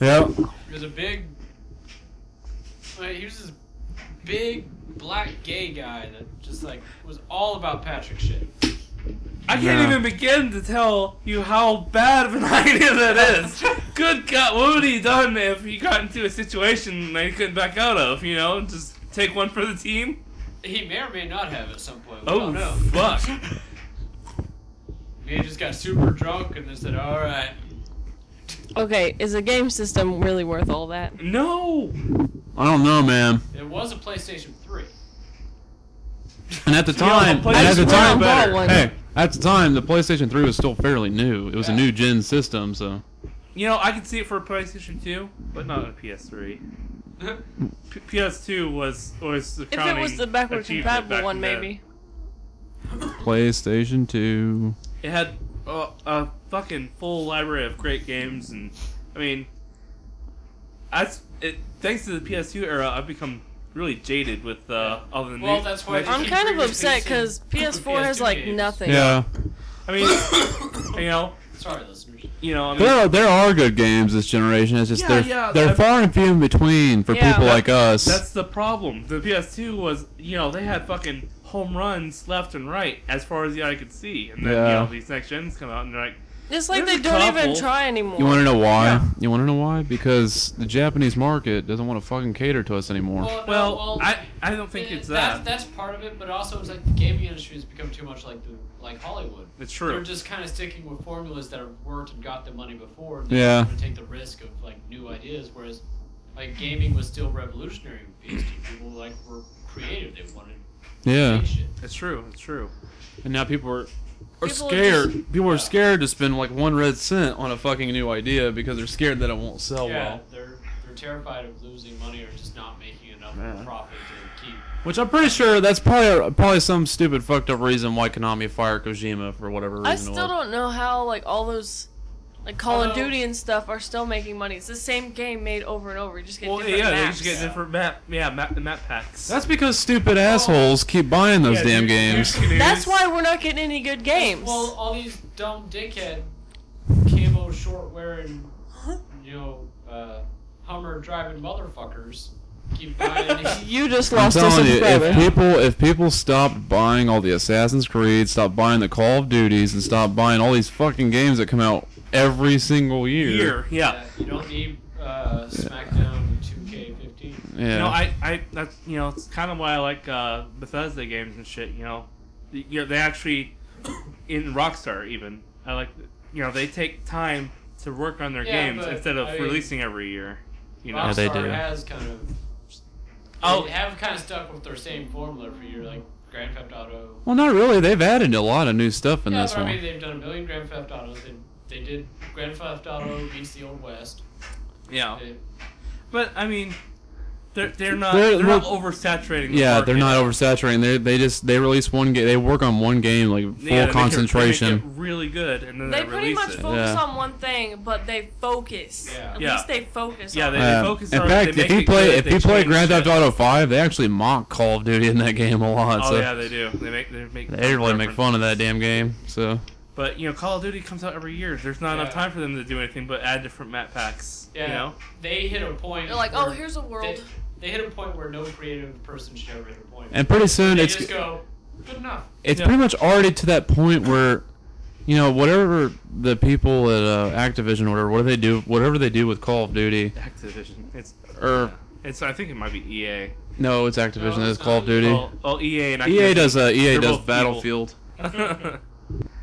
[SPEAKER 2] Yep.
[SPEAKER 4] He was a big. Like, he was this big black gay guy that just like was all about Patrick shit.
[SPEAKER 1] I can't
[SPEAKER 2] Yeah.
[SPEAKER 1] even begin to tell you how bad of an idea that is. Good God, what would he have done if he got into a situation that he couldn't back out of? You know, just take one for the team.
[SPEAKER 4] He may or may not have at some point. We
[SPEAKER 1] Oh
[SPEAKER 4] don't know.
[SPEAKER 1] fuck!
[SPEAKER 4] He just got super drunk and then said, "All right."
[SPEAKER 15] Okay, is a game system really worth all that?
[SPEAKER 1] No.
[SPEAKER 2] I don't know, man.
[SPEAKER 4] It was a PlayStation 3.
[SPEAKER 2] And at the
[SPEAKER 1] Yeah, I'll
[SPEAKER 2] time,
[SPEAKER 1] play
[SPEAKER 2] and at
[SPEAKER 1] this
[SPEAKER 2] the
[SPEAKER 1] one
[SPEAKER 2] time,
[SPEAKER 1] better.
[SPEAKER 2] hey, At the time, the PlayStation 3 was still fairly new. It was a new gen system, so.
[SPEAKER 1] You know, I could see it for a PlayStation 2, but not on a PS3. P- PS2 was was the
[SPEAKER 5] If it was the backward compatible one, maybe.
[SPEAKER 2] PlayStation 2.
[SPEAKER 1] It had uh, a fucking full library of great games, and I mean, that's it. Thanks to the PS2 era, I've become really jaded with uh, all the new.
[SPEAKER 4] Well, that's why
[SPEAKER 1] like-
[SPEAKER 5] I'm kind of upset because PS4 has like nothing.
[SPEAKER 2] Yeah.
[SPEAKER 1] I mean, you know,
[SPEAKER 4] Sorry, listeners.
[SPEAKER 1] you know, I mean,
[SPEAKER 2] There are, there are good games this generation. It's just
[SPEAKER 1] Yeah,
[SPEAKER 2] they're,
[SPEAKER 1] yeah,
[SPEAKER 2] they're
[SPEAKER 1] I-
[SPEAKER 2] far and few in between for
[SPEAKER 1] Yeah.
[SPEAKER 2] people
[SPEAKER 1] That-
[SPEAKER 2] like us.
[SPEAKER 1] That's the problem. The PS2 was, you know, they had fucking home runs left and right as far as the eye could see, and then you
[SPEAKER 2] Yeah.
[SPEAKER 1] know these next gens come out and they're like,
[SPEAKER 5] It's like
[SPEAKER 1] There's
[SPEAKER 5] they
[SPEAKER 1] a
[SPEAKER 5] don't even
[SPEAKER 1] couple.
[SPEAKER 5] try anymore.
[SPEAKER 2] you want to know why? You want to know why? Because the Japanese market doesn't want to fucking cater to us anymore.
[SPEAKER 4] Well, Oh, no,
[SPEAKER 1] Well,
[SPEAKER 4] well,
[SPEAKER 1] I, I don't think it's
[SPEAKER 4] that's,
[SPEAKER 1] that.
[SPEAKER 4] that's part of it, but also it's like the gaming industry has become too much like the like Hollywood.
[SPEAKER 1] It's true.
[SPEAKER 4] They're just kind of sticking with formulas that have worked and got the money before. And
[SPEAKER 2] Yeah.
[SPEAKER 4] To take the risk of like new ideas, whereas like gaming was still revolutionary. With PS2 people like were creative. They wanted.
[SPEAKER 2] yeah.
[SPEAKER 1] It's true. It's true.
[SPEAKER 2] And now people are, are
[SPEAKER 4] People are
[SPEAKER 2] scared. people are scared to spend like one red cent on a fucking new idea because they're scared that it won't sell
[SPEAKER 4] yeah,
[SPEAKER 2] Oh, well.
[SPEAKER 4] they're they're terrified of losing money or just not making enough
[SPEAKER 2] Yeah.
[SPEAKER 4] profit to keep.
[SPEAKER 2] Which I'm pretty sure that's probably probably some stupid fucked up reason why Konami fired Kojima for whatever reason.
[SPEAKER 5] I
[SPEAKER 2] it
[SPEAKER 5] still
[SPEAKER 2] was.
[SPEAKER 5] don't know how like all those like Call of
[SPEAKER 1] Uh,
[SPEAKER 4] Although-
[SPEAKER 5] Duty and stuff are still making money. It's the same game made over and over. You just get
[SPEAKER 1] Well,
[SPEAKER 5] different
[SPEAKER 1] yeah, they
[SPEAKER 5] maps.
[SPEAKER 1] just get different map, yeah, map, the map packs.
[SPEAKER 2] That's because stupid assholes keep buying those
[SPEAKER 1] Yeah,
[SPEAKER 2] damn
[SPEAKER 1] dude,
[SPEAKER 2] games.
[SPEAKER 1] dude, dude.
[SPEAKER 5] That's why we're not getting any good games.
[SPEAKER 4] Well, all these dumb dickhead camo short wearing, you know, uh, Hummer driving motherfuckers keep buying.
[SPEAKER 1] uh,
[SPEAKER 5] you just
[SPEAKER 2] I'm
[SPEAKER 5] lost us
[SPEAKER 2] telling
[SPEAKER 5] a
[SPEAKER 2] you,
[SPEAKER 5] brother.
[SPEAKER 2] if people if people stopped buying all the Assassin's Creed, stopped buying the Call of Duties, and stopped buying all these fucking games that come out every single year,
[SPEAKER 1] Year, yeah.
[SPEAKER 4] Uh, you don't need uh, SmackDown 2K15.
[SPEAKER 2] yeah,
[SPEAKER 1] You know, I, I, that's, you know, it's kind of why I like uh, Bethesda games and shit. You know, The- you know, they actually in Rockstar even. I like, you know, they take time to work on their
[SPEAKER 4] Yeah,
[SPEAKER 1] games
[SPEAKER 4] but,
[SPEAKER 1] instead of
[SPEAKER 4] I mean,
[SPEAKER 1] releasing every year. You know,
[SPEAKER 4] Rockstar
[SPEAKER 2] they do.
[SPEAKER 4] has kind of.
[SPEAKER 1] Oh.
[SPEAKER 4] Oh, have kind of stuck with their same formula for your like Grand Theft Auto.
[SPEAKER 2] Well, not really. They've added a lot of new stuff in
[SPEAKER 4] yeah,
[SPEAKER 2] this
[SPEAKER 4] but I mean
[SPEAKER 2] one.
[SPEAKER 4] they've done a million Grand Theft Autos. They, they did Grand Theft Auto beats the Old West.
[SPEAKER 2] Oh.
[SPEAKER 1] yeah.
[SPEAKER 4] They-
[SPEAKER 1] But I mean, they're they're not
[SPEAKER 2] They're-
[SPEAKER 1] they're, not
[SPEAKER 2] well,
[SPEAKER 1] oversaturating. The
[SPEAKER 2] Yeah, they're
[SPEAKER 1] market.
[SPEAKER 2] not oversaturating. They they just they release one game. They work on one game like full
[SPEAKER 1] Yeah, they make it- they make
[SPEAKER 2] concentration.
[SPEAKER 1] it really good, and then
[SPEAKER 5] they
[SPEAKER 1] they,
[SPEAKER 5] pretty
[SPEAKER 1] release
[SPEAKER 5] much
[SPEAKER 1] it.
[SPEAKER 5] focus
[SPEAKER 2] Yeah.
[SPEAKER 5] on one thing, but they focus.
[SPEAKER 4] Yeah.
[SPEAKER 5] At
[SPEAKER 1] Yeah.
[SPEAKER 5] least they focus.
[SPEAKER 1] Yeah,
[SPEAKER 5] on
[SPEAKER 1] they-
[SPEAKER 5] it.
[SPEAKER 2] Yeah.
[SPEAKER 1] focus
[SPEAKER 2] Um, in
[SPEAKER 1] on it,
[SPEAKER 2] fact,
[SPEAKER 1] they
[SPEAKER 2] if
[SPEAKER 1] make
[SPEAKER 2] you
[SPEAKER 1] it
[SPEAKER 2] play
[SPEAKER 1] good,
[SPEAKER 2] if
[SPEAKER 1] they
[SPEAKER 2] you play
[SPEAKER 1] change
[SPEAKER 2] Grand Theft
[SPEAKER 1] shit.
[SPEAKER 2] Auto Five, they actually mock Call of Duty in that game a lot.
[SPEAKER 1] Oh
[SPEAKER 2] so
[SPEAKER 1] yeah, they do. They make they make.
[SPEAKER 2] they really make
[SPEAKER 1] references.
[SPEAKER 2] fun of that damn game. So
[SPEAKER 1] But you know, Call of Duty comes out every year. There's not
[SPEAKER 4] Yeah.
[SPEAKER 1] enough time for them to do anything but add different map packs.
[SPEAKER 4] Yeah.
[SPEAKER 1] You know.
[SPEAKER 4] They hit a point.
[SPEAKER 5] They're like,
[SPEAKER 4] where
[SPEAKER 5] oh, here's a world.
[SPEAKER 4] They, they hit a point where no creative person should ever hit a point.
[SPEAKER 2] And pretty soon
[SPEAKER 4] they
[SPEAKER 2] it's-
[SPEAKER 4] just go good enough.
[SPEAKER 2] it's
[SPEAKER 1] Yeah.
[SPEAKER 2] pretty much already to that point where you know whatever the people at uh, Activision or whatever what do they do whatever they do with Call of Duty
[SPEAKER 1] Activision. It's
[SPEAKER 2] or
[SPEAKER 1] it's. I think it might be E EA.
[SPEAKER 2] no it's Activision it's Call of Duty
[SPEAKER 1] Oh, oh, EA and
[SPEAKER 2] EA
[SPEAKER 1] Activision.
[SPEAKER 2] does uh, EA
[SPEAKER 1] They're
[SPEAKER 2] does
[SPEAKER 1] both
[SPEAKER 2] Battlefield
[SPEAKER 1] evil.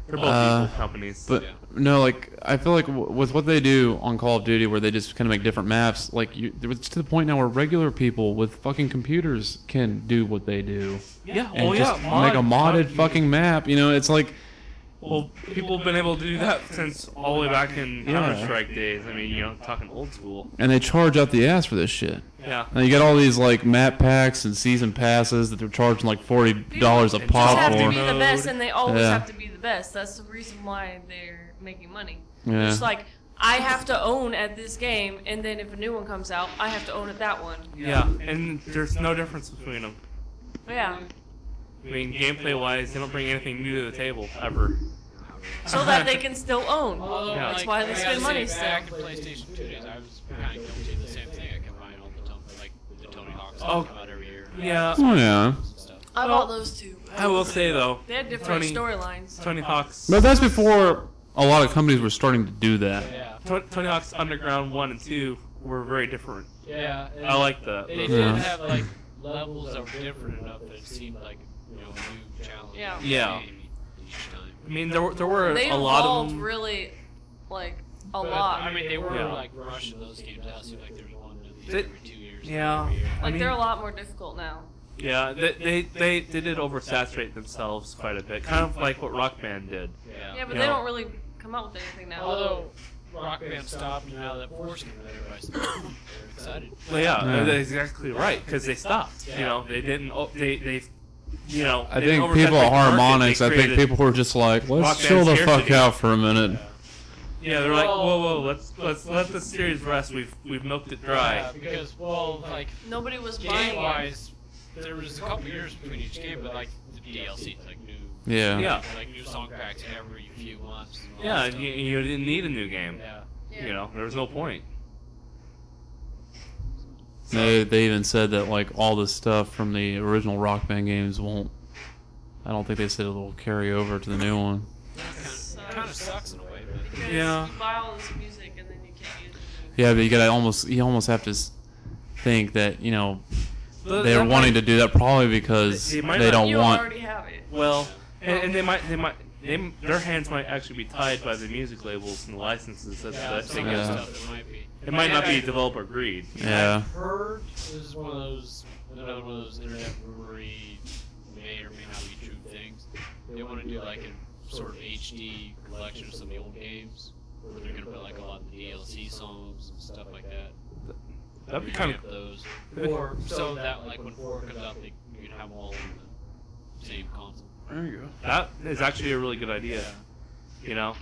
[SPEAKER 1] They're both
[SPEAKER 2] Uh,
[SPEAKER 1] evil companies.
[SPEAKER 2] but no like I feel like w- with what they do on Call of Duty where they just kind of make different maps like you it's to the point now where regular people with fucking computers can do what they do
[SPEAKER 1] yeah.
[SPEAKER 2] and
[SPEAKER 1] Oh yeah.
[SPEAKER 2] just make a modded
[SPEAKER 1] mod-
[SPEAKER 2] fucking map you know it's like
[SPEAKER 1] Well, people have been able to do that since all the way back in
[SPEAKER 2] Yeah.
[SPEAKER 1] Counter Strike days. I mean, you know, talking old school.
[SPEAKER 2] and they charge out the ass for this shit
[SPEAKER 1] Yeah.
[SPEAKER 2] And you got all these like map packs and season passes that they're charging like forty dollars a
[SPEAKER 1] People
[SPEAKER 5] just
[SPEAKER 2] pop
[SPEAKER 5] have
[SPEAKER 2] for.
[SPEAKER 5] to be the
[SPEAKER 1] Mode.
[SPEAKER 5] best, and they always
[SPEAKER 2] Yeah.
[SPEAKER 5] have to be the best. That's the reason why they're making money.
[SPEAKER 2] Yeah.
[SPEAKER 5] It's like I have to own at this game, and then if a new one comes out, I have to own at that one.
[SPEAKER 1] Yeah. And there's no difference between them.
[SPEAKER 5] Yeah.
[SPEAKER 1] I mean, gameplay wise, they don't bring anything new to the table ever.
[SPEAKER 5] So that they can still own.
[SPEAKER 16] Oh,
[SPEAKER 4] Although,
[SPEAKER 1] Yeah.
[SPEAKER 5] That's why they
[SPEAKER 4] I
[SPEAKER 5] spend
[SPEAKER 4] gotta
[SPEAKER 5] money
[SPEAKER 4] say,
[SPEAKER 5] still.
[SPEAKER 4] Back in PlayStation 2 days, I was kind of guilty of the same thing. I kept buying all the Tony, like the Tony Hawk's that
[SPEAKER 1] Oh.
[SPEAKER 4] come out every year.
[SPEAKER 1] Yeah.
[SPEAKER 2] Oh yeah,
[SPEAKER 5] I bought those two.
[SPEAKER 1] I will say though,
[SPEAKER 5] They had different
[SPEAKER 1] Tony-
[SPEAKER 5] storylines.
[SPEAKER 1] Tony Hawk's
[SPEAKER 2] but that's before a lot of companies were starting to do that.
[SPEAKER 4] Yeah.
[SPEAKER 1] Tony, Tony Hawk's Underground One and Two were very different.
[SPEAKER 4] Yeah. and
[SPEAKER 1] I like that.
[SPEAKER 4] They did
[SPEAKER 2] Yeah.
[SPEAKER 4] have like levels that were different enough that it seemed like you know a new challenge.
[SPEAKER 5] Yeah.
[SPEAKER 1] Yeah.
[SPEAKER 4] Each time.
[SPEAKER 1] I mean, there were there were
[SPEAKER 5] They
[SPEAKER 1] a lot of
[SPEAKER 5] evolved
[SPEAKER 1] them.
[SPEAKER 5] really, like, a
[SPEAKER 4] But,
[SPEAKER 5] lot.
[SPEAKER 4] I mean, they were
[SPEAKER 1] Yeah.
[SPEAKER 4] like rushing those games out. Seemed like there was one at least
[SPEAKER 1] They-
[SPEAKER 4] every two years.
[SPEAKER 1] yeah.
[SPEAKER 4] every year.
[SPEAKER 1] I
[SPEAKER 5] like,
[SPEAKER 1] mean,
[SPEAKER 5] they're a lot more difficult now.
[SPEAKER 1] Yeah, they they, they, they did oversaturate themselves quite a bit, kind of like what Rock Band did.
[SPEAKER 16] Yeah, but
[SPEAKER 1] You
[SPEAKER 16] they
[SPEAKER 1] know,
[SPEAKER 16] don't really come out with anything now.
[SPEAKER 4] Although Rock Band stopped, and now that Force came out, everybody's they're excited.
[SPEAKER 1] Well, yeah,
[SPEAKER 2] Yeah.
[SPEAKER 1] that's exactly right because they stopped. You know, they didn't. o- They they. You know,
[SPEAKER 2] I
[SPEAKER 1] they
[SPEAKER 2] think
[SPEAKER 1] oversaturated
[SPEAKER 2] people
[SPEAKER 1] the
[SPEAKER 2] at
[SPEAKER 1] market,
[SPEAKER 2] Harmonix,
[SPEAKER 1] they
[SPEAKER 2] I think
[SPEAKER 1] created-
[SPEAKER 2] people were just like,
[SPEAKER 1] Rock
[SPEAKER 2] let's
[SPEAKER 1] Band
[SPEAKER 2] chill the fuck
[SPEAKER 1] scarcity.
[SPEAKER 2] out for a minute.
[SPEAKER 1] Yeah, they're like, whoa, whoa, let's let's let the series rest. We've we've milked it
[SPEAKER 4] Yeah,
[SPEAKER 1] dry.
[SPEAKER 4] because well, like
[SPEAKER 16] Nobody was buying
[SPEAKER 4] game
[SPEAKER 16] it.
[SPEAKER 4] wise, there was a couple years between each game, but like the DLC, like new
[SPEAKER 2] Yeah.
[SPEAKER 1] Yeah.
[SPEAKER 4] like new song packs every few months. and all
[SPEAKER 1] Yeah,
[SPEAKER 4] that
[SPEAKER 1] and
[SPEAKER 4] stuff.
[SPEAKER 1] you, you didn't need a new game.
[SPEAKER 4] Yeah.
[SPEAKER 1] You know, there was no point.
[SPEAKER 2] They, they even said that like all the stuff from the original Rock Band games won't. I don't think they said it will carry over to the new one.
[SPEAKER 4] kind of sucks in a way, but
[SPEAKER 16] Because
[SPEAKER 2] Yeah.
[SPEAKER 16] you buy all this music and then you can't use it.
[SPEAKER 2] Yeah, but you gotta almost you almost have to s- think that you know
[SPEAKER 1] But
[SPEAKER 2] they're
[SPEAKER 1] that
[SPEAKER 2] wanting
[SPEAKER 1] might-
[SPEAKER 2] to do that probably because
[SPEAKER 1] They
[SPEAKER 2] they,
[SPEAKER 1] might not-
[SPEAKER 2] don't
[SPEAKER 1] You
[SPEAKER 2] want.
[SPEAKER 16] already have it.
[SPEAKER 1] Well, and, and they might they might they, their hands might actually be tied by the music labels and the licenses. That's
[SPEAKER 4] Yeah,
[SPEAKER 1] yeah,
[SPEAKER 4] some
[SPEAKER 1] thing.
[SPEAKER 4] of that
[SPEAKER 1] is-
[SPEAKER 4] stuff it might be.
[SPEAKER 1] It might not be developer greed.
[SPEAKER 2] Yeah.
[SPEAKER 4] Heard is one of those another one of those internet rumory may or may not be true things. They want to do like a sort of HD collection of some of the old games where they're gonna put like a lot of the DLC songs and stuff like that.
[SPEAKER 1] That'd be kinda-
[SPEAKER 4] Revamp those, or so that like when four comes out, they you can have them all on the same console.
[SPEAKER 17] There you go.
[SPEAKER 1] That is actually a really good idea. You know.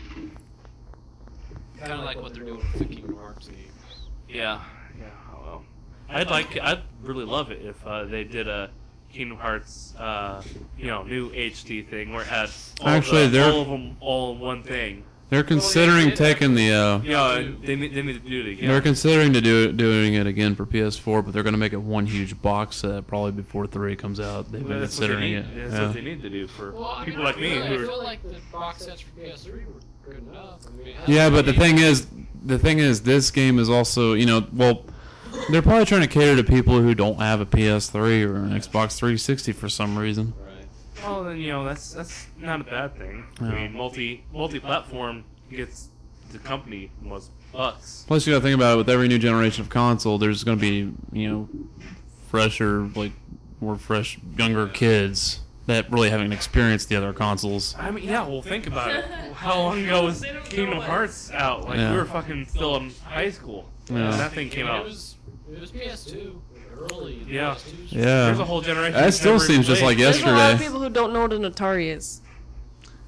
[SPEAKER 4] Kind of like what they're doing with the Kingdom Hearts games.
[SPEAKER 1] Yeah. Yeah. oh Well, I'd like. I'd really love it if uh, they did a Kingdom Hearts, uh, you know, new HD thing where it had all,
[SPEAKER 2] Actually,
[SPEAKER 1] the-
[SPEAKER 2] they're-
[SPEAKER 1] all of them all in one thing.
[SPEAKER 2] They're considering taking the. Uh,
[SPEAKER 1] Yeah, and they need, they need to do it again.
[SPEAKER 2] They're considering to do doing it again for PS4, but they're going to make it one huge box set probably before three comes out. They've been
[SPEAKER 1] That's what they
[SPEAKER 2] considering
[SPEAKER 1] need-
[SPEAKER 2] it.
[SPEAKER 1] That's
[SPEAKER 2] yeah.
[SPEAKER 1] what they need to do for
[SPEAKER 4] Well, I mean,
[SPEAKER 1] people like me
[SPEAKER 4] I
[SPEAKER 1] who
[SPEAKER 4] feel
[SPEAKER 1] are.
[SPEAKER 4] like the box sets for PS3 were good enough. I mean, it has
[SPEAKER 2] Yeah,
[SPEAKER 4] the
[SPEAKER 2] but the
[SPEAKER 4] game.
[SPEAKER 2] thing is, the thing is, this game is also, you know, well, they're probably trying to cater to people who don't have a PS3 or an Xbox 360 for some reason.
[SPEAKER 1] Well, then you know that's that's not a bad thing. I
[SPEAKER 2] Yeah.
[SPEAKER 1] mean, multi multi platform gets the company the most bucks.
[SPEAKER 2] Plus, you got to think about it. With every new generation of console, there's going to be, you know, fresher, like more fresh, younger kids that really haven't experienced the other consoles.
[SPEAKER 1] I mean, yeah. Well, think about it. How long ago was Kingdom Hearts out? Like
[SPEAKER 2] Yeah.
[SPEAKER 1] we were fucking still in high school.
[SPEAKER 2] Yeah.
[SPEAKER 1] And that thing came
[SPEAKER 4] I mean,
[SPEAKER 1] out.
[SPEAKER 4] It was, it was PS2 early. in the
[SPEAKER 1] Yeah.
[SPEAKER 4] PS2
[SPEAKER 2] Yeah.
[SPEAKER 1] There's a whole generation.
[SPEAKER 2] That
[SPEAKER 1] who's
[SPEAKER 2] still
[SPEAKER 1] never
[SPEAKER 2] seems just like
[SPEAKER 1] played.
[SPEAKER 5] There's a lot of
[SPEAKER 2] yesterday.
[SPEAKER 5] people who don't know what an Atari is.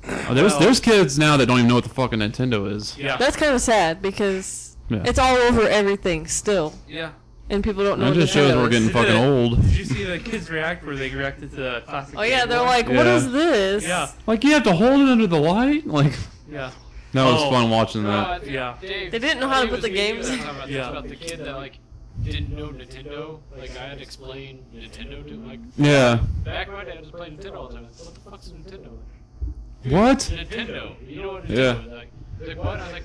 [SPEAKER 2] Oh, there's there's kids now that don't even know what the fucking Nintendo is.
[SPEAKER 1] Yeah.
[SPEAKER 5] That's kind of sad because
[SPEAKER 2] Yeah.
[SPEAKER 5] it's all over everything still,
[SPEAKER 1] Yeah.
[SPEAKER 5] and people don't know.
[SPEAKER 2] That
[SPEAKER 5] what
[SPEAKER 2] just
[SPEAKER 5] the hell
[SPEAKER 2] shows we're
[SPEAKER 5] it
[SPEAKER 2] getting
[SPEAKER 5] is.
[SPEAKER 2] fucking old.
[SPEAKER 1] Did you see the kids react where they reacted to the classic?
[SPEAKER 5] Oh yeah,
[SPEAKER 1] game
[SPEAKER 5] they're
[SPEAKER 1] boy?
[SPEAKER 5] like, what
[SPEAKER 2] Yeah.
[SPEAKER 5] is this?
[SPEAKER 1] Yeah.
[SPEAKER 2] Like you have to hold it under the light. Like
[SPEAKER 1] Yeah.
[SPEAKER 2] that was
[SPEAKER 1] Oh.
[SPEAKER 2] fun watching that.
[SPEAKER 4] God,
[SPEAKER 1] Yeah.
[SPEAKER 4] Uh, Dave,
[SPEAKER 5] They didn't know how to
[SPEAKER 4] he
[SPEAKER 5] put
[SPEAKER 4] was
[SPEAKER 5] the
[SPEAKER 4] mean to me
[SPEAKER 5] games
[SPEAKER 4] that
[SPEAKER 5] in.
[SPEAKER 4] time about
[SPEAKER 1] Yeah.
[SPEAKER 4] this, about the kid that like didn't know Nintendo. Like I had to explain Nintendo to him. Like
[SPEAKER 2] Yeah.
[SPEAKER 4] back when I had to play Nintendo all the time. Like, what the fuck's a Nintendo?
[SPEAKER 2] What?
[SPEAKER 4] Nintendo. You know what Nintendo
[SPEAKER 2] Yeah.
[SPEAKER 4] is like? He's Like what? I was like,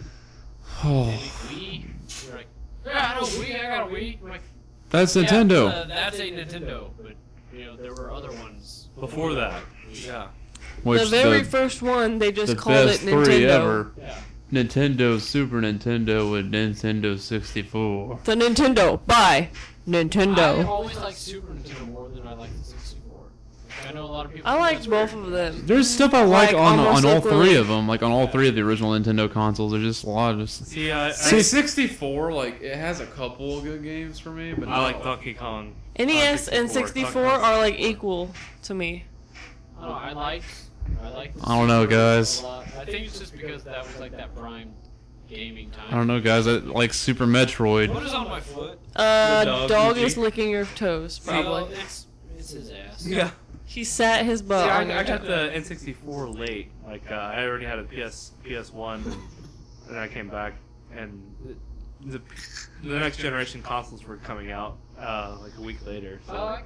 [SPEAKER 2] Oh,
[SPEAKER 4] Wii. You're like, yeah, I know Wii. I got a Wii. I'm like,
[SPEAKER 2] that's
[SPEAKER 4] "Yeah,
[SPEAKER 2] Nintendo.
[SPEAKER 4] uh, that's a Nintendo. But you know there were other ones
[SPEAKER 1] Before that. Yeah.
[SPEAKER 2] Which
[SPEAKER 5] the very first one, they just
[SPEAKER 2] the
[SPEAKER 5] called it
[SPEAKER 2] best
[SPEAKER 5] Nintendo.
[SPEAKER 2] three ever.
[SPEAKER 4] Yeah.
[SPEAKER 2] Nintendo, Super Nintendo, and Nintendo 64.
[SPEAKER 5] The Nintendo by
[SPEAKER 4] I
[SPEAKER 5] Nintendo.
[SPEAKER 4] always like Super Nintendo more than I like the 64. Like, I know a lot of people.
[SPEAKER 5] I,
[SPEAKER 4] think
[SPEAKER 5] liked
[SPEAKER 4] that's
[SPEAKER 5] both
[SPEAKER 4] weird.
[SPEAKER 5] of them.
[SPEAKER 2] There's stuff I like,
[SPEAKER 5] Like,
[SPEAKER 2] on
[SPEAKER 5] almost
[SPEAKER 2] on all
[SPEAKER 5] equally.
[SPEAKER 2] three of them. Like on all three of the original Nintendo consoles. There's just a lot of just.
[SPEAKER 1] See, I, I,
[SPEAKER 17] See, 64, like, it has a couple of good games for me, but
[SPEAKER 1] I like
[SPEAKER 17] not-
[SPEAKER 1] Donkey Kong.
[SPEAKER 5] NES E and 64 are like equal to me.
[SPEAKER 4] I don't know, I liked. I liked. the
[SPEAKER 2] I don't know,
[SPEAKER 4] Super Nintendo
[SPEAKER 2] guys.
[SPEAKER 4] a lot. I think it's just because that was like that prime gaming time.
[SPEAKER 2] I don't know, guys. I like Super
[SPEAKER 4] What
[SPEAKER 2] Metroid.
[SPEAKER 4] is on my foot?
[SPEAKER 5] Uh,
[SPEAKER 1] The dog,
[SPEAKER 5] dog,
[SPEAKER 1] Luigi?
[SPEAKER 5] is licking your toes,
[SPEAKER 4] Well,
[SPEAKER 5] probably.
[SPEAKER 4] it's it's his ass.
[SPEAKER 1] Yeah.
[SPEAKER 5] He sat his butt
[SPEAKER 1] See,
[SPEAKER 5] on
[SPEAKER 1] I, I
[SPEAKER 5] your
[SPEAKER 1] got
[SPEAKER 5] toes.
[SPEAKER 1] the N64 late. Like uh, I already had a PS PS1, and then I came back, and the, the the next generation consoles were coming out uh, like a week later.
[SPEAKER 4] Well,
[SPEAKER 1] So
[SPEAKER 4] I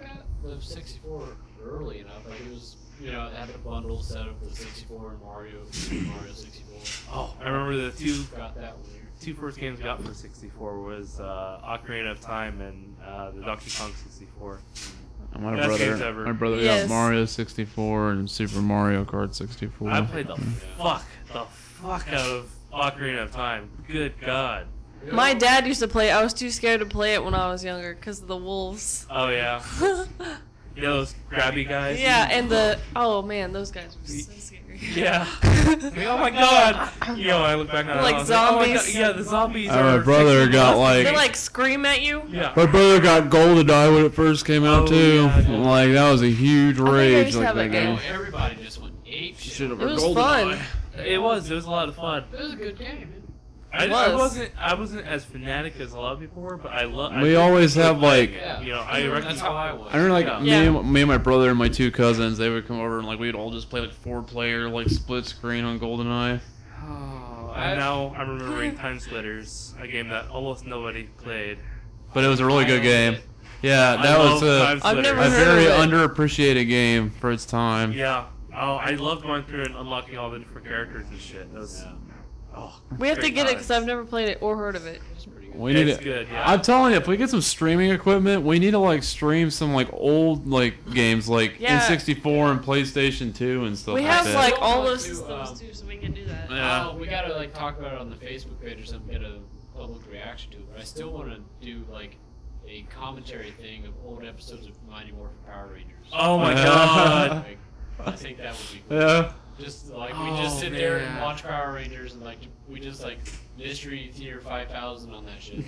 [SPEAKER 4] got the 64 early enough. Like it was, you know, it had the bundle set up for the 64 and Mario, Mario 64.
[SPEAKER 1] oh, I remember the two
[SPEAKER 4] Got that one. here.
[SPEAKER 1] two first games I got for 64 was uh, Ocarina of Time and uh, the Donkey Kong 64.
[SPEAKER 2] My
[SPEAKER 1] Best games
[SPEAKER 2] brother,
[SPEAKER 1] ever.
[SPEAKER 2] my brother
[SPEAKER 5] Yes.
[SPEAKER 2] got Mario 64 and Super Mario Kart Mm. 64.
[SPEAKER 1] I played the fuck the fuck out of Ocarina of Time. Good God.
[SPEAKER 5] My dad used to play. it. I was too scared to play it when I was younger because of the wolves.
[SPEAKER 1] Oh yeah. You know those grabby guys?
[SPEAKER 5] Yeah, and the oh man, those guys were so scary.
[SPEAKER 1] Yeah. Like, oh my god! You know, I look back on it.
[SPEAKER 5] Like
[SPEAKER 1] I was like, oh my
[SPEAKER 5] zombies.
[SPEAKER 1] God, yeah, the zombies
[SPEAKER 2] Uh,
[SPEAKER 1] are.
[SPEAKER 2] my brother got like.
[SPEAKER 5] they like scream at you.
[SPEAKER 1] Yeah.
[SPEAKER 2] My brother got Goldeneye when it first came
[SPEAKER 1] Oh,
[SPEAKER 2] out too. Like that was a huge rage.
[SPEAKER 5] just
[SPEAKER 2] like,
[SPEAKER 5] have
[SPEAKER 2] that
[SPEAKER 5] a
[SPEAKER 2] game.
[SPEAKER 5] game.
[SPEAKER 4] Everybody just went ape shit.
[SPEAKER 5] It was fun.
[SPEAKER 1] It was. It was a lot of fun.
[SPEAKER 4] It was a good game. Man.
[SPEAKER 1] I,
[SPEAKER 5] It
[SPEAKER 1] I
[SPEAKER 5] was.
[SPEAKER 1] wasn't. I wasn't as fanatic as a lot of people were, but I love.
[SPEAKER 2] We always have, like-
[SPEAKER 1] You know, I reckon
[SPEAKER 4] That's how I was.
[SPEAKER 2] I remember like
[SPEAKER 1] Yeah.
[SPEAKER 2] me, and, me and my brother and my two cousins. They would come over and like we'd all just play like four player like split screen on Goldeneye.
[SPEAKER 5] Oh,
[SPEAKER 1] And now I'm remembering Time Splitters, a game that almost nobody played.
[SPEAKER 2] But it was a really good game. Yeah,
[SPEAKER 1] I
[SPEAKER 2] that was
[SPEAKER 1] love
[SPEAKER 2] a,
[SPEAKER 1] Time I've never
[SPEAKER 2] a
[SPEAKER 1] Splitters. heard
[SPEAKER 2] very
[SPEAKER 1] of it.
[SPEAKER 2] underappreciated game for its time.
[SPEAKER 1] Yeah. Oh, I loved going through and unlocking all the different characters and shit. That was. Oh,
[SPEAKER 5] We have to
[SPEAKER 1] great
[SPEAKER 5] get it
[SPEAKER 1] times.
[SPEAKER 5] because I've never played it or heard of it.
[SPEAKER 2] We need
[SPEAKER 1] It's
[SPEAKER 2] to-
[SPEAKER 1] good, yeah.
[SPEAKER 2] I'm telling you, if we get some streaming equipment, we need to like stream some like old like games like
[SPEAKER 5] Yeah.
[SPEAKER 2] N64 and PlayStation 2 and stuff.
[SPEAKER 5] We
[SPEAKER 2] like
[SPEAKER 5] have
[SPEAKER 2] that.
[SPEAKER 5] like
[SPEAKER 4] Don't
[SPEAKER 5] all
[SPEAKER 4] want
[SPEAKER 5] those
[SPEAKER 4] to,
[SPEAKER 5] systems
[SPEAKER 4] um,
[SPEAKER 5] too, so we can do that.
[SPEAKER 2] Yeah.
[SPEAKER 4] Oh, we gotta like talk about it on the Facebook page or something, get a public reaction to it. But I still want to do like a commentary thing of old episodes of Mighty Morphin Power Rangers.
[SPEAKER 1] Oh my
[SPEAKER 2] Yeah.
[SPEAKER 1] god.
[SPEAKER 4] Like, I think that would be. Cool.
[SPEAKER 2] Yeah.
[SPEAKER 4] Just like we just
[SPEAKER 1] Oh,
[SPEAKER 4] sit there and
[SPEAKER 1] man.
[SPEAKER 4] watch Power Rangers and like we just like Mystery Theater 5000 on that shit.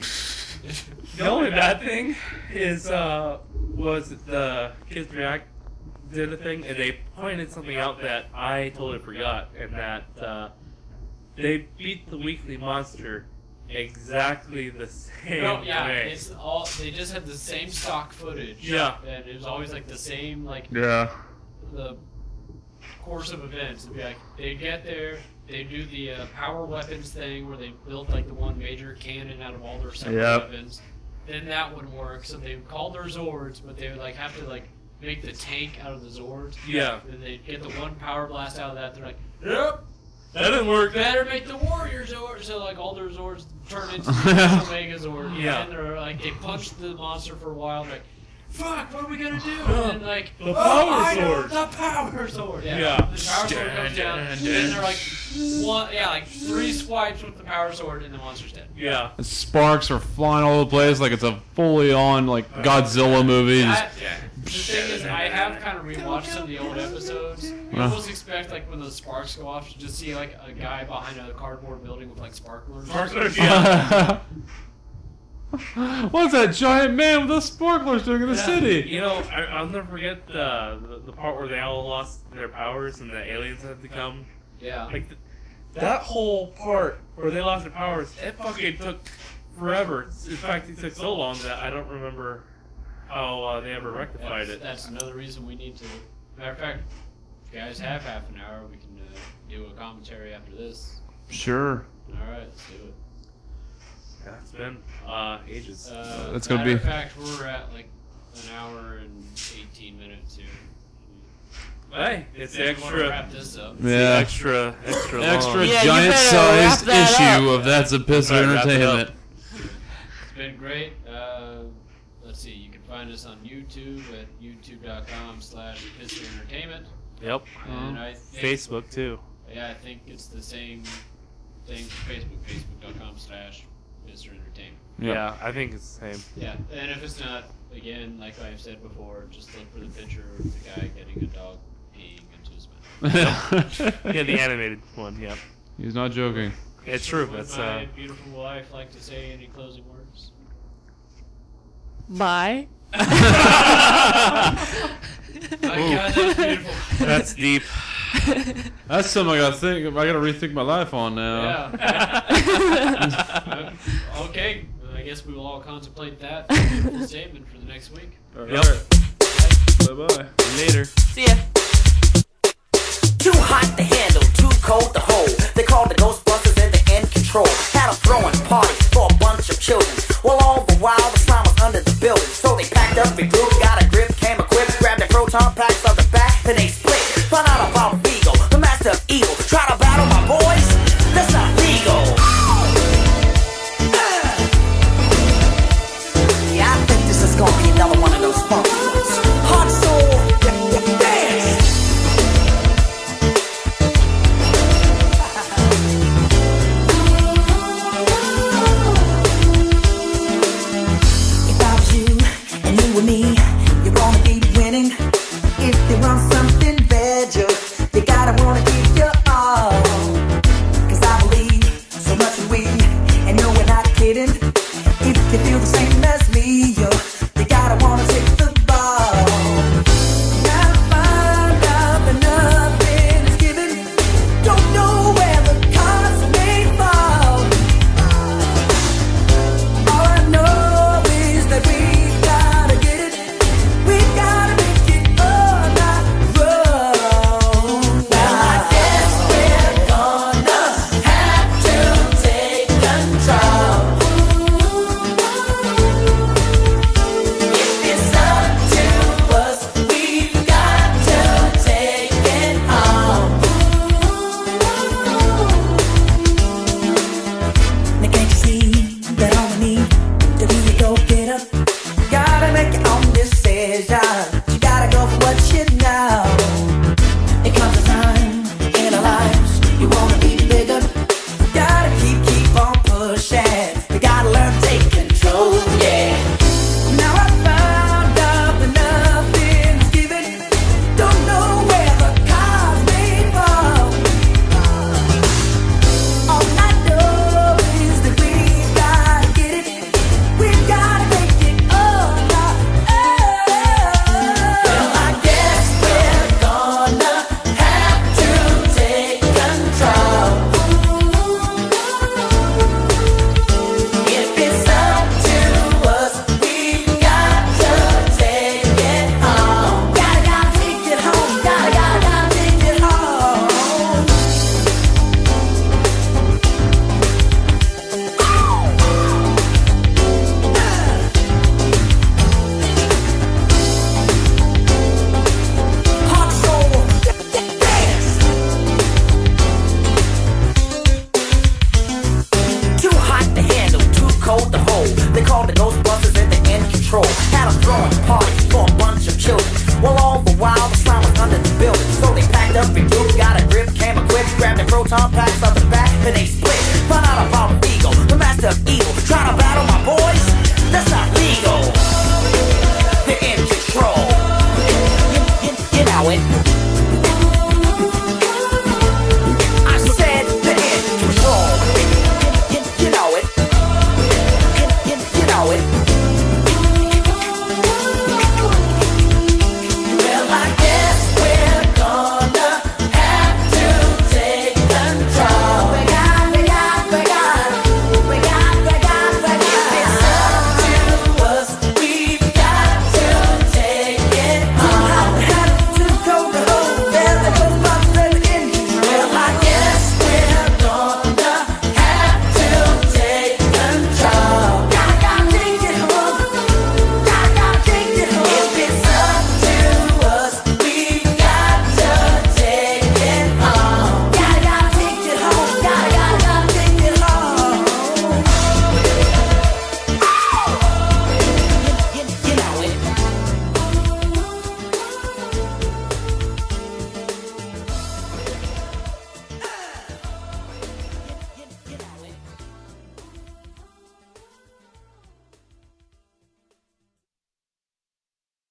[SPEAKER 1] The only bad thing is uh, was the kids react did a thing and they pointed something out that I totally forgot and that uh, they beat the weekly monster exactly the same
[SPEAKER 4] No, Oh, yeah,
[SPEAKER 1] way.
[SPEAKER 4] it's all they just had the same stock footage.
[SPEAKER 1] Yeah.
[SPEAKER 4] and it was always like the same like
[SPEAKER 2] Yeah.
[SPEAKER 4] the course of events. It'd be like they get there, they do the uh, power weapons thing where they built like the one major cannon out of all their separate
[SPEAKER 2] Yep.
[SPEAKER 4] weapons. Then that wouldn't work, so they would call their Zords, but they would like have to like make the tank out of the Zords.
[SPEAKER 1] Yeah.
[SPEAKER 4] Then they get the one power blast out of that. They're like, nope.
[SPEAKER 1] That didn't work.
[SPEAKER 4] Better make the warrior zord, so like all their zords turn into the omega zord.
[SPEAKER 1] Yeah.
[SPEAKER 4] And they're like they punch the monster for a while. They're like, fuck, what are we gonna do? And then like
[SPEAKER 1] The
[SPEAKER 4] "Oh,
[SPEAKER 1] power
[SPEAKER 4] I know,
[SPEAKER 1] zord."
[SPEAKER 4] the power zord. Yeah.
[SPEAKER 1] Yeah.
[SPEAKER 4] The power zord comes down,
[SPEAKER 1] Dun,
[SPEAKER 4] and
[SPEAKER 1] dun,
[SPEAKER 4] then they're like one, yeah, like three swipes with the power sword, and the monster's dead.
[SPEAKER 1] yeah.
[SPEAKER 2] Sparks are flying all over the place like it's a fully on like Godzilla movie. and
[SPEAKER 4] I,
[SPEAKER 2] just-
[SPEAKER 4] the thing is, I have kind of rewatched some of the old episodes. You
[SPEAKER 2] Yeah.
[SPEAKER 4] almost expect like when those sparks go off, to just see like a guy behind a cardboard building with like sparklers.
[SPEAKER 1] Sparklers, yeah.
[SPEAKER 2] What's that giant man with the sparklers doing in the
[SPEAKER 1] Yeah,
[SPEAKER 2] city?
[SPEAKER 1] You know, I, I'll never forget the, the the part where they all lost their powers and the aliens had to come.
[SPEAKER 4] Yeah.
[SPEAKER 1] Like th- that whole part where they lost their powers, it fucking took forever. In fact, it took so long that I don't remember how uh, they ever rectified
[SPEAKER 4] That's,
[SPEAKER 1] it.
[SPEAKER 4] that's another reason we need to. Matter of fact, if you guys have half an hour, we can uh, do a commentary after this.
[SPEAKER 2] Sure.
[SPEAKER 4] All right, let's do it.
[SPEAKER 1] Yeah, it's been uh, ages.
[SPEAKER 4] Uh,
[SPEAKER 2] That's gonna
[SPEAKER 4] matter
[SPEAKER 2] be-
[SPEAKER 4] of fact, we're at like an hour and 18 minutes here.
[SPEAKER 1] hey, it's the
[SPEAKER 4] If you wanna
[SPEAKER 1] extra,
[SPEAKER 4] Wrap this up.
[SPEAKER 1] it's the
[SPEAKER 2] Yeah.
[SPEAKER 1] extra, extra,
[SPEAKER 2] Extra
[SPEAKER 1] long.
[SPEAKER 5] Yeah, you
[SPEAKER 2] giant
[SPEAKER 5] better wrap
[SPEAKER 2] sized
[SPEAKER 5] that
[SPEAKER 2] issue of That's a Piss of
[SPEAKER 1] Better wrap it
[SPEAKER 2] Entertainment.
[SPEAKER 4] It's been great. Uh, let's see. You can find us on YouTube at youtube.com/slash History Entertainment.
[SPEAKER 1] Yep.
[SPEAKER 2] Uh-huh.
[SPEAKER 4] And I think,
[SPEAKER 1] Facebook too.
[SPEAKER 4] yeah, I think it's the same thing for Facebook. Facebook.com/slash History Entertainment.
[SPEAKER 2] Yeah.
[SPEAKER 1] yeah, I think it's the same.
[SPEAKER 4] Yeah, and if it's not, again, like I've said before, just look for the picture of the guy getting a dog peeing into his mouth.
[SPEAKER 1] Yeah, the animated one. Yeah,
[SPEAKER 2] He's not joking.
[SPEAKER 1] it's true.
[SPEAKER 4] Would
[SPEAKER 1] That's
[SPEAKER 4] my
[SPEAKER 1] uh,
[SPEAKER 4] beautiful wife like to say any closing words?
[SPEAKER 5] Bye.
[SPEAKER 4] My God, that's beautiful.
[SPEAKER 1] that's deep.
[SPEAKER 2] That's something I gotta think. I gotta rethink my life on now.
[SPEAKER 4] Yeah. okay, I guess we will all contemplate that beautiful statement for the next week.
[SPEAKER 2] Bye bye.
[SPEAKER 1] Later.
[SPEAKER 5] See ya.
[SPEAKER 18] Too hot to handle, too cold to hold. They called the Ghostbusters and they in control. Had a throwing party for a bunch of children. Well, all the while the slime was under the building. So they packed up, regrouped, got a grip, came equipped, grabbed their proton packs on the back, then they split. Found out about Vigo, the master of evil. Try to battle my boys? That's not legal. Yeah, I think this is gonna be another one of those funky ones. Hot soul, d- d- dance. If I was you and you were me, you're gonna be winning. cold to hold. They called the Ghostbusters and the end control. Had a throwing party for a bunch of children. Well, all the while the slime was under the building, so they packed up and dude got a grip, came equipped, grabbed the proton packs out the back, then they split. Found out about Beagle, the master of evil, trying to battle my